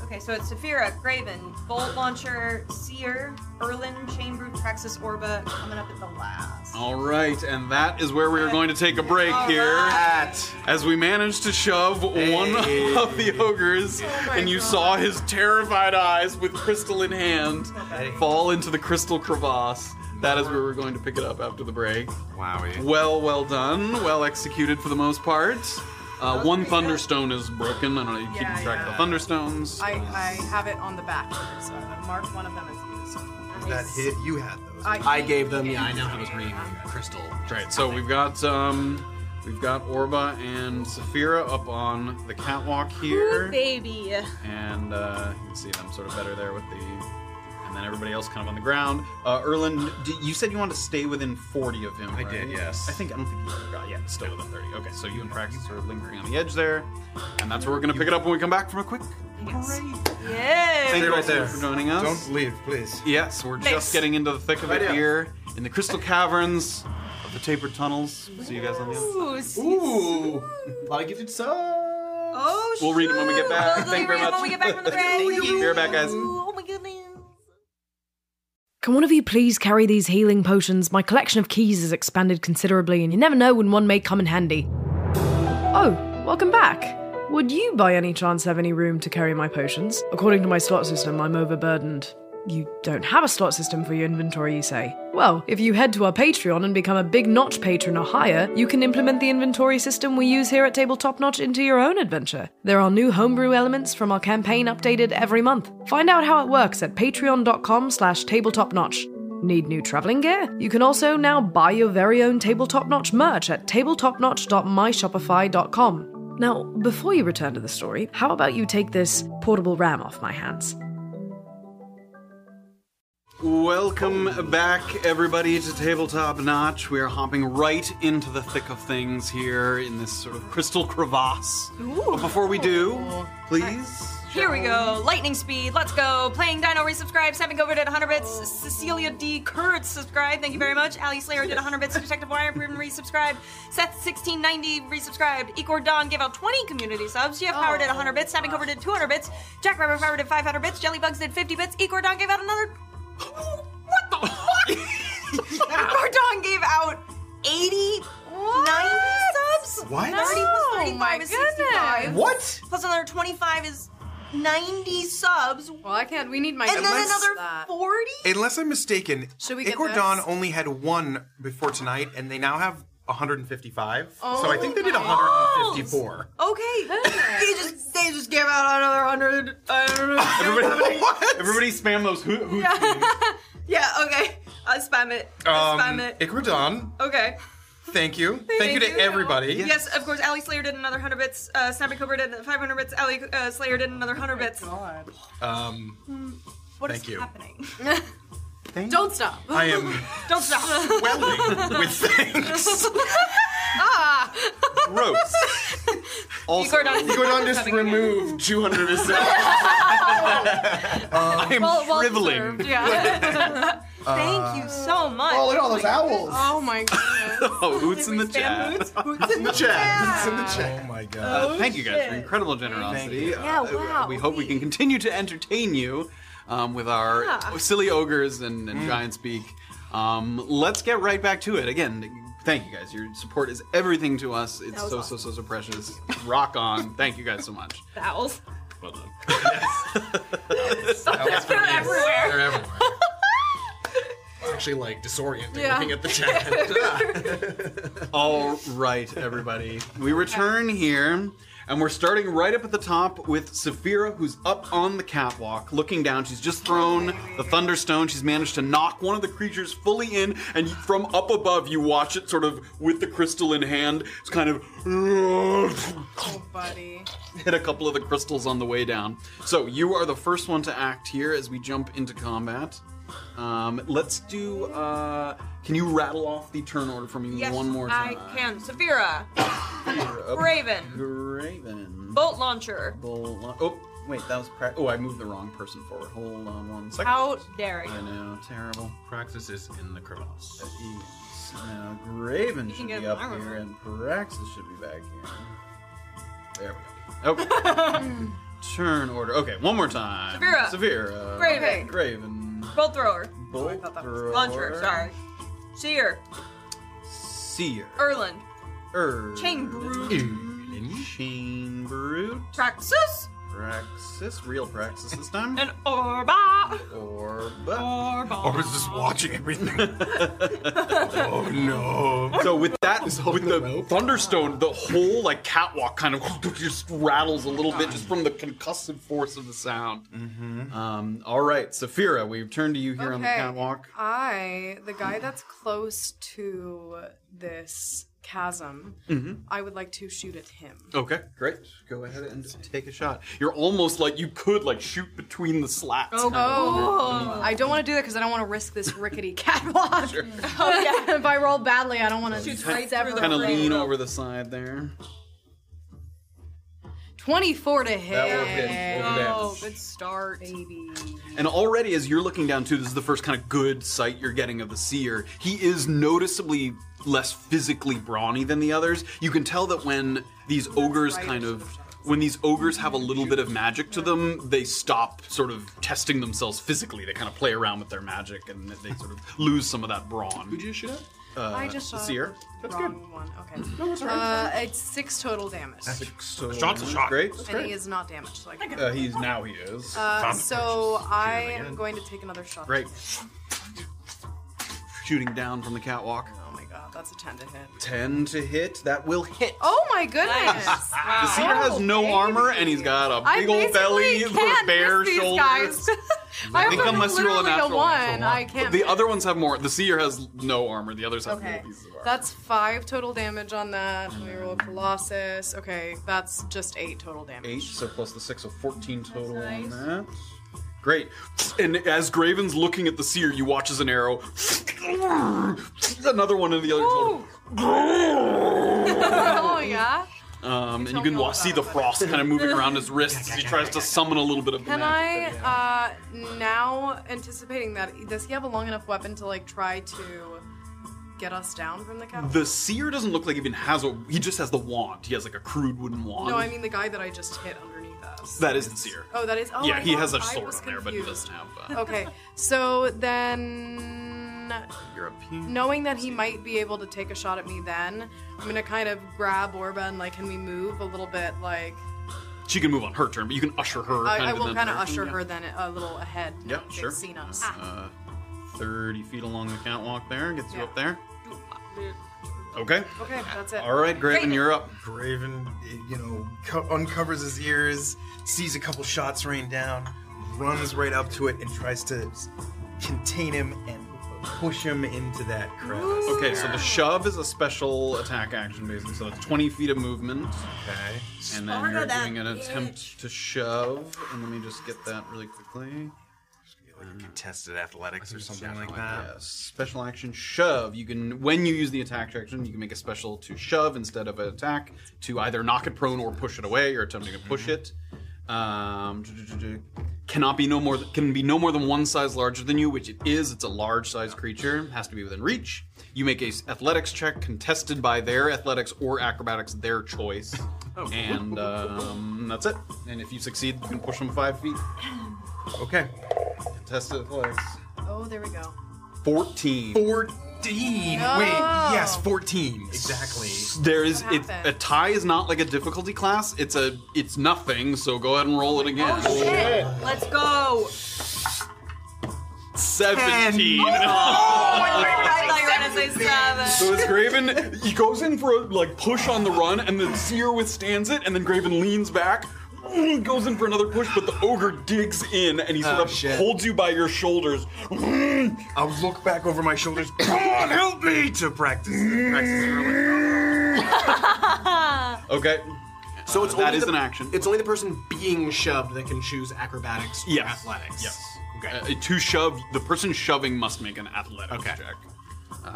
Okay, so it's Saphira, Graven, Bolt Launcher, Seer, Erlin, Chainbrute, Praxis, Orba, coming up at the last.
All right, and that is where we are going to take a break
All
here.
right.
As we managed to shove one of the ogres,
Oh
and you saw his terrified eyes with crystal in hand fall into the crystal crevasse. That is where we're going to pick it up after the break.
Wowie.
Well, well done. Well executed for the most part. Uh, one thunderstone is broken. I don't know, you
Yeah,
keep track
yeah.
of the thunderstones.
I, I have it on the back here, so I marked one of them as used.
That hit you had
those. I- I gave
them. Yeah, I know I was reading crystal. Right. So we've got um, we've got Orba and Saphira up on the catwalk
Ooh,
here,
baby.
and uh, you can see them sort of better there with the, and then everybody else kind of on the ground. Uh, Erlen, d- you said you wanted to stay within forty of him. I
did, yes.
I think I don't think you ever got yeah, still within thirty. Okay, so you and Praxis are lingering on the edge there, and that's where we're gonna pick it up when we come back from a quick
Yay!
Thank you all so much for joining us. Don't
leave, please.
Yes, we're
Thanks.
just getting into the thick of
Right
it
up.
here in the crystal caverns of the tapered tunnels. See you guys on the other.
Ooh,
Ooh, a lot of gifted subs.
Oh,
We'll read them when we get back.
We'll
Thank you very
read 'em
much.
when we get back from the break.
Be right back, guys.
Oh my goodness.
Can one of you please carry these healing potions? My collection of keys has expanded considerably, and you never know when one may come in handy. Oh, welcome back. Would you by any chance have any room to carry my potions? According to my slot system, I'm overburdened. You don't have a slot system for your inventory, you say? Well, if you head to our Patreon and become a big notch patron or higher, you can implement the inventory system we use here at Tabletop Notch into your own adventure. There are new homebrew elements from our campaign updated every month. Find out how it works at patreon.com slash tabletopnotch. Need new traveling gear? You can also now buy your very own Tabletop Notch merch at tabletopnotch.myshopify.com. Now, before you return to the story, how about you take this portable ram off my hands?
Welcome back, everybody, to Tabletop Notch. We are hopping right into the thick of things here in this sort of crystal crevasse. But before we do, please
Here we go. Lightning speed. Let's go. Playing Dino resubscribe. Seven Gobert did 100 bits. Cecilia D. Kurtz subscribe. Thank you very much. Ali Slayer did 100 bits. Detective Wire Improvement resubscribe. Seth1690 resubscribed. Ecor Dawn gave out 20 community subs. Jeff Power did 100 bits. Seven Gobert did 200 bits. Jack Rabbit Power did 500 bits. Jelly Bugs did 50 bits. Ecor Dawn gave out another. What the fuck? Ecor Dawn gave out 80 90 subs?
What?
30 plus
Oh
35
my
is 65.
goodness. What?
Plus another 25 is 90 subs. Well,
I can't. We need my
And then
Unless-
another 40?
Unless I'm mistaken,
Should we get
Icordon
this?
only had one before tonight, and they now have 155. so I think they did
Oh my
154.
Okay. they just they just gave out another 100. I don't know.
Everybody, everybody spam those who, who
Oh. Yeah. yeah, okay. I spam it. I spam
Um,
it.
Icordon,
Okay.
thank you. Thank, you to everybody.
Yes. of course. Ali Slayer did another 100 bits. Uh, Snappy Cobra did 500 bits. Ali uh, Slayer did another 100 bits.
Oh
Um,
Mm. What is
thank you.
happening?
Don't stop.
I am
Don't stop.
swelling with thanks.
ah!
Gross.
also,
Icordon-
Icordon just removed 200 of his I am
Well- well
shriveling.
deserved, yeah. Thank you
Uh,
so much.
Oh, look at all those
my
owls.
goodness. Oh my goodness.
Oh, Oots in the
spam
chat.
Oots in the
chat. Oots in
uh,
the
chat. Oh my
god.
Oh,
thank you guys for
shit.
incredible generosity.
Thank you. Yeah,
Uh,
wow,
We hope we can continue to entertain you um, with our
Yeah. Mm.
silly ogres and, and giant speak. Um, let's get right back to it. Again, thank you guys. Your support is everything to us. It's
was
so, so, so, so precious. Rock on. Thank you guys so much.
The owls.
Well done.
They're everywhere.
They're everywhere. it's actually like disorienting
Yeah.
looking at the chat.
All right, everybody. We return here, and we're starting right up at the top with Saphira, who's up on the catwalk, looking down. She's just thrown the Thunderstone. She's managed to knock one of the creatures fully in, and you- from up above, you watch it sort of with the crystal in hand. It's kind of
Oh, buddy.
hit a couple of the crystals on the way down. So you are the first one to act here as we jump into combat. Um, let's do. Uh, can you rattle off the turn order for me
Yes,
one more
I
time?
can. Severa.
Up.
Raven.
Graven.
Bolt launcher.
Bull- Oh, wait, that was. Pra- oh, I moved the wrong person forward. Hold on one second.
How dare
I
you.
know, terrible.
Praxis is in the crevasse.
Now, Graven
You can
should
get
be
him
up
on my
here,
remote.
and Praxis should be back here. There we go. Okay. Turn order. Okay, one more time.
Severa.
Severa.
Graven. Oh,
Graven.
Bolt thrower.
Bolt thrower.
Launcher, sorry. Seer.
Seer.
Erland.
Erd.
Chain Brute.
Chain Brute.
Praxis.
Praxis. Real Praxis this time.
And Orba.
Orb.
Orba.
Orb is just watching everything. oh
no!
So with that, with the thunderstone, the whole like catwalk kind of just rattles a little bit just from the concussive force of the sound. Mm-hmm. Um, all right, Saphira, we've turned to you here on the
Okay.
catwalk.
I, the guy that's close to this chasm,
Mhm.
I would like to shoot at him.
Okay, great. Go ahead and take a shot. You're almost like you could like shoot between the slats.
Oh, I don't want to do that because I don't want to risk this rickety catwalk. oh, yeah. if I roll badly, I don't want to
Shoots right Kind of lean over the side there.
24 to hit.
That will hit. Over there.
Oh,
good start.
Baby.
And already, as you're looking down too, this is the first kind of good sight you're getting of the seer. He is noticeably less physically brawny than the others. You can tell that when these ogres kind of. When these ogres have a little bit of magic to them, they stop sort of testing themselves physically. They kind of play around with their magic and they sort of lose some of that brawn. Who'd
you shoot at?
Uh,
I just
the
shot
seer.
the
That's
wrong one. Okay.
No, it's all
uh,
right.
it's six total damage.
That's a
shot's a shot.
Great.
and he is not damaged. So I can
Uh, he's now he is.
Uh,
Found it.
so I
Shoot him
am
again.
going to take another shot.
Great. Shooting down from the catwalk.
Oh my god, that's a 10 to hit.
10 to hit. That will hit.
Oh my goodness!
The seer has no armor and he's got a
Oh, I
big old belly,
basically can't
bare
miss these
shoulders.
guys. I
think
have
unless you roll a
literally a
natural
one,
one.
I can't.
The other ones have more. The seer has no armor. The others have more
Okay,
pieces of armor.
that's five total damage on that. Let me roll Colossus. Okay, that's just eight total damage.
Eight, so plus the six, so 14 total on that. Great. And as Graven's looking at the seer, you watch as an arrow. Another one in the other shoulder.
oh yeah.
Um, and you can wa- see the frost kind of moving around his wrists as he tries to summon a little bit of the
Can
magic.
I uh, now anticipating that does he have a long enough weapon to like try to get us down from the catwalk?
The seer doesn't look like he even has a. He just has the wand. He has like a crude wooden wand.
No, I mean the guy that I just hit underneath us.
that is the seer.
Oh, that is. Oh,
yeah,
I
he
thought-
has a
I
sword
was
on there, but he doesn't have. Uh,
okay, so then,
European.
knowing that he might be able to take a shot at me, then I'm gonna kind of grab Orba and like, can we move a little bit? Like,
She can move on her turn, but you can usher her.
I,
kind
I
of in
will
that
kind of
direction,
usher
yeah.
her then a little ahead.
Yeah,
now that
sure.
They've seen us.
Uh, 30 feet along the catwalk there. Gets you up there. Okay.
Okay, that's it.
All right, Graven, you're up.
Graven, eh, you know, co- uncovers his ears, sees a couple shots rain down, runs right up to it, and tries to s- contain him and push him into that crevice.
Okay, so the shove is a special attack action, basically. So it's 20 feet of movement.
Okay.
And then
Smarter
you're
than
doing an attempt to shove. And let me just get that really quickly.
Contested athletics or something like that.
Yes. Special action shove. You can, when you use the attack action, you can make a special to shove instead of an attack to either knock it prone or push it away. You're attempting to push
Mm-hmm.
it. Um, cannot be no more. th- Can be no more than one size larger than you, which it is. It's a large size creature. Has to be within reach. You make a s- athletics check contested by their athletics or acrobatics, their choice. And um, that's it. And if you succeed, you can push them five feet.
Okay.
Contested athletics.
Oh, there we go.
14.
14.
No.
Wait, yes, 14. Exactly.
There is
What
it, a
happened?
tie is not like a difficulty class. It's a it's nothing. So go ahead and roll it again.
Oh,
Let's go.
Seventeen.
Oh, I thought you were gonna say seven.
So as Graven, he goes in for a like push on the run, and then Seer withstands it, and then Graven leans back, goes in for another push, but the ogre digs in, and he sort of holds you by your shoulders.
I'll look back over my shoulders. Come on, help me to practice. practice
Okay.
So it's
Uh,
only
that is
the-
an action.
It's only the person being shoved that can choose acrobatics or
Yes.
athletics.
Yes. Uh, to shove, the person shoving must make an athletics check.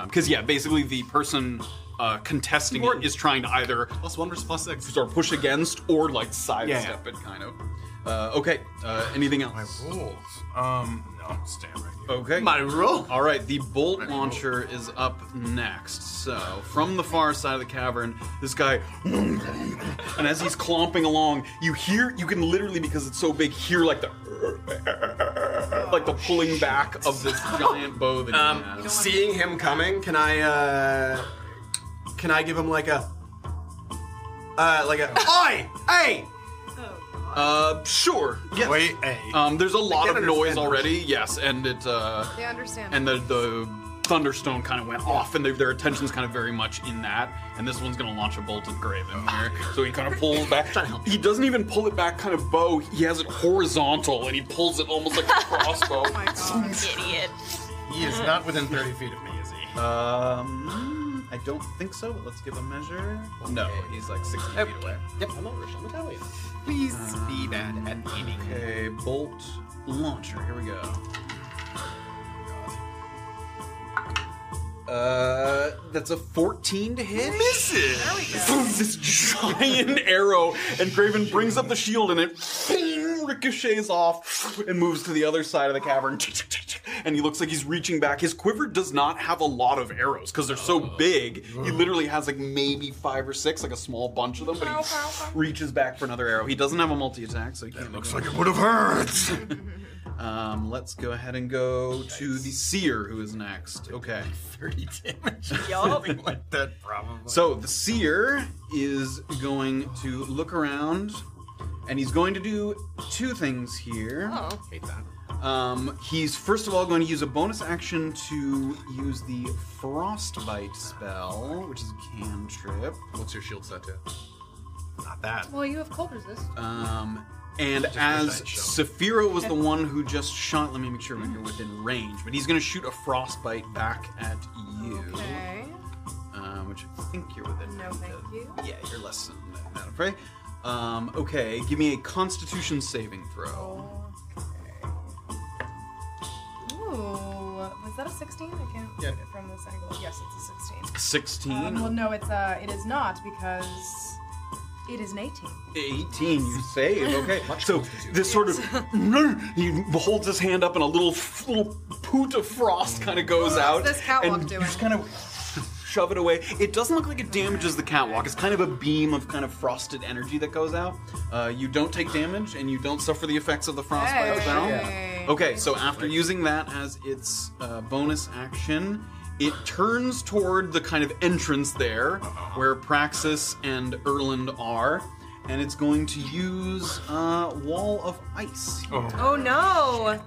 Because yeah, basically the person uh, contesting it is trying to either plus one versus plus six, or push against, or like sidestep it kind of. Uh, okay. Uh, anything else? My
rolls. Um, no, I'm staying right here.
Okay.
My roll.
All right. The bolt launcher is up next. So from the far side of the cavern, this guy, and as he's clomping along, you hear, you can literally because it's so big, hear like the like the pulling back of this giant bow that he has.
Um, seeing him coming, can I uh can I give him like a uh like a Oi! Hey!
Uh, sure. Yes. Wait, Um, there's a lot of
can't
noise
understand.
already. Yes, and it. Uh,
They understand.
And the the thunderstone kind of went off, and they, their attention's kind of very much in that. And this one's gonna launch a bolt at Graven here. So he kind of pulls back. He doesn't even pull it back, kind of bow. He has it horizontal, and he pulls it almost like a crossbow.
Idiot.
He is not within 30 feet of me, is
Uh,
he?
Um, I don't think so. But let's give a measure. No, he's like 60 feet away.
Yep, I'm Irish, I'm Italian.
Please be bad at eating. Okay, bolt launcher. Here we go. Uh, that's a 14 to hit. Misses. this giant arrow, and Graven brings up the shield, and it ricochets off and moves to the other side of the cavern. And he looks like he's reaching back. His quiver does not have a lot of arrows because they're so big. He literally has like maybe five or six, like a small bunch of them. But he reaches back for another arrow. He doesn't have a multi attack, so he can't. Looks like it would have hurt. um, let's go ahead and go to the seer, who is next. Okay.
30 damage.
Something
like that, probably.
So the seer is going to look around, and he's going to do two things here.
Oh.
Hate that. Um, he's first of all going to use a bonus action to use the frostbite spell, which is a cantrip. What's your shield set to? Not that.
Well, you have cold resist.
Um, and as Saphira was the one who just shot, let me make sure you're within range, but he's going to shoot a frostbite back at you.
Okay.
Um, which I think you're within.
No, thank you.
Yeah, you're less than that, okay? Um, okay, give me a constitution saving throw.
Ooh, was that a 16? I can't
Yeah.
from this angle. Yes, it's a 16.
16.
Um, well, no, it's uh, it is not because It is an 18.
18, you save. Okay.
Much
so this sort of he holds his hand up and a little little poot of frost kind of goes
What's
out.
this catwalk
and
doing?
You just kind of shove it away. It doesn't look like it damages the catwalk. It's kind of a beam of kind of frosted energy that goes out. Uh, you don't take damage and you don't suffer the effects of the frostbite
Hey.
spell.
Yeah.
Okay, so after using that as its uh, bonus action, it turns toward the kind of entrance there where Praxis and Erland are, and it's going to use uh, Wall of Ice.
Oh no!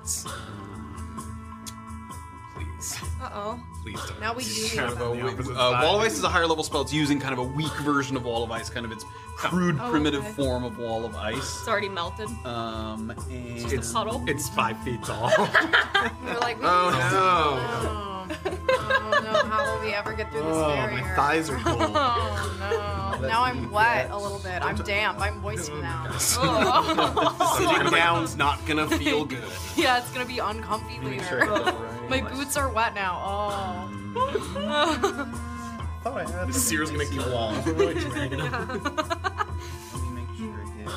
Please.
Uh oh.
Please don't.
Now we do need
Kind of a
something
weak-
on the opposite
uh,
side.
Wall of Ice is a higher level spell. It's using kind of a weak version of Wall of Ice, kind of its crude,
Oh,
primitive
okay.
form of Wall of Ice.
It's already melted.
Um, and
It's just a It's- puddle?
It's five feet tall.
We're like, we
Oh,
need to-
no.
Oh, no. How will we ever get through this
Oh, my
barrier?
thighs are cold.
oh, no. Now I'm wet a little bit. I'm damp. I'm moist now. Oh.
Sitting down's not gonna feel good.
yeah, it's gonna be uncomfy
Let me
later.
check that right.
My boots are wet now.
Mm.
Oh.
This seer's gonna keep long. Really dragging up.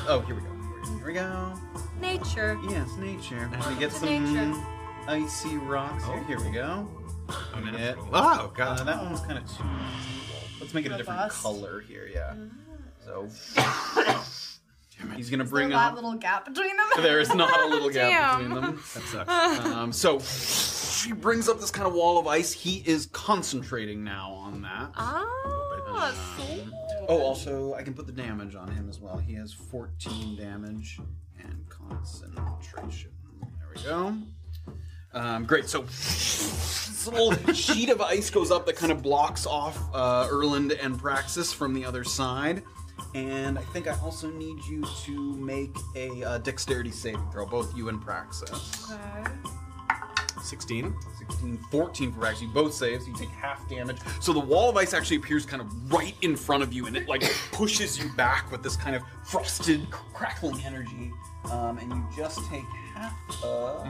Oh, here we go. Here we go.
Nature.
Yes, nature. We're gonna get
It's
some
nature.
icy rocks. Here, here we go. Yeah.
Oh, God.
Uh, that one's kind of too. Let's make it a different
Robust.
color here. Yeah. So.
Ah.
He's gonna
There's
bring
that
up.
little gap between them.
There is not a little gap
Damn.
between them. That sucks. Um, so he brings up this kind of wall of ice. He is concentrating now on that. Um,
Ah, cool.
Oh, also, I can put the damage on him as well. He has 14 damage and concentration. There we go. Um, great. So this little sheet of ice goes up that kind of blocks off uh, Erland and Praxis from the other side. And I think I also need you to make a uh, dexterity saving throw, both you and Praxis. 16. 16, 14 for Rax. You both save, so you take half damage. So the wall of ice actually appears kind of right in front of you, and it like pushes you back with this kind of frosted, crackling energy. Um, and you just take half of.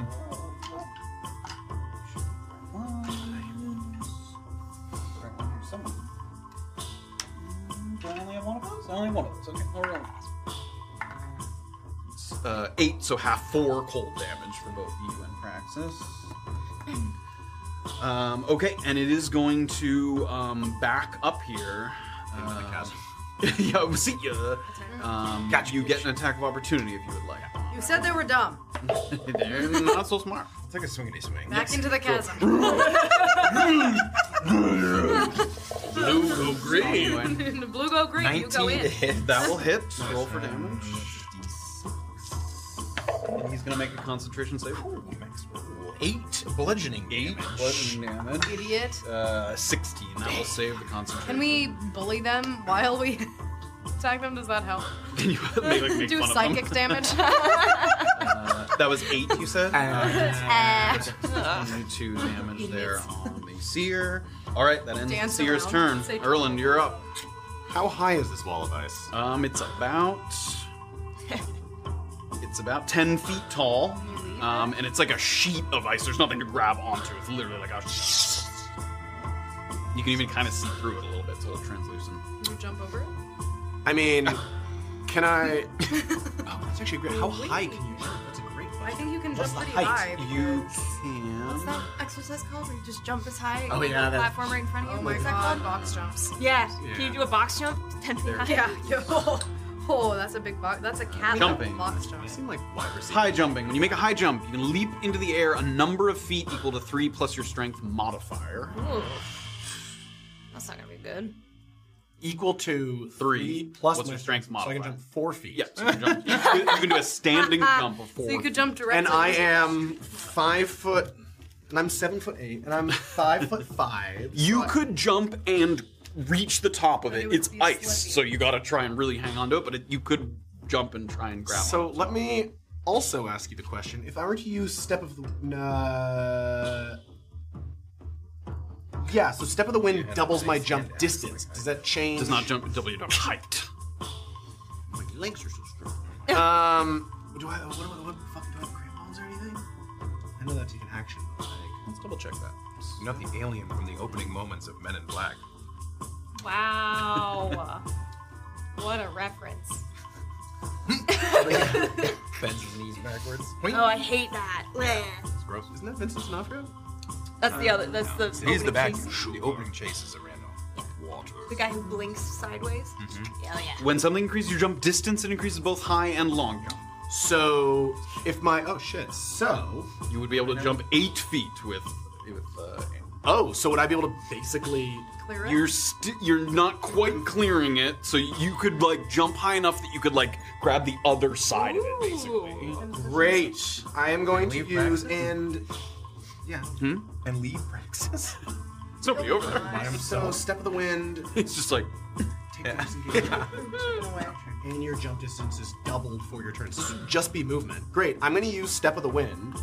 Correct one here somewhere. Mm, Do I only have one of those? I only have one of those. Okay, no, we're going It's, uh, eight, so half four cold damage for both you and Praxis. Um, okay, and it is going to um, back up here. Um, yeah, we'll see ya. Um, you get an attack of opportunity if you would like.
You said they were dumb.
They're not so smart.
Take a swingity swing.
Back into the chasm. Blue
go green.
Blue go green. You go in.
That will hit. Roll for damage. And he's gonna make a concentration save. Eight bludgeoning. Eight bludgeoning damage.
Idiot.
Uh, sixteen. That will save the concentration.
Can we bully them while we attack them? Does that help?
Make, like, make
Do
fun of them.
psychic damage?
Uh, that was eight, you said?
Oh,
Uh.
Uh, two damage there on the seer. All right, that ends the
Dance
seer's
around.
turn.
Say twelve.
Erland, you're up. How high is this wall of ice? Um, it's about it's about ten feet tall, um, and it's like a sheet of ice. There's nothing to grab onto. It's literally like a. You can even kind of see through it a little bit. It's a little translucent.
You jump over it.
I mean, can I?
Oh,
It's actually great. How high can you?
I think you can jump pretty high.
You can.
What's that exercise called? Where you just jump as high
Oh,
as
yeah,
the
that's-
platform right in front of you?
Oh
What's
my
that
god,
called?
box jumps.
Yeah.
Yeah.
Can you do a box jump? Ten feet high?
Yeah. yeah. Oh, oh, that's a big box. That's a cat
Jumping.
box jump.
High jumping. When you make a high jump, you can leap into the air a number of feet equal to three plus your strength modifier.
Ooh. That's not gonna be good.
Equal to
Three
plus
what's
my
your strength
So I
modifier?
can jump four feet.
Yeah, so you, can jump, you, can, you can do a standing jump of four.
So you could jump directly.
And I am five foot, and I'm seven foot eight, and I'm five foot five.
You could jump and reach the top of it. it's ice, so you gotta try and really hang on to it. But it, you could jump and try and grab.
So
onto
let
it.
me
also ask you the question: If I were to use step of the, uh, yeah, so step of the wind doubles my jump distance. Does that change?
Does not jump W jump height.
My legs are so strong. Um, do I? What, what, what the fuck do I have crampons or anything?
I know that's even action.
Let's double check that.
You know the alien from the opening moments of Men in Black.
Wow. What a reference.
Bends his knees backwards.
Oh, I hate that. Bleh.
Oh,
It's gross. Isn't that Vincent D'Onofrio?
That's the other. That's the.
He's the
opening
back.
chase.
The opening chase is a random water.
The guy who blinks sideways. Hell yeah.
When something increases your jump distance, it increases both high and long jump.
So, if my oh shit, so
you would be able to jump eight feet with with. Uh,
Oh, so would I be able to basically?
Clear
you're st- you're not quite clearing it, so you could like jump high enough that you could like grab the other side of it. Basically,
great.
I am going to
Leave
use
practice.
and yeah,
Hmm?
and leave praxis.
It's not really over. By
So
himself.
step of the wind.
It's just like.
and your jump distance is doubled for your turn. So this would just be movement.
Great. I'm going to use step of the wind.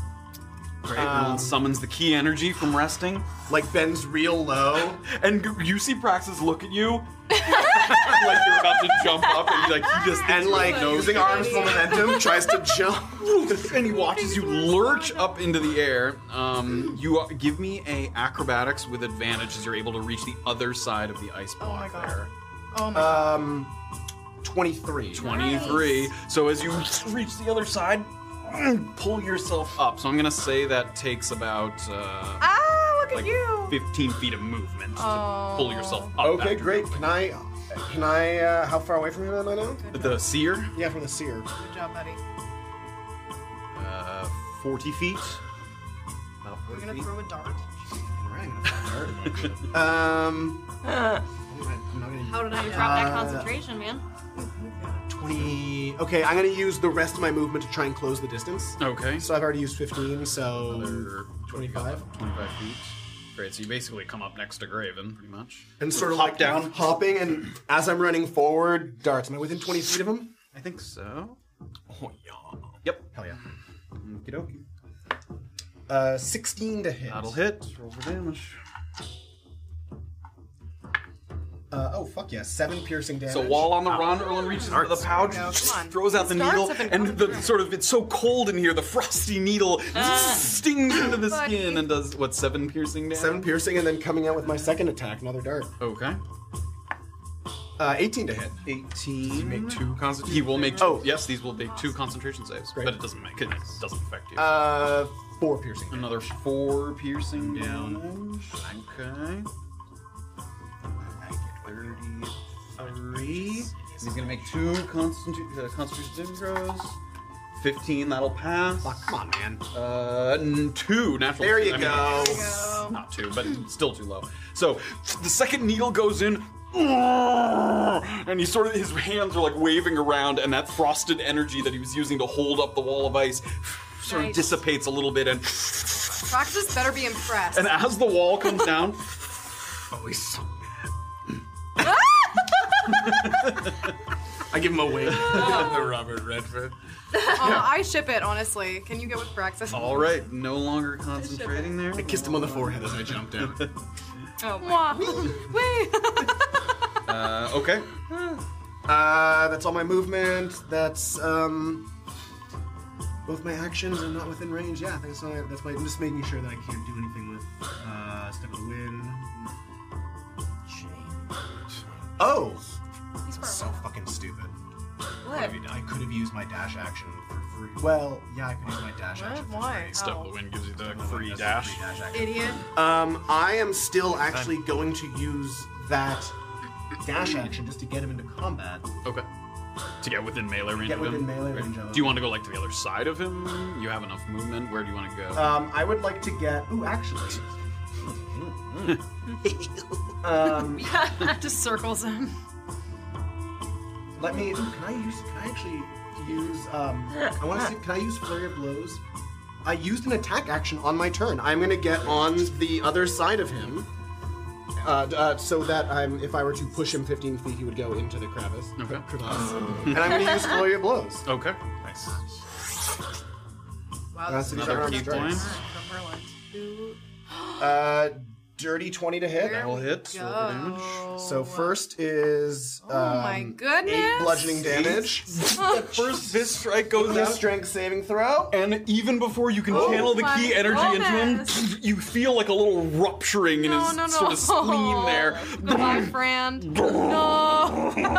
Great.
Um,
and summons the key energy from resting.
Like bends real low.
and g- you see Praxis look at you. like you're about to jump up and like he just
And like using arms for momentum, tries to jump.
and he watches you lurch up into the air. Um, you are- give me a acrobatics with advantage as you're able to reach the other side of the ice block there.
Oh my um, 23.
23. So as you reach the other side, pull yourself up. So I'm going to say that takes about uh,
Ah, look at you. Oh.
15 feet of movement to pull yourself up.
Okay,
Oh, back to
great. Can I? Can I? Uh, how far away from him am I now?
The seer?
Yeah, from the seer.
Good job, buddy.
Uh, 40 feet. About
We're gonna throw a dart.
Um. uh,
How did I drop that concentration, man?
20. Okay, I'm gonna use the rest of my movement to try and close the distance.
Okay.
So I've already used 15, so 25.
25 feet. Great, so you basically come up next to Graven, pretty much.
And sort of
Hop
like down, hopping, and as I'm running forward, darts. Am I within 20 feet of him?
I think so. Oh, yeah. Yep.
Hell yeah.
Okey-dokey.
Uh, 16 to hit.
That'll hit. Roll for damage.
Uh, oh fuck yeah, seven piercing damage.
So while on the run, Erlen reaches into the pouch, throws out the
Darts
needle,
have been
and the sort of it's so cold in here, the frosty needle
Ah.
stings into the skin and does what seven piercing damage.
Seven piercing, and then coming out with my second attack, another dart.
Okay.
Uh, 18 to hit.
18. Does he make
two
He will make. Two, oh, yes, these will make two concentration saves, but it doesn't make it doesn't affect you.
Uh, four piercing.
Another four piercing damage. Okay. Thirty-three. And he's gonna make two constitu- uh, Constitution saving throws. Fifteen, that'll pass. come on, man. Uh, n- two natural.
There you
I
go.
Mean, Not two, but it's still too low. So the second needle goes in. And he sort of his hands are like waving around, and that frosted energy that he was using to hold up the wall of ice sort of
Nice.
dissipates a little bit, and
Praxis better be impressed.
and as the wall comes down, oh, he's so
I give him a wave.
Oh.
the Robert Redford.
Uh, I ship it, honestly. Can you get with Praxis?
All right, no longer concentrating there. I
kissed him on the forehead as I jumped in.
Oh, Mwah. Wait.
uh, okay.
Uh, that's all my movement. That's um, both my actions are not within range. Yeah, I think that's all. I- That's my. I'm just making sure that I can't do anything with uh, step of the wind.
Oh! So fucking stupid. What? have you done? I could have used my dash action for free. Well, yeah, I could use my dash action.
Why?
Step the wind gives you the free dash. action.
Idiot.
Um, I am still actually going to use that dash action just to get him into combat.
Okay. To get within melee range
Get
of him?
within melee
Right.
range of him.
Do you want to go like to the other side of him? You have enough movement. Where do you want to go?
Um, I would like to get. Ooh, actually. um,
Yeah, just circles him.
Let me. Ooh, can I use? Can I actually use? Um, I want to see. Can I use flurry of blows? I used an attack action on my turn. I'm going to get on the other side of him, uh, d- uh, so that I'm. If I were to push him 15 feet, he would go into the crevice.
Okay.
crevice. and I'm going to use flurry of blows.
Okay. Nice.
Wow,
That's
this is
another
another
key
strike
point.
from Merlin. Two-
Uh, Dirty 20 to hit.
There
That'll
we
hit.
Roll for go.
Oh,
So first is.
Oh my
um,
goodness.
Eight bludgeoning damage.
Oh,
First fist strike goes
With a
out.
strength saving throw.
And even before you can
Oh
channel the
my
key energy into him, you feel like a little rupturing in
No,
his
no, no.
sort of spleen there.
Goodbye, friend. no. oh
no.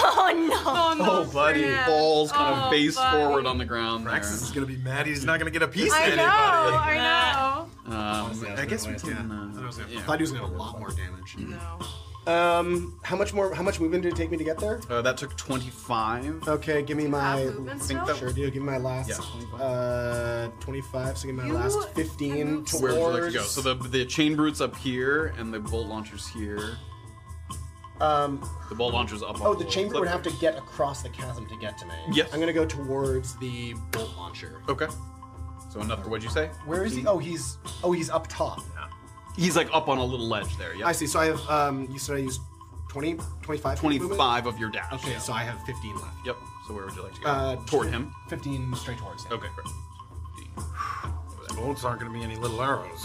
Oh no.
Oh, buddy. Balls kind of
Oh,
face
buddy.
forward on the ground. Praxis
is going to be mad. He's not going to get a piece
I
of
know.
anybody.
I know.
Um,
I guess we can. uh,
I thought he was going to a lot more damage.
Um, how much more? How much movement did it take me to get there?
Uh, that took 25.
Okay, give me my.
movement Think still? that-
sure, do. Give me my last. Uh, 25. So give me my last 15
So where would you like to go?
towards.
So the the chain brute's up here, and the bolt launcher's here.
Um,
The bolt launcher's up.
Oh, the chamber would have to get across the chasm to get to me.
Yes.
I'm gonna go towards the bolt launcher.
Okay. So another. What'd you say?
Where is he? Oh, he's oh he's up top.
He's like up on a little ledge there. Yeah.
I see. So I have um. You said I used 20, 25. feet movement?
25 of your dash.
Okay, so
I have 15 left. Yep. So where would you like to go?
Uh,
Toward him.
15 straight towards him.
Okay, great.
Bolts aren't going to be any little arrows.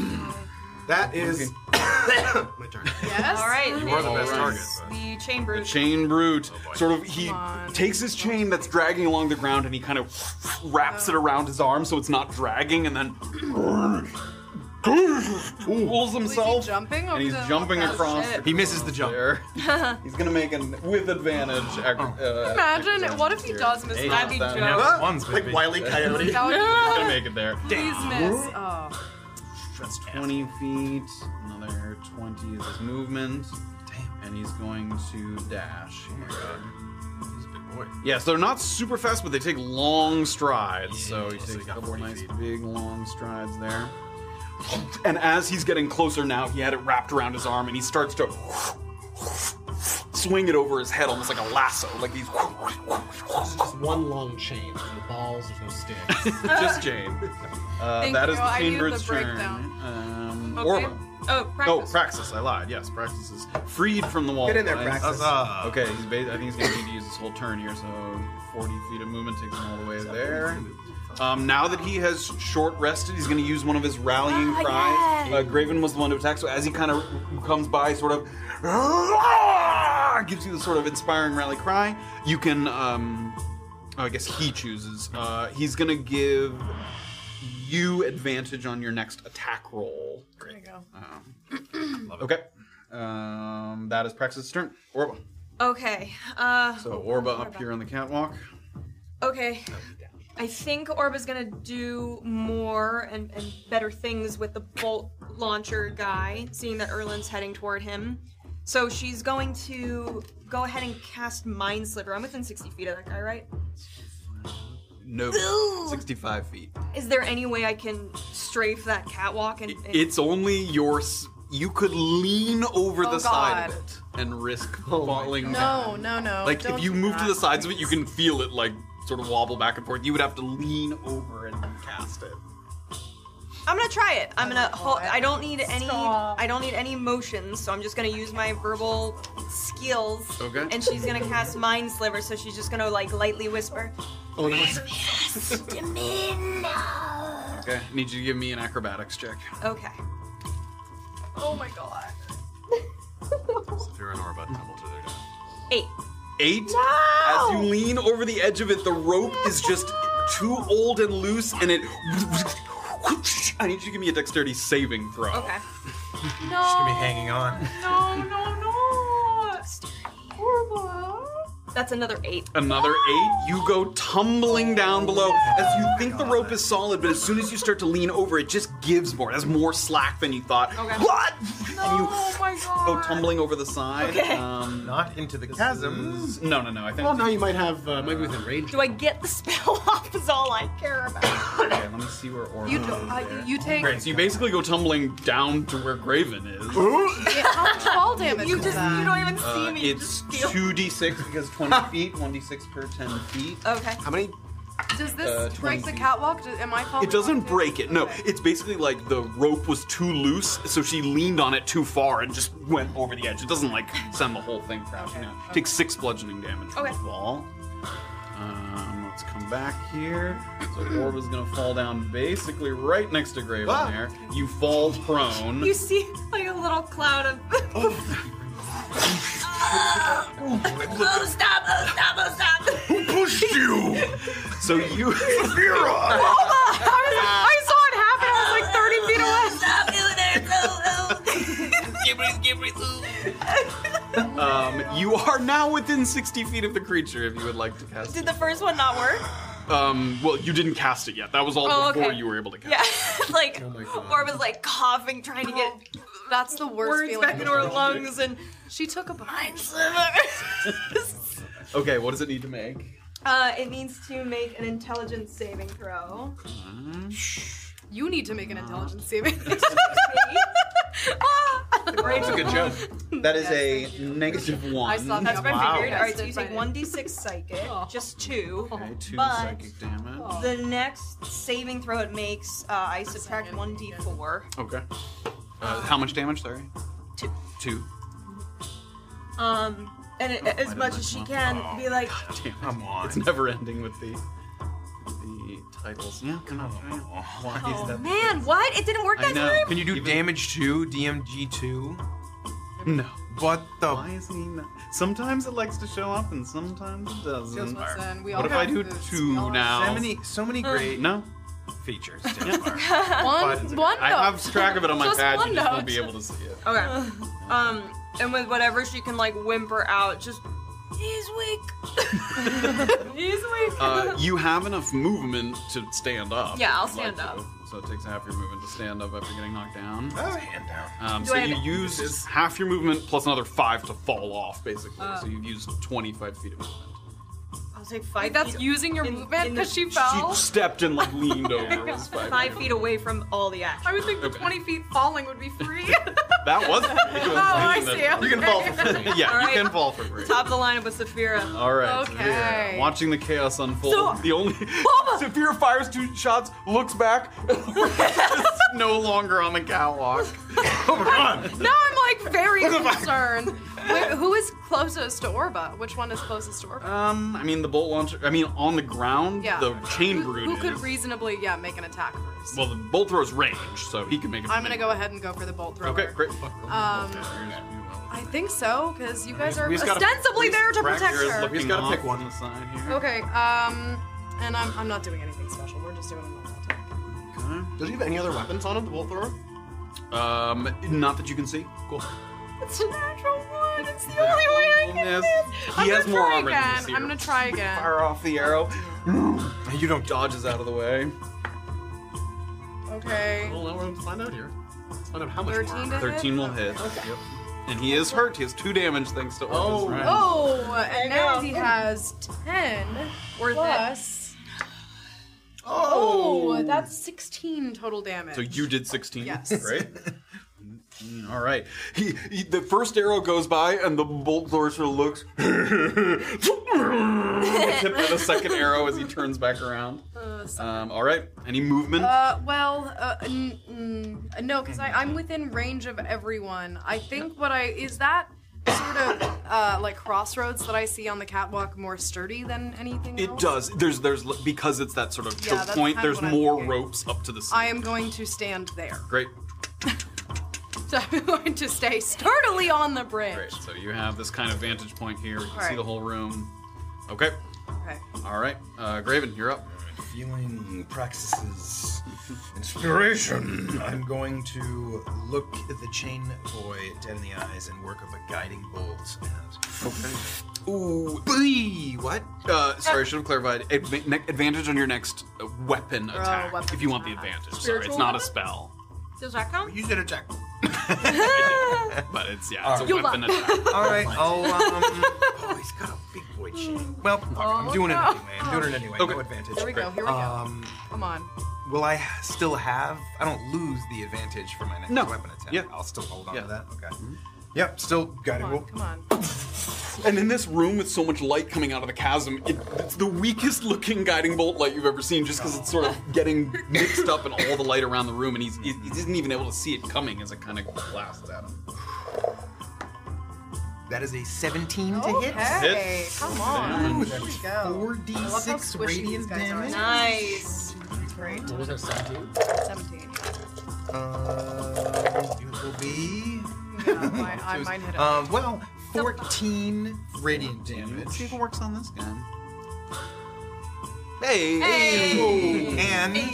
that is.
Yes. All right.
You are the best target,
The chamber.
The chain brute sort of he
Come on.
takes his chain that's dragging along the ground and he kind of wraps it around his arm so it's not dragging and then pulls himself
jumping
and he's jumping across. He misses the jump. He's gonna make an with advantage. Ac- uh,
Imagine what if he does miss
Hey,
that?
that-
joke.
One's
Like
baby.
Wile E. Coyote.
He's gonna make it there.
Please miss. Oh.
That's 20 feet. Another 20 is his movement. Damn. And he's going to dash. Oh my god. He's a big boy. Yeah, so they're not super fast, but they take long strides. so he takes a couple nice big long strides there. And as he's getting closer now, he had it wrapped around his arm and he starts to swing it over his head almost like a lasso. Like he's
It's just one long chain. There's no balls. There's no sticks.
just Jane. Uh,
Thank
that is
you,
the
I
Chain
needed
Bird's
the
turn.
breakdown.
Um,
Okay.
Orba.
Oh,
Oh,
practice.
Praxis. I lied. Yes, Praxis is freed from the wall.
Get in there,
Nice.
Praxis.
Huzzah. Okay, he's ba- I think he's going to need to use his whole turn here, so 40 feet of movement takes him all the way there. Um, now that he has short rested, he's going to use one of his rallying
Oh,
Ah,
cries.
yeah.
Uh, Graven was the one to attack, so as he kind of comes by, sort of "Rah!" gives you the sort of inspiring rally cry. You can, um, oh, I guess he chooses. Uh, he's going to give you advantage on your next attack roll.
There you go.
Um, Okay. Um, that is Praxis' turn. Orba.
Okay. Uh,
So Orba up here on the catwalk.
Okay. I think Orba's gonna do more and, and better things with the bolt launcher guy, seeing that Erlin's heading toward him. So she's going to go ahead and cast Mind Sliver. I'm within 60 feet of that guy, right?
No.
Ooh.
65 feet.
Is there any way I can strafe that catwalk and, and
It's only your. s- You could lean over
Oh,
the side of
God.
it and risk falling
No,
down.
no, no.
like,
don't
if you
do
move
that.
to the sides of it, you can feel it, like, sort of wobble back and forth. You would have to lean over and cast it.
I'm gonna try it. I'm gonna. Hold, I don't need any. I don't need any motions, so I'm just gonna use my verbal skills.
Okay.
And she's gonna cast Mind Sliver, so she's just gonna like lightly whisper,
Oh, that was.
"Domino."
Okay. Need you to give me an acrobatics check.
Okay. Oh my god.
If you're an Orba, double to their death.
Eight.
Eight. As you lean over the edge of it, the rope is just too old and loose, and it. I need you to give me a dexterity saving throw.
Okay.
Just gonna be hanging on.
No, no, no. Horrible. That's another eight.
Another eight. You go tumbling down below as you think the rope is solid, but as soon as you start to lean over, it just gives more. It has more slack than you thought.
Okay.
What?
No, Oh my god.
Go tumbling over the side.
Okay.
Um, Not into the chasm. No, no, no. I think.
Well, now you might have uh, might be within range.
Do I get the spell off? Is all I care about.
Okay, let me see where Orba
You
is.
do, uh, you take.
Great. So you basically go tumbling down to where Graven is.
Yeah, how much fall damage?
You
is
just-
that?
you don't even
Uh, it's two d six because twenty feet, one d six per ten feet.
Okay.
How many?
Does this
uh, 20
break the
feet.
catwalk? Do, am I falling?
It doesn't break it. No, it's basically like the rope was too loose, so she leaned on it too far and just went over the edge. It doesn't like send the whole thing crashing down. It Takes six bludgeoning damage from
Okay.
the fall. Um, let's come back here. So Orb is gonna fall down basically right next to Graven
Ah.
there. You fall prone.
You see, like a little cloud of.
Oh.
Oh,
Oh.
Move,
stop, move, stop, move, stop!
Who pushed you?
So you.
Vera!
I saw it happen. I was like 30 feet away. Stop doing
Um, you are now within 60 feet of the creature if you would like to cast
Did the first one not work?
it. Um, well, you didn't cast it yet. That was all
Oh,
before
okay.
you were able to cast
Yeah, like
Oh my God.
Orb was like coughing, trying to get
that's the worst
words
feeling
back
in
into
the
her
world.
lungs, and
she took a bite.
it. Okay, what does it need to make?
Uh, it needs to make an intelligence saving throw.
You need to make an intelligence saving.
Ah!
That's a good joke. That is a negative one.
I saw That's what I figured. All right, so you take
Friday.
1d6 psychic,
Oh.
just two.
Okay, two
but
psychic damage.
the next saving throw it makes, uh, I subtract 1d4.
Okay. Uh, how much damage? Sorry.
Oh. Two.
Two.
Um, and
Oh,
it, as much as she can, be like,
Damn, come on. It's never ending with the the titles. Yeah, come on. Why
oh man, what? It didn't work that time?
Can you do damage two, DMG two?
No.
What the?
Why is he not? Sometimes it likes to show up and sometimes it doesn't.
Just listen, we
what
all
if I
have
do
this.
two now?
So many, so many great
No.
features.
Buttons. I have track of it on my pad. You just won't be able to see it.
Okay. Um, and with whatever she can, like, whimper out, just, he's weak. he's weak.
Uh, you have enough movement to stand up.
Yeah, I'll
if you'd
stand
like to.
up.
So it takes half your movement to stand up after getting knocked down.
Oh, hand down.
Um,
Do
so
I
you
have-
use half your movement plus another five to fall off, basically.
Oh.
so you've used 25 feet of movement.
I'll take five.
Wait, that's
feet
using your movement 'cause she fell?
She stepped and like leaned over. It was five.
Five feet away from all the action.
I would think the
Okay.
20 feet falling would be free.
That was.
Oh, I see, You can fall for
free. Yeah,
All right.
you can fall for free.
Top of the lineup with Saphira.
All right.
Okay.
Saphira, watching the chaos unfold.
So-
the only Saphira fires two shots, looks back, it's no longer on the catwalk. oh my god!
now I'm like very concerned. Wait, who is closest to Orba? Which one is closest to Orba?
Um, I mean the bolt launcher. I mean on the ground,
Yeah.
the chain brood.
Who could
is-
reasonably, yeah, make an attack first?
well, the bolt thrower's range, so he can make it.
I'm gonna go ahead and go for the bolt thrower.
Okay, great.
Um, I think so, because you guys are
We just gotta-
ostensibly there to protect
Bracker's
her.
looking
He's gotta
off
pick one.
on the side here.
Okay, um, and I'm, I'm not doing anything special. We're just doing a normal attack.
Does he have any other weapons on him, the bolt thrower?
Oh.
Um, not that you can see. Cool.
It's a natural one. It's the only way I can do
Yes.
it.
He
I'm
has
gonna
more
try
armor than
again.
this here.
I'm gonna try again.
Fire off the arrow. You don't dodge is out of the way.
Okay.
Well, now
we're
find out here.
find out how much 13 to hit?
13 will hit. Yep. And he is hurt. He has two damage thanks to Orphan's Wrath.
Oh, and
There you
now
go.
he has 10
Worth it.
plus.
Oh.
Oh, that's 16 total damage.
So you did 16?
Yes.
Right? Mm, All right. He, he- the first arrow goes by, and the bolt sorcerer looks. Gets hit by the second arrow as he turns back around.
Uh, so-
Um, all right. Any movement?
Uh, well, uh, n- n- no, because I'm within range of everyone. I think what I is that sort of uh, like crossroads that I see on the catwalk more sturdy than anything
it
else?
does. There's there's because it's that sort of
Yeah,
choke
that's
point.
kinda
There's
what I'm
more
thinking.
ropes up to the ceiling.
I am going to stand there.
Great.
So I'm going to stay sturdily on the bridge.
Great. So you have this kind of vantage point here. You can
All
see
right.
the whole room. Okay.
Okay.
All right. Uh, Graven, you're up.
Feeling practices inspiration. I'm going to look at the chain boy dead in the eyes and work up a guiding bolt.
Okay. Ooh. Blee. What? Uh, sorry, I should have clarified. Adva- ne- advantage on your next uh, weapon
Oh,
attack
weapon
if you want the advantage. sorry,
Spiritual
it's not
weapon?
a spell,
Does that count?
You said attack.
but it's yeah, it's a
Alright.
weapon
Yola.
attack.
All right. Oh, um, oh, he's got a big boy chain. Well, fuck, I'm doing
Oh, no.
it anyway. I'm doing it anyway.
Okay.
No advantage.
There we go, here we go.
Um,
Come on.
Will I still have? I don't lose the advantage for my next
No.
weapon attack.
Yeah.
I'll still hold on
Yeah.
to that. Okay. Yep. Still got
Come
it.
on.
Well,
Come on.
And in this room with so much light coming out of the chasm, it, it's the weakest looking guiding bolt light you've ever seen, just because it's sort of getting mixed up in all the light around the room, and he's, he, he isn't even able to see it coming as it kind of blasts at him.
that is a 17 to hit.
Okay,
Hit.
come on.
Ooh,
Here we
that's
go. I love how
4d6
squishy these
radiant
guys are.
damage.
Nice. Great.
What was that, 17?
17.
Uh, it will be
mine, I, mine hit it.
Um, well, 14 radiant damage.
See who works on this gun.
Hey!
Hey!
And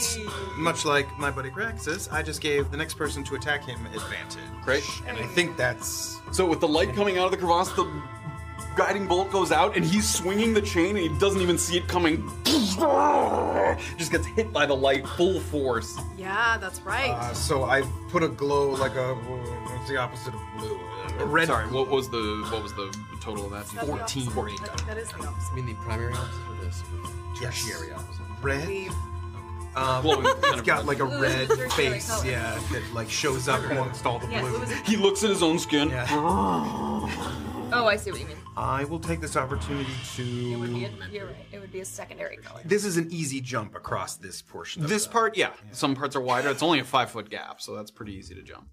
much like my buddy Graxus, I just gave the next person to attack him advantage.
Great.
And I think that's
So with the light coming out of the crevasse, the guiding bolt goes out, and he's swinging the chain, and he doesn't even see it coming. Just gets hit by the light full force.
Yeah, that's right.
Uh, so I put a glow like a what's the opposite of blue? A red.
Sorry, what was the what was the total of that?
That's the opposite. That- that is the
You
opposite.
mean the primary opposite or this? Tertiary opposite. Red. Um,
Glowing, kind
it's
of
got
red.
like a
Blue is
red
the tertiary
face,
color.
yeah, that like shows up amongst all the
Yeah,
blue.
blue is-
He looks at his own skin.
Oh, I see what you mean.
I will take this opportunity to.
You're right. It would be a secondary color.
This is an easy jump across this portion. Of
This part, yeah. Some parts are wider. It's only a five foot gap, so that's pretty easy to jump.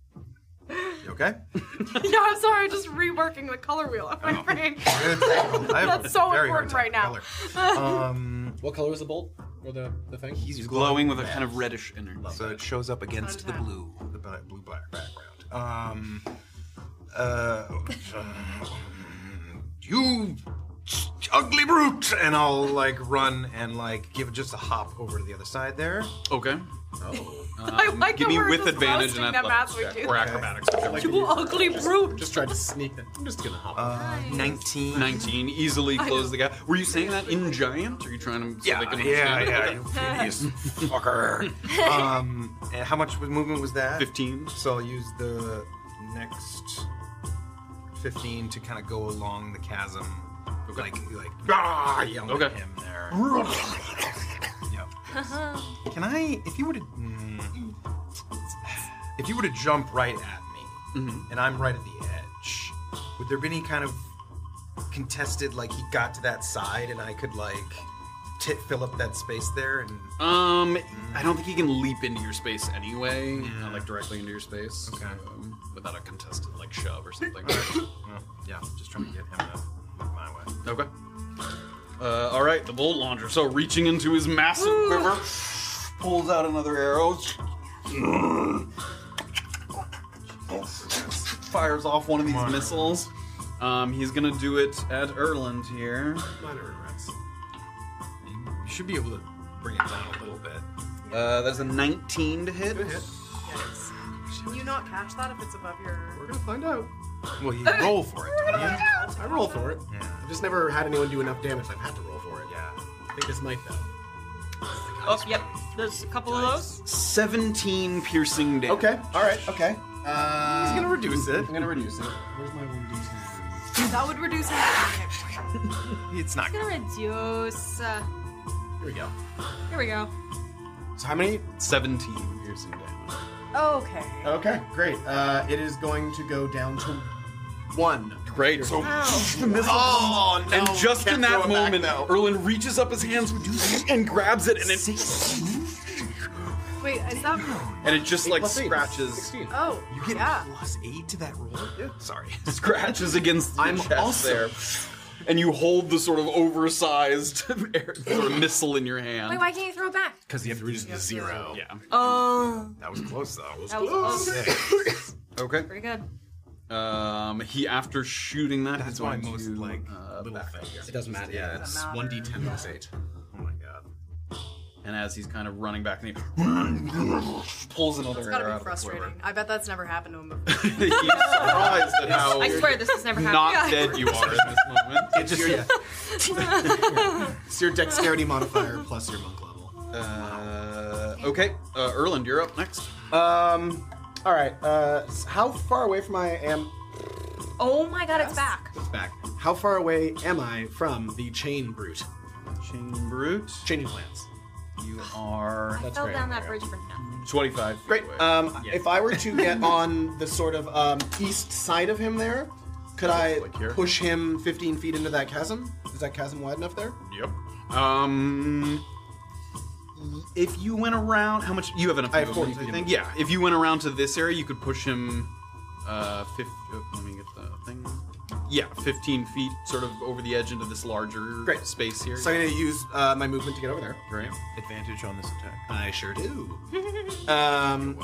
You okay?
yeah, I'm sorry, I'm just reworking the color wheel of my brain.
Oh, I have
That's so
very
important right now.
Um,
what color is the bolt or the, the thing?
He's glowing with a kind of reddish energy.
So it shows up against the blue, the ba- blue black background. Um, uh, um, you ugly brute! And I'll like run and like give just a hop over to the other side there.
Okay.
Oh.
I like
Um, give
that
me
we're
with
just
advantage and
roasting them
athletics
as we
check,
do
or
this.
acrobatics, whichever
You
one you do.
ugly brute.
Just tried to sneak them. I'm just gonna hop.
Uh, 19.
19. Easily close the gap. Were you saying that in giant? Are you trying to. So
Yeah,
they can
yeah,
understand? Okay.
yeah, you hideous fucker. um, and how much was- movement was that?
15.
So I'll use the next 15 to kind of go along the chasm. Like, like, ah, yelling at him there. Can I, if you were to, mm, if you were to jump right at me, and I'm right at the edge, would there be any kind of contested, like he got to that side and I could like t- fill up that space there? And
Um, I don't think he can leap into your space anyway, not like directly into your space. Okay. without a contested like shove or something.
yeah, just trying to get him to move my way.
Okay. Uh, all right, the bolt launcher. So reaching into his massive quiver, pulls out another arrow, fires off one of these missiles. Um, he's gonna do it at Erland here.
Minor regrets. You should be able to bring it down a little bit.
Uh, that's a 19 to hit.
Yes. Can you not catch that if it's above your? We're
gonna find out.
Well, you
roll
for
it.
I
roll for it.
I've
just never had anyone do enough damage. I've had to roll for it.
Yeah.
I think this might though.
Oh, yep. There's a couple of those.
17 piercing damage.
Okay, all right, okay.
Uh,
He's gonna reduce
it.
I'm gonna reduce it. Where's my one d
That would reduce his.
It's not.
It's gonna reduce. Uh,
Here we go.
here we go.
So how many?
17 piercing damage.
Okay.
Okay, great. Uh, it is going to go down to one.
Great. So the missile
Oh,
comes-
no,
and just in
can't throw
that
it back,
moment, Erland reaches up his hands and grabs it, and it
Wait, is that?
and it just
Eight
like
plus eight is
scratches,
Oh, yeah.
Plus eight to that roll. Yeah. Sorry.
scratches against your
I'm
chest
also-
there, and you hold the sort of oversized air- sort of missile in your hand.
why can't you throw it back?
Because you have to reduce it to zero. Yeah.
Oh.
That was close though. That
was
That was close.
Okay.
Pretty good.
Um, he after shooting that, that's
why
most like uh, little
It doesn't matter.
Yeah,
Yeah,
it
it's
doesn't
one d10 plus eight.
Oh my god.
And as he's kind of running back, and he pulls another arrow out
That's gotta be
of the quiver.
frustrating. I bet that's never happened to him before.
He's surprised at how
I swear this has never
not
happened.
dead you are in this moment.
It's your, it's your dexterity modifier plus your monk level.
Uh, okay, uh, Erland, you're up next.
Um, all right. Uh, s- how far away from I am?
Oh my god, it's back.
It's back. How far away am I from the chain brute?
Chain brute.
Changing plans.
You are. Uh,
I fell down that bridge for now.
25.
Great. Um, if I were to get on the sort of um, east side of him there, could I
here?
push him 15 feet into that chasm? Is that chasm wide enough there?
Yep. Um, if you went around, how much? You have enough.
I have
movement,
40
I think. Yeah. If you went around to this area, you could push him. Uh, 50, let me get the thing. Yeah, 15 feet, sort of over the edge into this larger space here.
So I'm going to use uh, my movement to get over there.
Great.
Advantage on this attack. I sure do.
Um,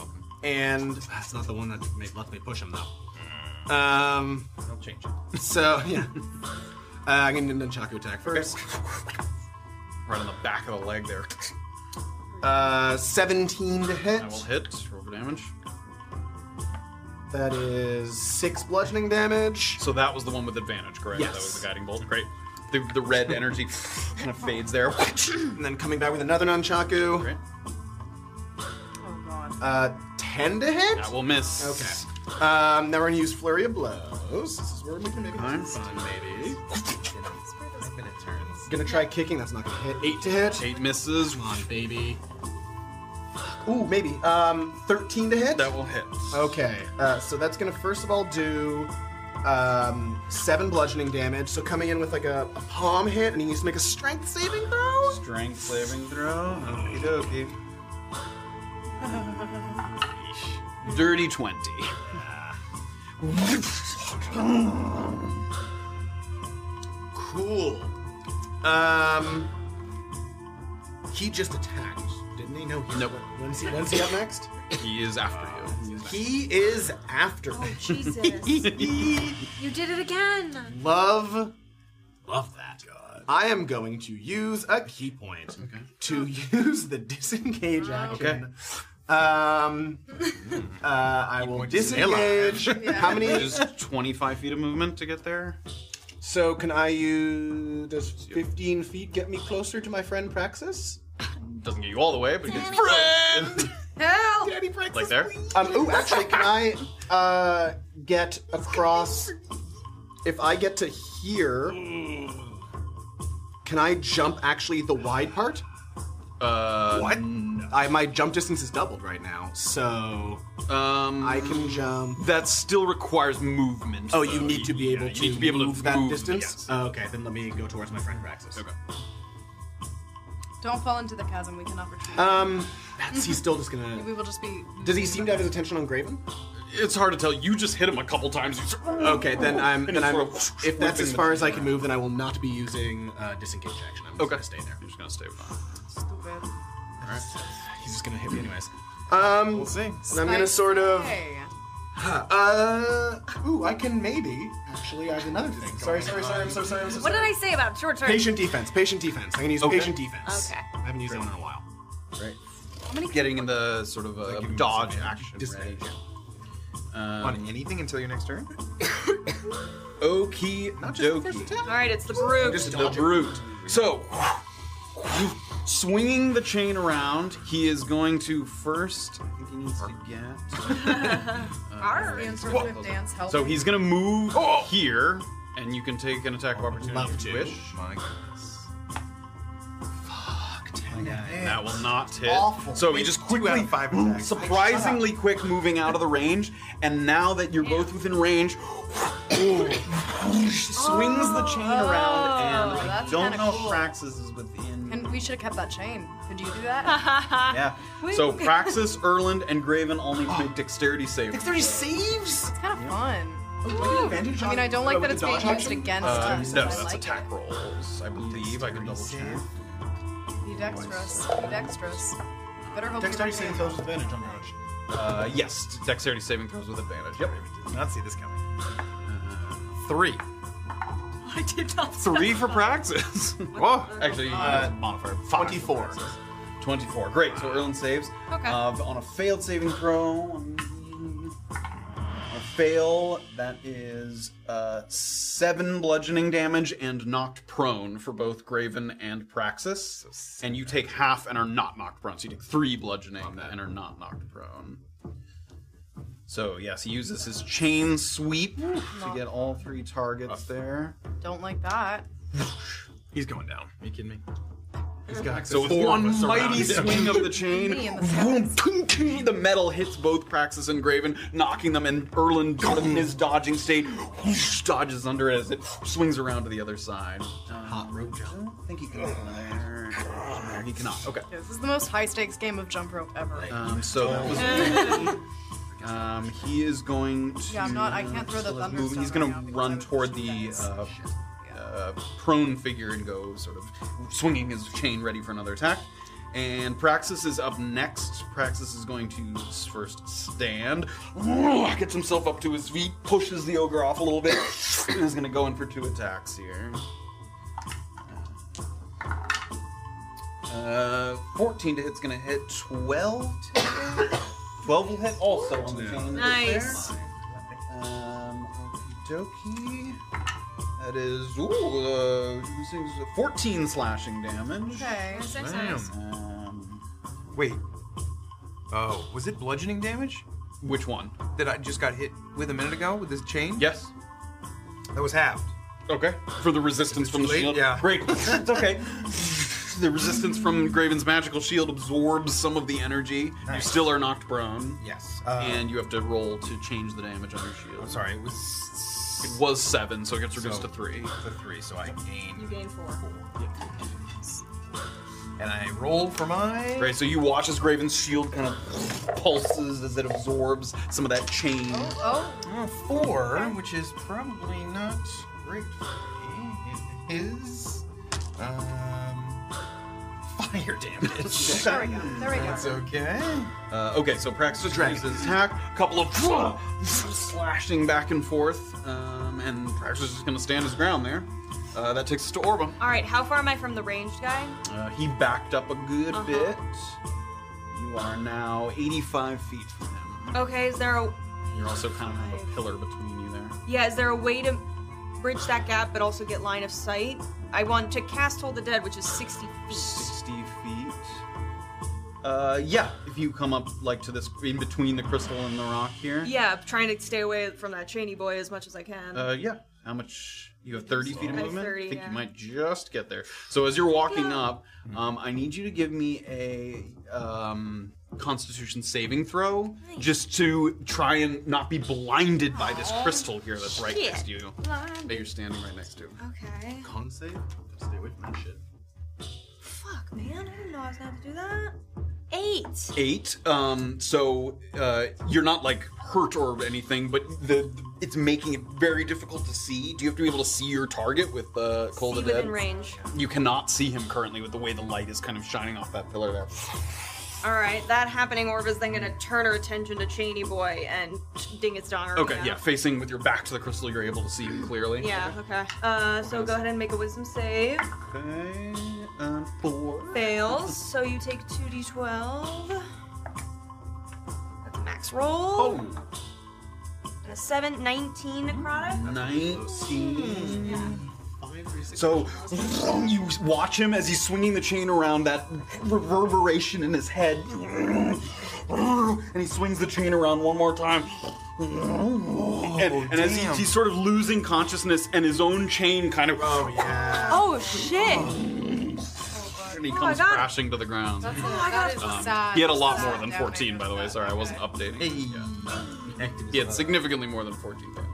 and
that's not the one that made, let me push him though. Um,
I'll change
it. So yeah, uh, I'm gonna do nunchaku attack first.
Right on the back of the leg there.
Uh, 17 to hit.
I will hit. Roll for damage.
That is six bludgeoning damage.
So that was the one with advantage, correct?
Yes.
That was the guiding bolt. Great. The, the red energy kind of fades there.
and then coming back with another nunchaku. Uh, 10 to hit?
That will miss.
Okay. Um, now we're going to use Flurry of Blows. This is where we can maybe do some fun, maybe. Gonna try kicking, that's not gonna hit. Eight to hit.
Eight misses.
Come on, baby. Ooh, maybe. Um, 13 to hit? That
will hit.
Okay, uh, so that's gonna first of all do um, seven bludgeoning damage. So coming in with like a, a palm hit, and he needs to make a strength saving throw?
Strength saving throw. Okie dokie. Dirty 20.
Cool. Um, he just attacked, didn't he? No. He
Nope.
When's he, when's he up next?
He is after you.
He is after. Oh,
Jesus. you did it again.
Love. Love that. God. I am going to use a key point to use the disengage action. Okay. Um, uh, I will disengage. How many?
Is 25 feet of movement to get there?
So can I use? Does 15 feet get me closer to my friend Praxis?
Doesn't get you all the way, but it gets
Help!
like there.
Um, ooh, actually, can I uh, get across? If I get to here, can I jump actually the wide part?
Uh,
what? I, my jump distance is doubled right now, so
um,
I can jump.
That still requires movement.
Oh, you
though.
need to be able
yeah, you
to
need to be able to
move that
move,
distance.
yes.
Oh, okay, then let me go towards my friend Praxis. Okay.
Don't fall into the chasm. We can opportunity.
Uh,
Um, that's, he's still just gonna.
we will just be.
Does he seem to have his attention on Graven?
It's hard to tell. You just hit him a couple times. You just-
Okay, then I'm.
And
Then
it's
I'm
sort of
if that's
whipping
as
the
far as I
thing
can move, then I will not be using uh, disengage action. I'm just gonna stay there. I'm
just gonna stay with that.
Stupid.
Alright. He's just gonna hit me anyways. Um, we'll see. And I'm gonna sort of. Uh, ooh, I can maybe. Actually, I have another thing. Sorry, sorry, sorry. I'm so sorry. I'm so
What
sorry.
did I say about short term?
Patient defense. Patient defense. I can use
Okay.
patient defense.
Okay.
I haven't used that one in a while.
Right.
How many
Getting in the sort of uh dodge action.
Right.
On
anything until your next turn?
oh Okie dokie.
All right, it's the brute.
Just the brute. So, swinging the chain around, he is going to first. I think he needs to get.
Our interpretive dance helps.
So he's gonna move here, and you can take an attack of opportunity if you wish. My goodness. Fuck, ten. That will not hit.
Awful.
So he just quickly, surprisingly quick, moving out of the range, and now that you're both within range, swings the chain around,
Oh,
and I
that's
don't
kinda
know
cool.
if Praxis is within.
And we should have kept that chain. Could you do that?
Yeah. So Praxis, Erland, and Graven all need to make dexterity saves.
saves. It's kind of fun.
Ooh.
I mean, I don't like that it's being used against
Uh,
us.
No,
I
that's
like
attack rolls. I believe I can double check.
it. You dexterous. You dexterous. Better hope
Dexterity
saving
throws with advantage on your action.
Uh, yes, dexterity saving throws with advantage. Yep. Did not see this coming. Three.
I did not.
Three for Praxis. Whoa. Actually, uh, modifier. Twenty-four. Twenty-four. Great. So Erland saves.
Okay.
Uh, on a failed saving throw. um, on A fail. That is uh, seven bludgeoning damage and knocked prone for both Graven and Praxis. and you take half and are not knocked prone. So you take three bludgeoning and are not knocked prone. So yes, he uses his chain sweep to get all three targets there.
Don't like that.
He's going down. Are you kidding me?
He's got
so with
four
one
of us
mighty
around him.
swing of the chain,
Me and the
vroom, ting, ting, the metal hits both Praxis and Graven, knocking them, and Erland sort of in his dodging state whoosh, dodges under it as it swings around to the other side. Hot rope jump. I don't think he can get there. No, He cannot. Okay.
This is the most high stakes game of jump rope ever.
Um, so that was. um, he is going to.
Yeah, I'm not- I can't throw the
so let's
thunder
move- He's
stone
going to run toward the uh, uh, prone figure and go sort of swinging his chain ready for another attack. And Praxis is up next. Praxis is going to s- first stand. Gets himself up to his feet, pushes the ogre off a little bit, and is going to go in for two attacks here. Uh, 14 to hit's going to hit 12. to hit. 12 will hit also on the chain.
Nice.
Um, Doki. That is ooh, uh, this thing's 14 slashing damage.
Okay. That's excellent.
Um,
Wait. Oh, was it bludgeoning damage?
Which one?
That I just got hit with a minute ago with this chain?
Yes.
That was halved.
Okay. For the resistance from the
late?
shield.
Yeah.
Great. it's okay. The resistance from Graven's magical shield absorbs some of the energy. You
Nice.
still are knocked prone.
Yes. Uh,
and you have to roll to change the damage on your shield. Uh, I'm
sorry, it was.
It was seven, so it gets reduced
So,
to three.
To three, so I gain.
You gain four.
And I rolled for my.
Right, so you watch as Graven's shield kind of pulses as it absorbs some of that chain.
Oh. four, which is probably not great for me. It is. Um, fire damage.
There we go,
there we go.
That's okay.
Uh, okay, so Praxis uses his attack. Couple of slashing back and forth, um, and Praxis is just going to stand his ground there. Uh, that takes us to Orbum.
All right, how far am I from the ranged guy?
Uh, he backed up a good
Uh-huh.
bit. You are now 85 feet from him.
Okay, is there a
You're also kind of have a pillar between you there.
yeah? Is there a way to bridge that gap, but also get line of sight? I want to cast Hold the Dead, which is sixty feet.
60 feet. Uh, yeah, if you come up like to this in between the crystal and the rock here.
Yeah, trying to stay away from that trainee boy as much as I can.
Uh, yeah. How much? You have 30 feet of
I have
movement?
30,
I think
yeah.
you might just get there. So as you're walking up, um, I need you to give me a um, constitution saving throw just to try and not be blinded by this
Aw,
crystal here that's right
shit.
next to you.
Blinded.
That you're standing right next to.
Okay.
Oh,
Con save? Stay away from that shit.
Fuck, man, I didn't know I was gonna have to do that. Eight.
eight. Um, so uh, you're not like hurt or anything, but the it's making it very difficult to see. Do you have to be able to see your target with the uh, cold
Be
of dead?
within range.
You cannot see him currently with the way the light is kind of shining off that pillar there.
All right, that happening orb is then gonna turn her attention to Cheney boy and ding its donger.
Okay, yeah, facing with your back to the crystal, you're able to see him clearly.
Yeah. Okay. Uh, so go ahead and make a Wisdom save.
Okay. Um, four.
Fails, so you take 2d12. That's max roll.
Oh.
And a 7, 19 necrotic.
Nineteen. So you watch him as he's swinging the chain around, that reverberation in his head. And he swings the chain around one more time. And, and as he-
damn.
he's sort of losing consciousness, and his own chain kind of. Oh, yeah.
Oh, shit.
And he
Oh,
comes
I got it.
crashing to the ground.
That's a- Oh, I got it.
Um,
sad-
He had a lot
sad
more than
damage.
14, by the way. Sorry, I wasn't updating. Yeah. He had significantly more than 14 damage.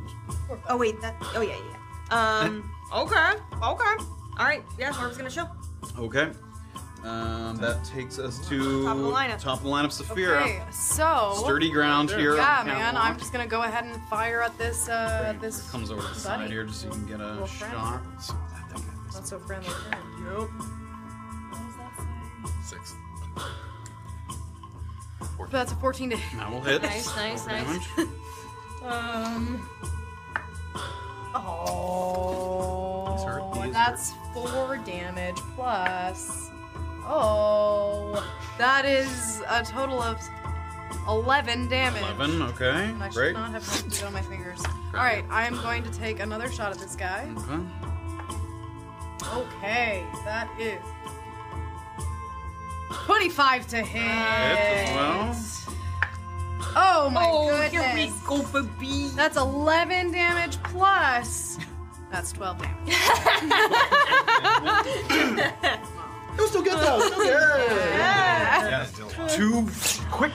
Oh, wait, that. Oh, yeah, yeah. Um, okay, okay. Alright, yeah, Orb's gonna show.
Okay. Um, that takes us to
Top of the lineup.
Top of the lineup, Saphira.
Okay, so
Sturdy ground here on
Yeah,
the
man,
catwalk.
I'm just gonna go ahead and fire at this. Uh, at this
Comes over to the
buddy.
side here just so you can get a
Little friend.
shot.
Not so friendly. Friend.
Six.
But that's a 14 to hit.
That will hit.
Nice, nice,
Over
nice.
damage.
Um. Oh. That's four damage plus. Oh. That is a total of 11 damage.
Eleven. Okay.
And I should
Great.
not have had to do it on my fingers. All right, I am going to take another shot at this guy.
Okay.
Okay, that is 25 to hit.
Hits as well.
Oh my
Oh,
goodness.
here we
go, baby. That's 11 damage plus. That's 12 damage.
You'll still get those.
Yeah. Two quick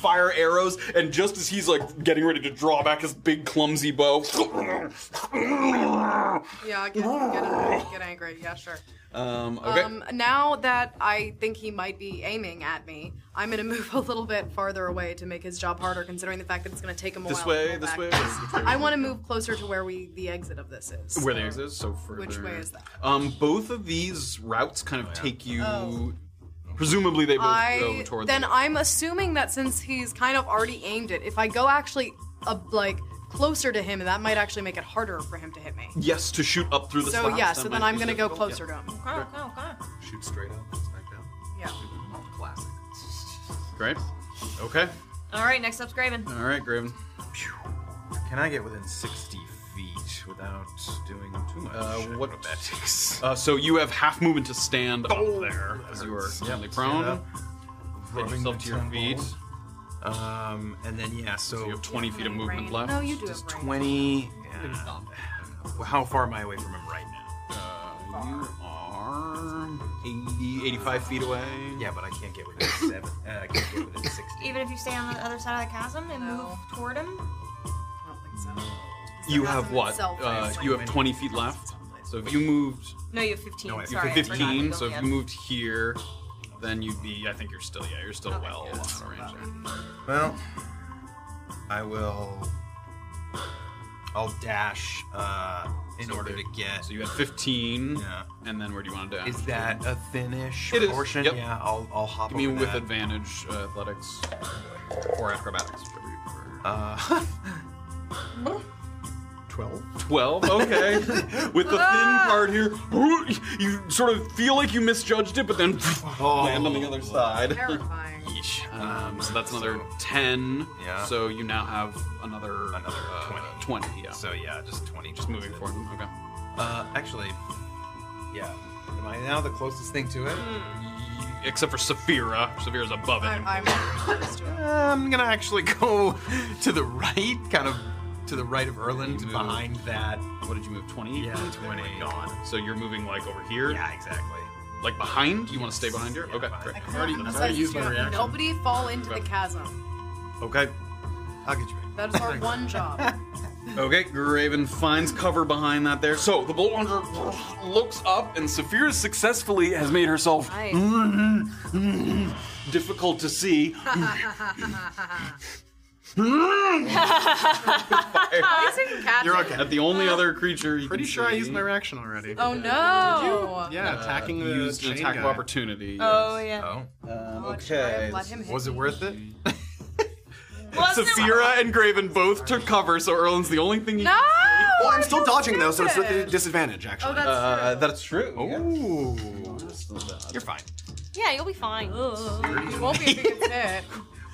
fire arrows, and just as he's like getting ready to draw back his big clumsy bow,
Yeah, get, get, angry, get angry. Yeah, sure.
um, okay.
Um, now that I think he might be aiming at me, I'm going to move a little bit farther away to make his job harder, considering the fact that it's going to take him a
this
while.
way, this way.
I want to move closer to where we the exit of this is.
Where the exit is, so further.
Which way is that?
Um, both of these routes kind of take you Presumably they both go
Oh. I
toward
then
the
I'm assuming that since he's kind of already aimed it, if I go actually uh, like closer to him, that might actually make it harder for him to hit me.
Yes, to shoot up through the
so
slats,
yeah,
that
so then
might
I'm
be
gonna go
difficult,
closer to him.
Okay, okay, okay.
Shoot straight up, smack down.
Yeah.
Classic. oh, Great. Okay.
All right, next up's Graven.
All right, Graven.
Can I get within 60 feet without doing too much?
Uh, what? Uh, so you have half movement to stand up there as
Uh,
you are currently prone.
up.
Get
Rubbing
yourself
the
to your feet.
Um, and then yeah, so,
you have 20 feet of movement left.
No, you do
Does
have range.
20. Yeah. Well, How far am I away from him right now?
you are 80, 85 feet away.
Yeah, but I can't get within seven. Uh, I can't get within six.
Even if you stay on the other side of the chasm and move toward him?
I don't think so.
You have what?
itself
Uh,
is like
you have 20 feet left. So if you moved
No, you have 15.
No,
Sorry. I
you
forgot to
15.
go
So if
again.
you moved here, then you'd be. I think you're still. Yeah, you're still well out of range.
Well, I will. I'll dash uh, in
So
order to
there-
get.
So you had 15. And then where do you want to dash?
Is that a thinnish
It is,
portion?
yep.
Yeah, I'll, I'll hop
Give me
over
with
that.
advantage uh, athletics or acrobatics, whichever you prefer.
Uh,
12. 12? Okay. with the thin
Ah.
part here, you sort of feel like you misjudged it, but then
Oh.
land on the other side.
Terrifying.
Um, so that's another 10.
Yeah.
So you now have another
Another
uh, 20. yeah.
So yeah, just 20.
Just moving forward. Okay.
Uh, actually, yeah. Am I now the closest thing to it?
Mm. Except for Saphira. Saphira's above it.
I'm, I'm close to him.
Uh, I'm gonna actually go to the right, kind of to the right of Erland, behind that.
What did you move? 20?
Yeah, 20.
God. So you're moving like over here?
Yeah, exactly.
Like behind? You want to stay behind here? okay, great.
Besides you, Nobody fall into the chasm.
Okay. I'll get you in.
That is our one job.
Okay, Graven finds cover behind that there. So the bolt launcher looks up, and Saphira successfully has made herself
Nice.
difficult to see.
At least we can catch it.
At the only other creature you
Pretty
can
sure I
see.
used my reaction already.
Oh no!
Yeah,
Uh,
attacking the
used an
chain
attack of
guy.
opportunity.
Oh,
yes.
yeah.
Oh.
okay. Let him hit
Was it worth it?
Saphira and Graven both took cover, so Erlen's the only thing you
No!
Well, I'm still dodging though, so it's
stupid.
a disadvantage actually.
Oh, that's
uh, that's true.
Ooh.
You're fine.
Yeah, you'll be fine.
It won't be a big hit.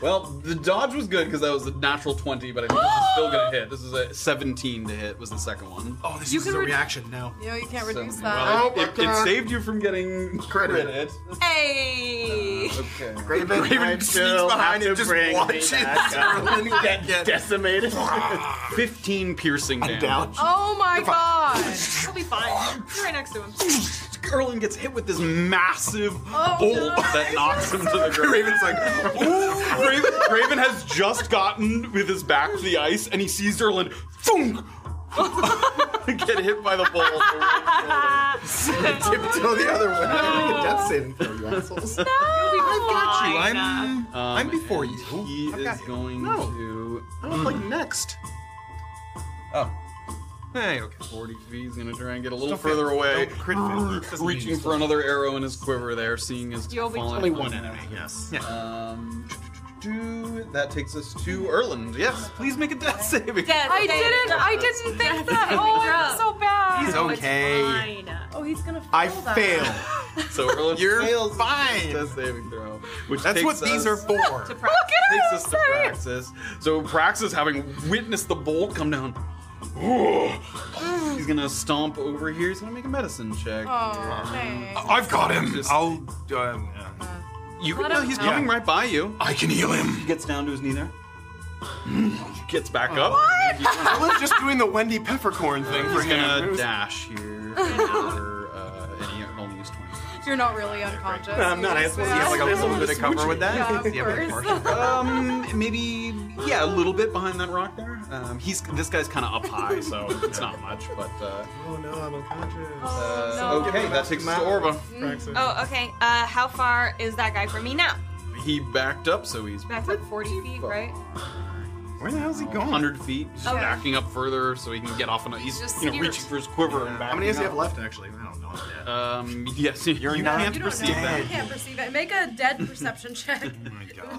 Well, the dodge was good because that was a natural 20, but I think this is still going to hit. This is a 17 to hit, was the second one. Oh,
This is a reaction now.
You know, you can't reduce
So-
that.
Oh
Well, it, it, it saved you from getting credit.
Hey!
Okay.
Graven, Graven sneaks behind and just watches Erlen
get, decimated. 15 piercing damage.
Oh my god!
You'll be fine. You're right next to him.
Erlen gets hit with this massive
Oh,
bolt
no.
that knocks him to the ground. Raven's like, ooh! Raven, Raven has just gotten with his back to the ice, and he sees Erlen, thunk! get hit by the bolt.
Tiptoe the other way.
No.
Death saving throw, you assholes.
Oh
got you.
Fine.
I'm.
I'm before you. Um, He is going
No.
to.
I was like next.
Oh. Hey, okay. 40 feet. He's going to try and get a little
Don't
further
fail.
away.
Don't crit fail. It doesn't
Reaching
mean
for another arrow in his quiver there, seeing his
You'll be
fallen.
Only one enemy, yes. Yeah.
Um, do, that takes us to Erland. Yes, please make a death saving.
I didn't. I didn't think that. Oh, I'm so bad.
He's okay.
Oh, he's gonna. Fail
I
that.
so Erland
You're
fails
fine.
death saving throw. Which
That's
takes
what
us-
these are for.
Look takes us to Praxis. So Praxis, having witnessed the bolt come down, he's gonna stomp over here. He's gonna make a medicine check.
Oh, thanks.
I've got him. I'll. Um,
You can
Let
know
him
he's
help.
coming right by you. I can heal him. He gets down to his knee there. Gets back up.
I was just doing the Wendy peppercorn thing for
He's
him. It
gonna
was-
dash here. over, uh, and he only used 20.
You're not really unconscious.
I'm not. I
Yes,
suppose
yeah.
you have like a little bit of cover with that.
Yeah, of
Yeah, but
course.
Um, maybe yeah, a little bit behind that rock there. Um, he's this guy's kind of up high, so it's not much. But uh,
Oh no, I'm unconscious.
uh,
no.
okay, that takes us to Orba.
Oh, okay. Uh, how far is that guy from me now?
He backed up, so he's
That's like 40 feet, right?
Where the hell's he going?
100 feet, just
Oh.
backing up further so he can get off. And he's,
He's just
you know,
scared.
reaching for his quiver and back.
How many does he have left,
actually? I don't know.
Um, yes, you're you
not-
can't
you don't
perceive that.
I can't perceive it. Make a dead perception check.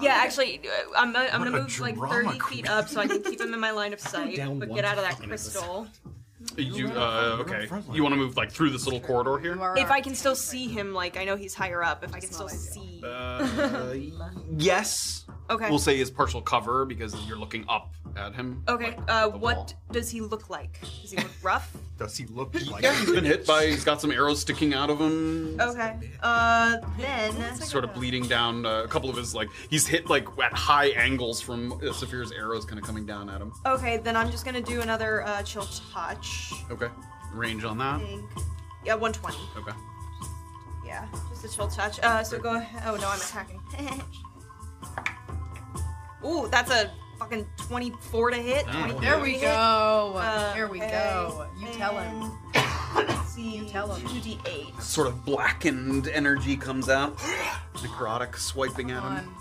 Yeah, actually, uh, I'm, I'm gonna
What a
move like
drama
30 feet up so I can keep him in my line of sight,
Down
but
one
get out of that
fucking episode.
crystal.
You, uh, okay. You want to move like through this little corridor here?
If I can still see him, like I know he's higher up, if I can still see.
Uh, yes.
Okay.
We'll say is partial cover because you're looking up at him.
Okay, uh, what does he look like? Does he look rough?
Does he look like? Yeah, he's been hit by. He's got some arrows sticking out of him.
Okay, uh, then.
Sort of bleeding down uh, a couple of his like he's hit like at high angles from uh, Saphir's arrows kind of coming down at him.
Okay, then I'm just gonna do another uh, chill touch.
Okay, range on that.
I think. Yeah, 120.
Okay,
Yeah, just a chill touch. Uh, so go. ahe- Oh no, I'm attacking. Ooh, that's a fucking 24 to hit.
Oh.
23
There we
to hit.
go.
Uh,
There we
okay.
go. You tell him.
You tell him. 2d8.
sort of blackened energy comes out, necrotic swiping at him.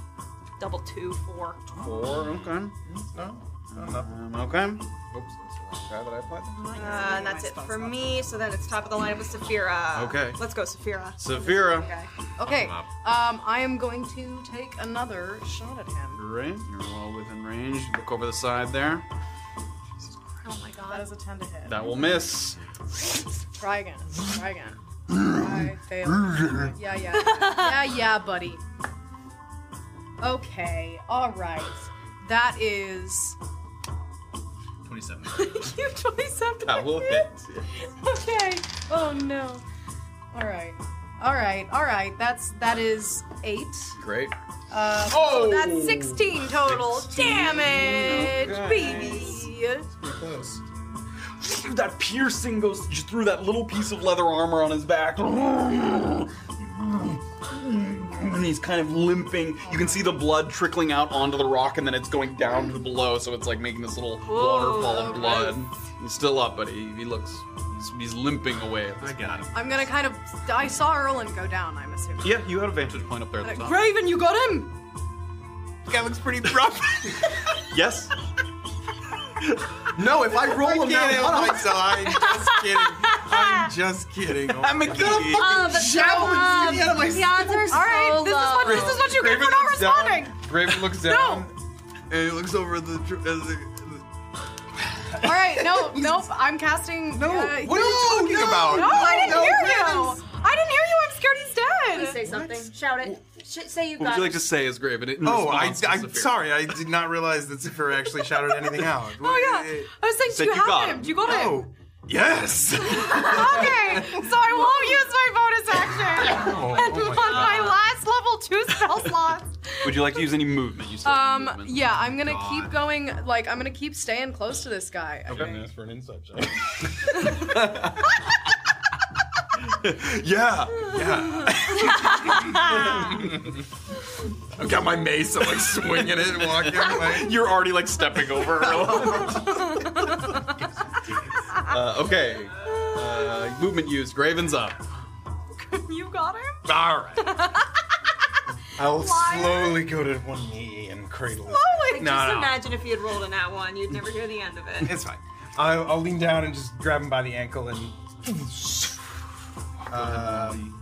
Double two, four.
Four. Okay. No. Um, okay. Oops, that's the wrong guy that I applied.
Uh, and that's it for me. So then it's top of the line with Saphira.
Okay.
Let's go, Saphira.
Saphira.
Okay.
Okay. Um, I am going to take another shot at him.
Great. You're well within range. Look over the side there.
Oh my god. That is a 10 to hit.
That will miss.
Try again. Try again. I failed. Yeah, yeah. Yeah, yeah, buddy. Okay, alright. That is.
27.
you 27.
That will
Okay. Oh no. Alright. Alright, alright. That's that is eight.
Great.
Uh,
Oh!
so that's 16 total damage, baby.
Close. That piercing goes just through that little piece of leather armor on his back. And he's kind of limping. You can see the blood trickling out onto the rock, and then it's going down to below, so it's like making this little waterfall of
okay.
blood. He's still up, but he, he looks. He's, he's limping away. At this I got
I'm gonna kind of. I saw Erlen go down. I'm assuming.
Yeah, you had a vantage point up there at
Uh,
the top.
Graven, you got him.
That guy looks pretty rough. yes.
No, if I roll
I
him
can't
now,
help
what am I-
myself. I'm just kidding. I'm just kidding. I'm a
fucking
javelin sticking out of my
the odds are
All right, this is what Um, this is what you get for not responding.
Raven looks down. And he looks over the. Tr- at the
All right, no, nope. I'm casting. Uh, No,
what are you talking about?
No, I didn't
No,
hear
Graven's-
you. I didn't hear you. I'm scared he's dead.
Please say something. Shout it. Sh- say you
What would
got
you like
it.
to say is Graven? in
Oh, I,
response to
I'm
Saphira?
sorry. I did not realize that Zephyr actually shouted anything out.
Oh yeah, I was saying,
Said
do you
you
have
got
him?
him.
Do you got
Oh.
him?
Yes!
okay, so I won't use my bonus action
Oh,
and
oh my
on my
God.
last level two spell slots.
Would you like to use any movement? You still have
Um,
movement.
yeah, I'm gonna
God.
keep going. Like, I'm gonna keep staying close to this guy. I think.
ask for an insight check. yeah, yeah. I've got my mace. I'm like swinging it, and walking. Like.
You're already like stepping over. Uh, okay. Uh, movement used. Graven's up.
you got him?
All right.
I'll
Liar.
slowly go to one knee and cradle. his-
Oh
Like,
No,
just
no.
imagine if you had rolled in that one. You'd never hear the end of it.
It's fine. I'll, I'll lean down and just grab him by the ankle and. Um,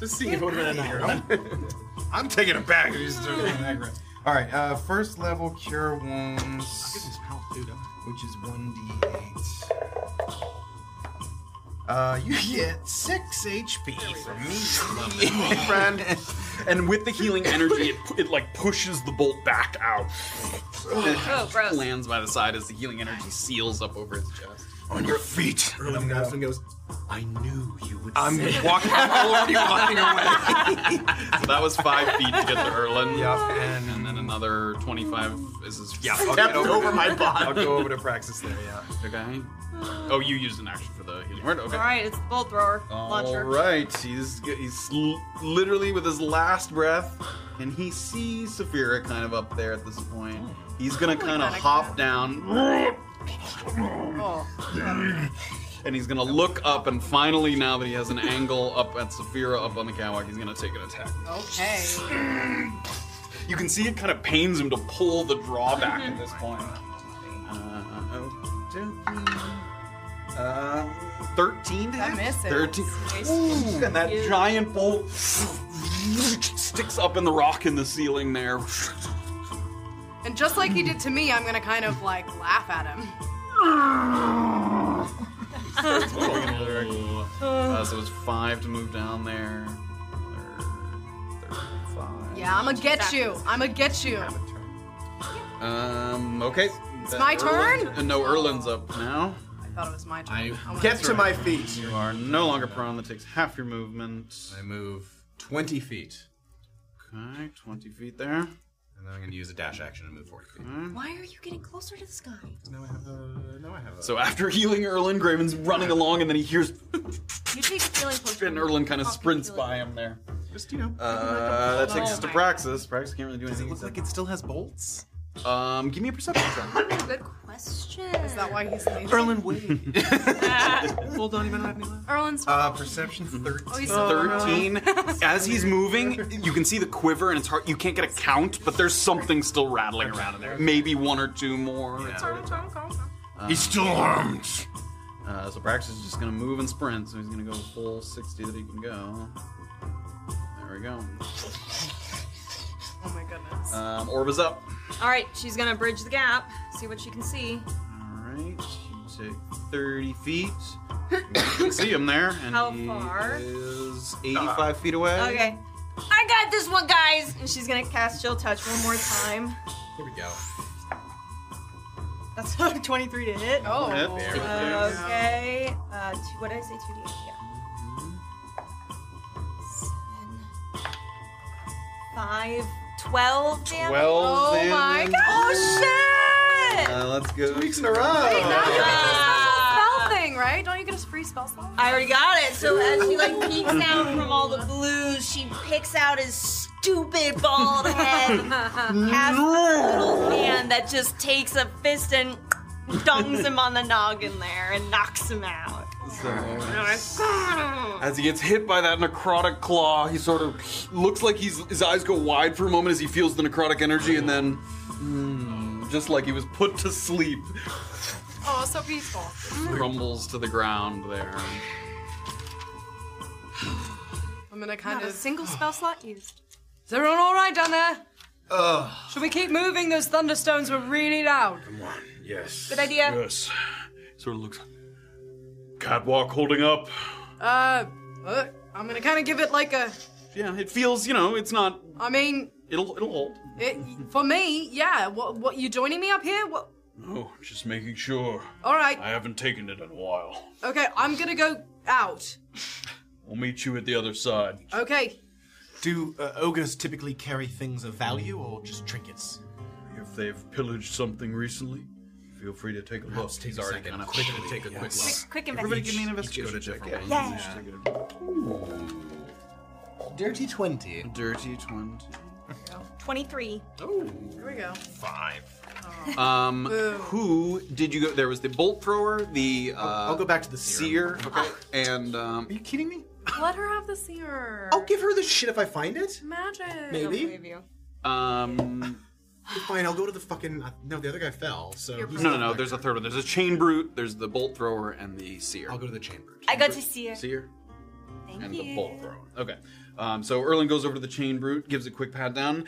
Just see if it would have been an
I'm taking it back. He's doing it in aggro. All right. Uh, first level cure wounds, which is one d8. Uh, you get six HP from me, friend.
And with the healing energy, it, pu- it like pushes the bolt back out.
Oh, gross.
Lands by the side as the healing energy seals up over its chest.
On your feet.
Erlen grabs him and goes, I knew you would
I'm
say that."
walking- I'm already walking So that was five feet to get to Erlen.
Yeah,
and, then another 25 is his. Yeah,
I'll get over to- I'll go over to Praxis there. Yeah.
Okay. Oh, you used an action for the healing word? Okay.
All right, it's the bolt thrower launcher.
All right, he's he's l- literally with his last breath, and he sees Saphira kind of up there at this point. He's gonna kind of
kinda
hop down,
Oh.
and he's gonna look up, and finally, now that he has an angle up at Saphira, up on the catwalk, he's gonna take an attack.
Okay.
You can see it kind of pains him to pull the drawback at this point. Uh, oh, two, uh, 13 to
That
hit?
misses.
13.
Nice.
Ooh, and that
Huge.
giant bolt sticks up in the rock in the ceiling there.
And just like he did to me, I'm gonna kind of like laugh at him.
Uh, so it's five to move down there. Five.
Yeah, I'ma get you. I'ma get you.
Um, okay.
It's my
Erlen-
turn?
uh, no, Erlen's up now.
I thought it was my turn.
I
wanna-
feet. You are no longer prone. That takes half your movement. I move 20 feet. Okay, 20 feet there.
And then I'm going to use a dash action and move 40 feet.
Why are you getting closer to this guy?
Now I have a. Now I have
So after healing Erlen, Graven's running along and then he hears
You take a healing potion.
and Erlen kind of sprints by him there.
Just, you know.
Uh, that takes us to
Oh my
Praxis. Praxis can't really do anything. Does it look like it still has bolts? Um, give me a perception check.
Good question. Is
that why he's leaving?
Erlen, wait.
Hold on, you might not have any left.
Erlen's
Uh, perception 13.
Oh, he's still around.
13. As he's moving, you can see the quiver, and it's hard. You can't get a count, but there's something still rattling around in there. Maybe one or two more. It's hard to tell.
He's still armed.
Uh, so Brax is just gonna move and sprint. So he's gonna go full 60 that he can go. There we go.
Oh my goodness.
Um, orb is up.
All right, she's gonna bridge the gap. See what she can see.
All right, you take 30 feet. You can see him there, and
How
he
Ah.
far?
is 85 feet away.
Okay. I got this one, guys. And she's gonna cast Chill Touch one more time.
Here we go.
That's not a 23 to hit.
Oh.
Hit. There it is.
okay. Uh, two, what did I say? 2d8. Yeah. Seven. Five. Twelve damage.
12
oh my
damage.
god. Oh shit!
Uh, let's go. Two
weeks in a row.
Wait, now you get this
Ah.
Spell thing, right? Don't you get a free spell slot?
I already got it. So as she like peeks out from all the blues, she picks out his stupid bald head, half little hand that just takes a fist and dungs him on the noggin there and knocks him out.
So,
And I'm like,
As he gets hit by that necrotic claw, he sort of looks like he's his eyes go wide for a moment as he feels the necrotic energy, and then, mm, just like he was put to sleep,
Oh, so peaceful.
crumbles to the ground there.
I'm gonna kind
Not
of.
a single spell slot used.
Is everyone all right down there? Should we keep moving? Those thunderstones were really loud.
Yes.
Good idea.
Yes. Sort of looks. Catwalk holding up.
Uh, uh, I'm gonna kind of give it like a.
Yeah, it feels, you know, it's not.
I mean,
It'll it'll hold.
it, for me, yeah.
Uh,
What? What? You joining me up here? What?
No, Oh, just making sure.
All right.
I haven't taken it in a while.
Okay, I'm gonna go out.
We'll meet you at the other side.
Okay.
Do uh, ogres typically carry things of value or just trinkets?
If they've pillaged something recently, feel free to take a look. He's already kind of quickly take a quick
Quick
Everybody give me an
investigation check. Yeah.
Yeah.
Dirty twenty. Dirty twenty.
23.
Oh.
Here we go.
Five. Um, who did you go? There was the bolt thrower, the. Uh, I'll, go back to the seer. okay. And um, are you kidding me?
Let her have the seer.
I'll give her the shit if I find it.
Magic.
Maybe. I
Um,
Fine, I'll go to the fucking.
uh,
No, the other guy fell. So
no, no, no. There's a third one. There's a chain brute. There's the bolt thrower and the seer. I'll go to the chain brute.
I got to see her.
Seer. Thank and the
you.
bolt thrower. Okay. Um, so Erlen goes over to the chain brute, gives a quick pat down.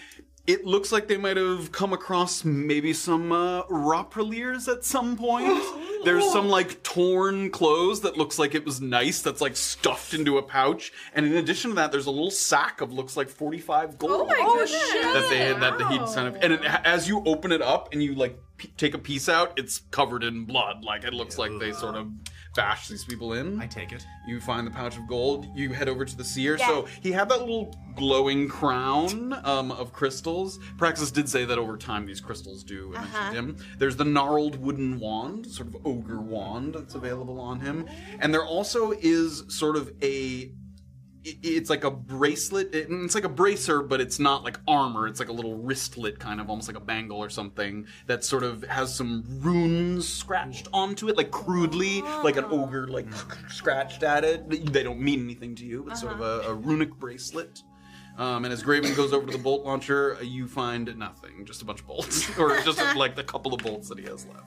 It looks like they might have come across maybe some uh, Ropreliers at some point. There's some like torn clothes that looks like it was nice that's like stuffed into a pouch. And in addition to that, there's a little sack of looks like 45 gold
Oh my
Oh,
goodness.
shit.
that they had that the heat kind of and it, as you open it up and you like p- take a piece out it's covered in blood like it looks like they sort of bash these people in i take it you find the pouch of gold you head over to the seer
Yeah.
so he had that little glowing crown um, of crystals praxis did say that over time these crystals do eventually
Uh-huh.
dim there's the gnarled wooden wand sort of ogre wand that's available on him and there also is sort of a it- it's like a bracelet. it- It's like a bracer, but it's not like armor. It's like a little wristlet, kind of almost like a bangle or something that sort of has some runes scratched onto it, like crudely, like an ogre like scratched at it. They don't mean anything to you. It's sort of a, a runic bracelet. Um, and as Graven goes over to the bolt launcher, uh, you find nothing, just a bunch of bolts, or just like the couple of bolts that he has left.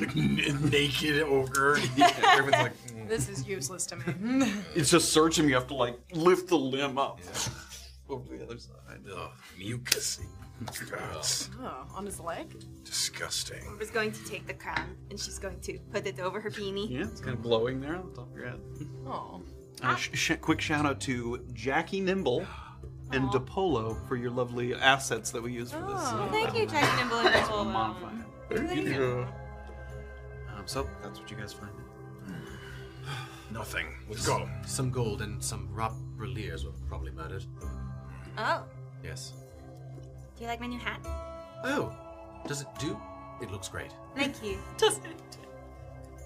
Yeah.
Naked ogre.
Graven's like,
This is useless to me.
it's just searching. You have to like lift the limb up over the other side.
Mucus. Gross.
oh, on his leg?
Disgusting.
was going to take the crown, and she's going to put it over her beanie.
Yeah, it's kind of glowing there on the top of your head.
Oh.
Uh, sh- sh- quick shout out to Jackie Nimble and DePolo for your lovely assets that we use for this. uh,
Thank you, Jack Nimble and Nicole. Um,
Thank you. Um, so that's what you guys find.
Nothing.
Let's go. Some gold and some rob reliers were probably murdered.
Oh,
Yes.
do you like my new hat?
Oh, does it do? It looks great.
Thank you.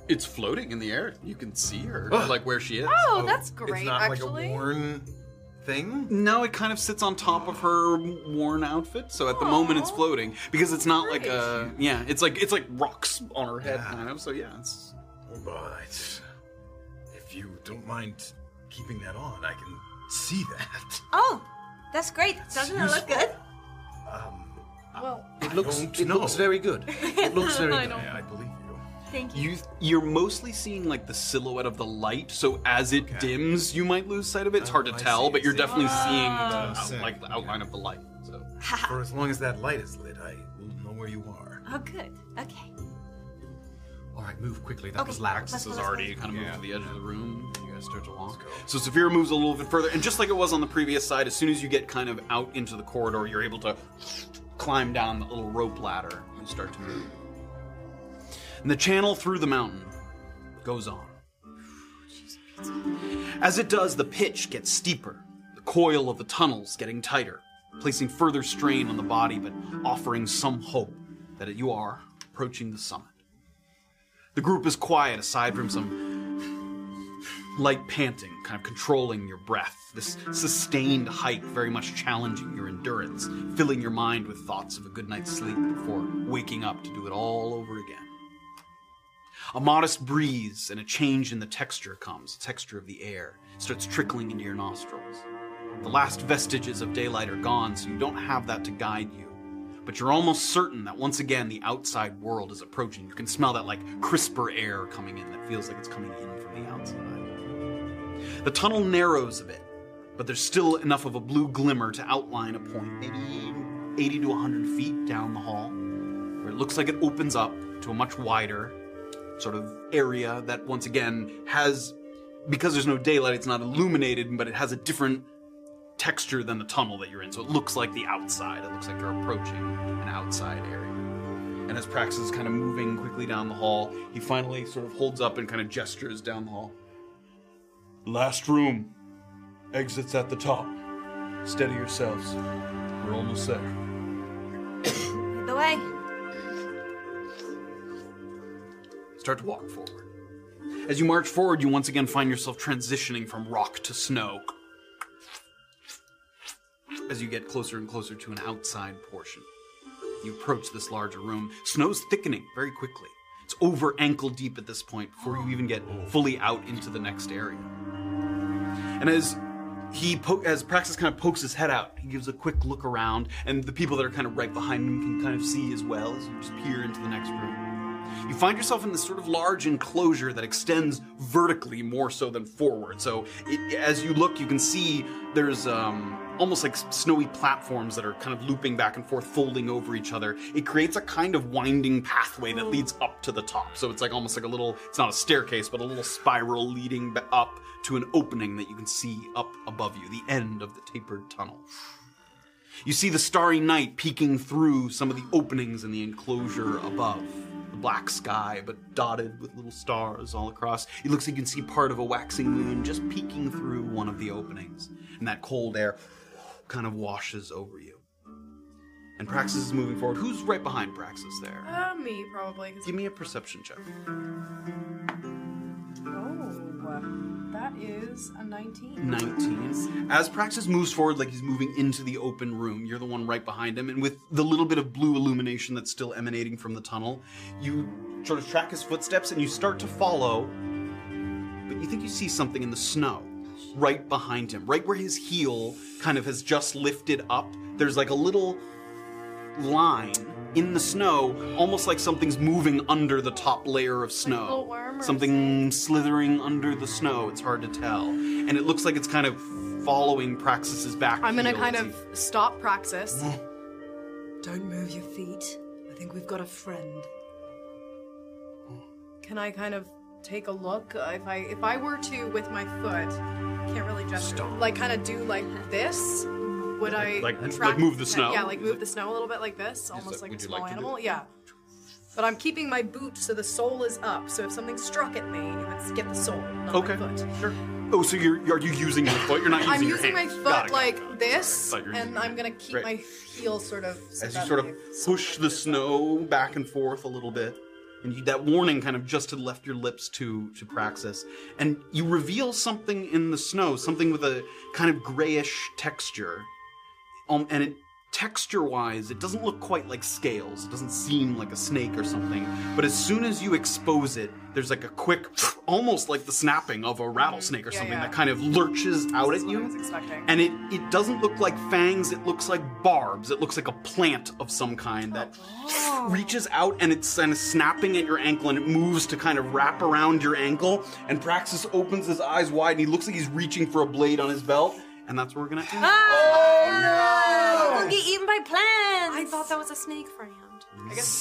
It's floating in the air. You can see her,
Ugh.
like where she is.
Oh, that's great, actually.
worn thing? No, it kind of sits on top of her worn outfit. So at the moment, it's floating because it's not like a yeah. It's like it's like rocks on her head, kind of. So yeah, it's
But if you don't mind keeping that on, I can see that.
Oh, that's great. Doesn't it look good?
Um,
Well,
it looks.
it looks very good. It
looks very I good. don't-
I believe
Thank you.
you. You are mostly seeing like the silhouette of the light. So as it dims, you might lose sight of it. It's hard to tell, but you're definitely seeing the, like the outline of the light. So
For as long as that light is lit, I will know where you are.
Oh, good. Okay.
All right, move quickly. That
Okay,
was lax.
This
let's go,
is
let's go.
already kind of moved to the edge of the room. and You guys start to walk. So Saphira moves a little bit further, and just like it was on the previous side, as soon as you get kind of out into the corridor, you're able to climb down the little rope ladder and start to move. And the channel through the mountain goes on. As it does, the pitch gets steeper, the coil of the tunnels getting tighter, placing further strain on the body, but offering some hope that you are approaching the summit. The group is quiet aside from some light panting, kind of controlling your breath. This sustained hike very much challenging your endurance, filling your mind with thoughts of a good night's sleep before waking up to do it all over again. A modest breeze and a change in the texture comes, the texture of the air starts trickling into your nostrils. The last vestiges of daylight are gone, so you don't have that to guide you but you're almost certain that once again the outside world is approaching. You can smell that like crisper air coming in that feels like it's coming in from the outside. The tunnel narrows a bit, but there's still enough of a blue glimmer to outline a point, maybe 80 to 100 feet down the hall, where it looks like it opens up to a much wider sort of area that once again has, because there's no daylight, it's not illuminated, but it has a different texture than the tunnel that you're in. So it looks like the outside. It looks like you're approaching an outside area. And as Prax is kind of moving quickly down the hall, he finally sort of holds up and kind of gestures down the hall.
Last room. Exits at the top. Steady yourselves. We're almost there.
Lead the way.
Start to walk forward. As you march forward, you once again find yourself transitioning from rock to snow. As you get closer and closer to an outside portion, you approach this larger room. Snow's thickening very quickly. It's over ankle deep at this point before you even get fully out into the next area. And as he po- as Praxis kind of pokes his head out, he gives a quick look around, and the people that are kind of right behind him can kind of see as well as you just peer into the next room. You find yourself in this sort of large enclosure that extends vertically more so than forward. So it, as you look, you can see there's um, almost like snowy platforms that are kind of looping back and forth, folding over each other. It creates a kind of winding pathway that leads up to the top. So it's like almost like a little, it's not a staircase, but a little spiral leading ba- up to an opening that you can see up above you, the end of the tapered tunnel. You see the starry night peeking through some of the openings in the enclosure above. The black sky, but dotted with little stars all across. It looks like you can see part of a waxing moon just peeking through one of the openings. And that cold air kind of washes over you. And Praxis is moving forward. Who's right behind Praxis there?
Uh, me, probably. 'cause-
Give me a perception check.
Oh, that is a 19.
19. As Praxis moves forward, like he's moving into the open room, you're the one right behind him, and with the little bit of blue illumination that's still emanating from the tunnel, you sort of track his footsteps and you start to follow, but you think you see something in the snow. right behind him, right where his heel kind of has just lifted up. There's like a little line in the snow, almost like something's moving under the top layer of snow.
little worm or
Something slithering under the snow. It's hard to tell, and it looks like it's kind of following Praxis's back.
I'm gonna
heel
kind
as
of stop Praxis.
Don't move your feet. I think we've got a friend.
Can I kind of take a look? Uh, If I if I were to with my foot, can't really gesture.
Stop.
Like kind of do like this. Would I
Like- like
track-
move the snow?
Yeah, like move the snow a little bit like this, almost
that
like a
what you
small
like to do?
animal. Yeah. But I'm keeping my boot so the sole is up. So if something struck at me, it would get the sole.
he-
Not
okay, sure. Oh, so you're are you using your foot? You're not using
I'm
your
using my
hand.
foot
Got it, got it,
like
got it.
this,
Thought you were using
and
your
I'm
hand.
gonna keep
Right.
my heel sort of. so
as you
that
sort
way-
of push the snow back and forth a little bit and you, that warning kind of just had left your lips to to praxis and you reveal something in the snow something with a kind of grayish texture um, and it texture wise it doesn't look quite like scales it doesn't seem like a snake or something but as soon as you expose it there's like a quick almost like the snapping of a rattlesnake or
Yeah,
something
yeah.
that kind of lurches out at
This is what I
you
was expecting.
and it, it doesn't look like fangs, it looks like barbs. It looks like a plant of some kind that
Oh.
reaches out and it's kind of snapping at your ankle and it moves to kind of wrap around your ankle. And Praxis opens his eyes wide and he looks like he's reaching for a blade on his belt. And that's where we're gonna
Ah!
end.
Oh no! We'll get eaten by plants. I thought that was a snake friend.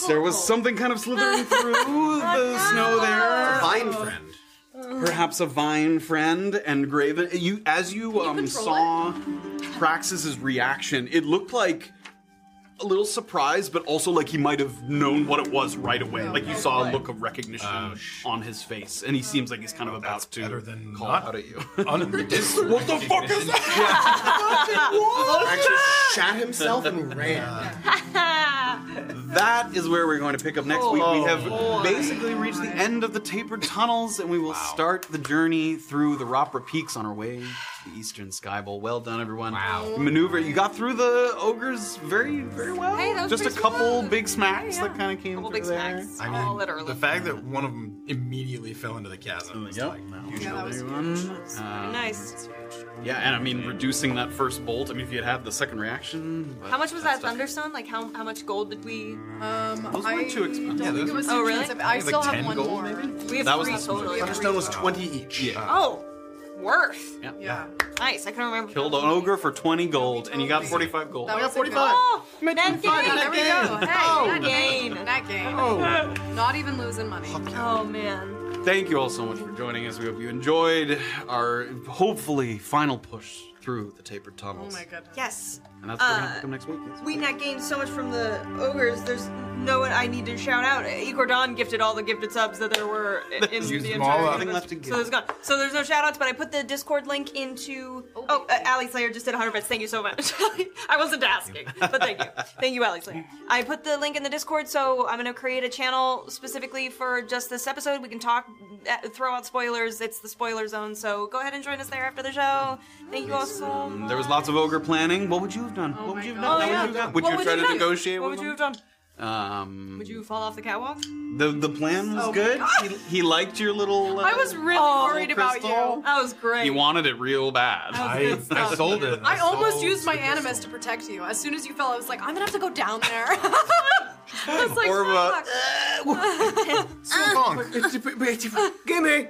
There was something kind of slithering through the snow there.
A vine
friend. Perhaps a vine friend and Graven. You, as you, um,
control
saw Praxis's reaction, it looked like a little surprised, but also like he might have known what it was right away. Like you saw a look of recognition on his face, and he seems like he's kind of about to Oh, better than call out at you. what the fuck is that?
Oh,
Actually, shat himself and ran.
That is where we're going to pick up next week. We have
Oh, boy.
basically reached the end of the tapered tunnels, and we will start the journey through the Ropra Peaks on our way to the Eastern Sky Bowl. Well done, everyone. Wow. maneuver. You got through the ogres very, very well.
Hey, that was
Just a
pretty
couple
smooth.
big smacks that kind of came
Couple
through
big
there.
smacks. all literally.
the fact that one of them immediately fell into the
Mm,
chasm is like
Yeah, that was
huge. Um,
nice.
Yeah, and I mean reducing that first bolt. I mean, if you had had the second reaction, but
How much was
that's
that
tough.
thunderstone? Like how how much gold did we?
Um,
Those weren't I too expensive. don't Yeah, think those it was
oh
too
really?
expensive. I Like still have 10 one gold, more.
We have
That was
three
the
total.
Thunderstone was 20 each.
Uh, Yeah.
Oh, worth.
Yeah.
Nice. I can remember.
Killed an ogre for 20 gold, and you got 45 gold.
That was a good-
Oh,
Net gain.
There we go. Hey,
Oh.
net gain. Net gain.
Oh.
Not even losing money.
Oh man.
Thank you all so much for joining us. We hope you enjoyed our hopefully final push through the tapered tunnels.
goodness.
Yes.
And that's what we're going to
Oh Uh,
pick up next week.
We net gained so much from the ogres. There's no one I need to shout out. Igordon gifted all the gifted subs that there were in
There's
the
them all
entire
up. Nothing
universe.
left to give.
So there's gone. So there's no shout outs, but I put the Discord link into. Oh, uh, Ally Slayer just did 100 bits. Thank you so much. I wasn't asking, but thank you. Thank you, Ally Slayer. I put the link in the Discord, so I'm going to create a channel specifically for just this episode. We can talk, uh, throw out spoilers. It's the spoiler zone, so go ahead and join us there after the show. Thank you all so much.
There was lots of ogre planning. What would you have done? what would you have done?
Oh,
What
yeah.
would you have done?
What
Would you try to
done?
negotiate
What
with
would you
them?
have done?
Um,
Would you fall off the catwalk?
the, the plan was
Oh my
good.
God.
He, he liked your little. Uh,
I was really worried about you. That was great.
he wanted it real bad.
That was good stuff.
I almost used my animus to protect you. As soon as you fell, I was like, I'm gonna have to go down there. I was like,
Orba.
Uh,
Gimme!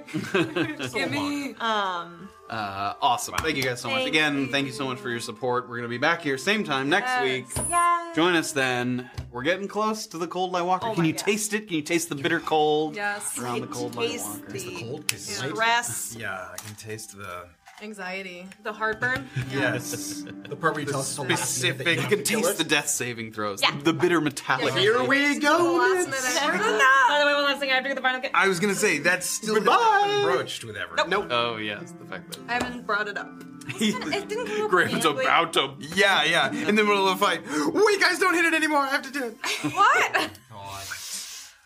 Gimme!
Um,
Uh, awesome. Thank you guys so much.
Thank
Again, thank you so much for your support. We're going to be back here same time next week.
Yeah.
Join us then. We're getting close to the cold light
Oh
walker. Can you taste it? Can you taste the bitter cold
Yes.
around the cold light
Taste
walker?
the Is the cold
yeah.
stress.
Yeah, I can taste the.
Anxiety.
The heartburn.
Yes.
the part where you
The
tell us the last minute that
specific. You can
kill
taste
us.
the death saving throws.
Yeah.
The bitter metallic.
Here we go.
By the way, one last thing I have to get the final. Ca-
I was gonna say that's still
Goodbye.
broached with everyone.
Nope. Oh yes, the fact that
I haven't brought it up. it didn't come up.
Graham's
organically.
about to.
Yeah, yeah. In the middle of a fight. Wait, guys, don't hit it anymore. I have to do it.
What?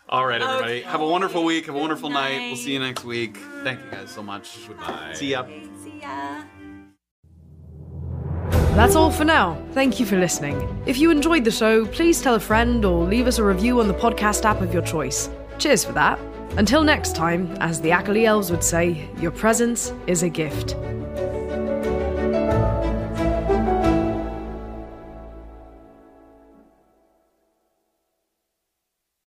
All right, everybody.
Okay.
Have a wonderful week. Have a wonderful night.
night.
We'll see you next week. Thank you guys so much. Goodbye. See ya.
See ya.
That's all for now. Thank you for listening. If you enjoyed the show, please tell a friend or leave us a review on the podcast app of your choice. Cheers for that. Until next time, as the Ackley Elves would say, your presence is a gift.
Bye.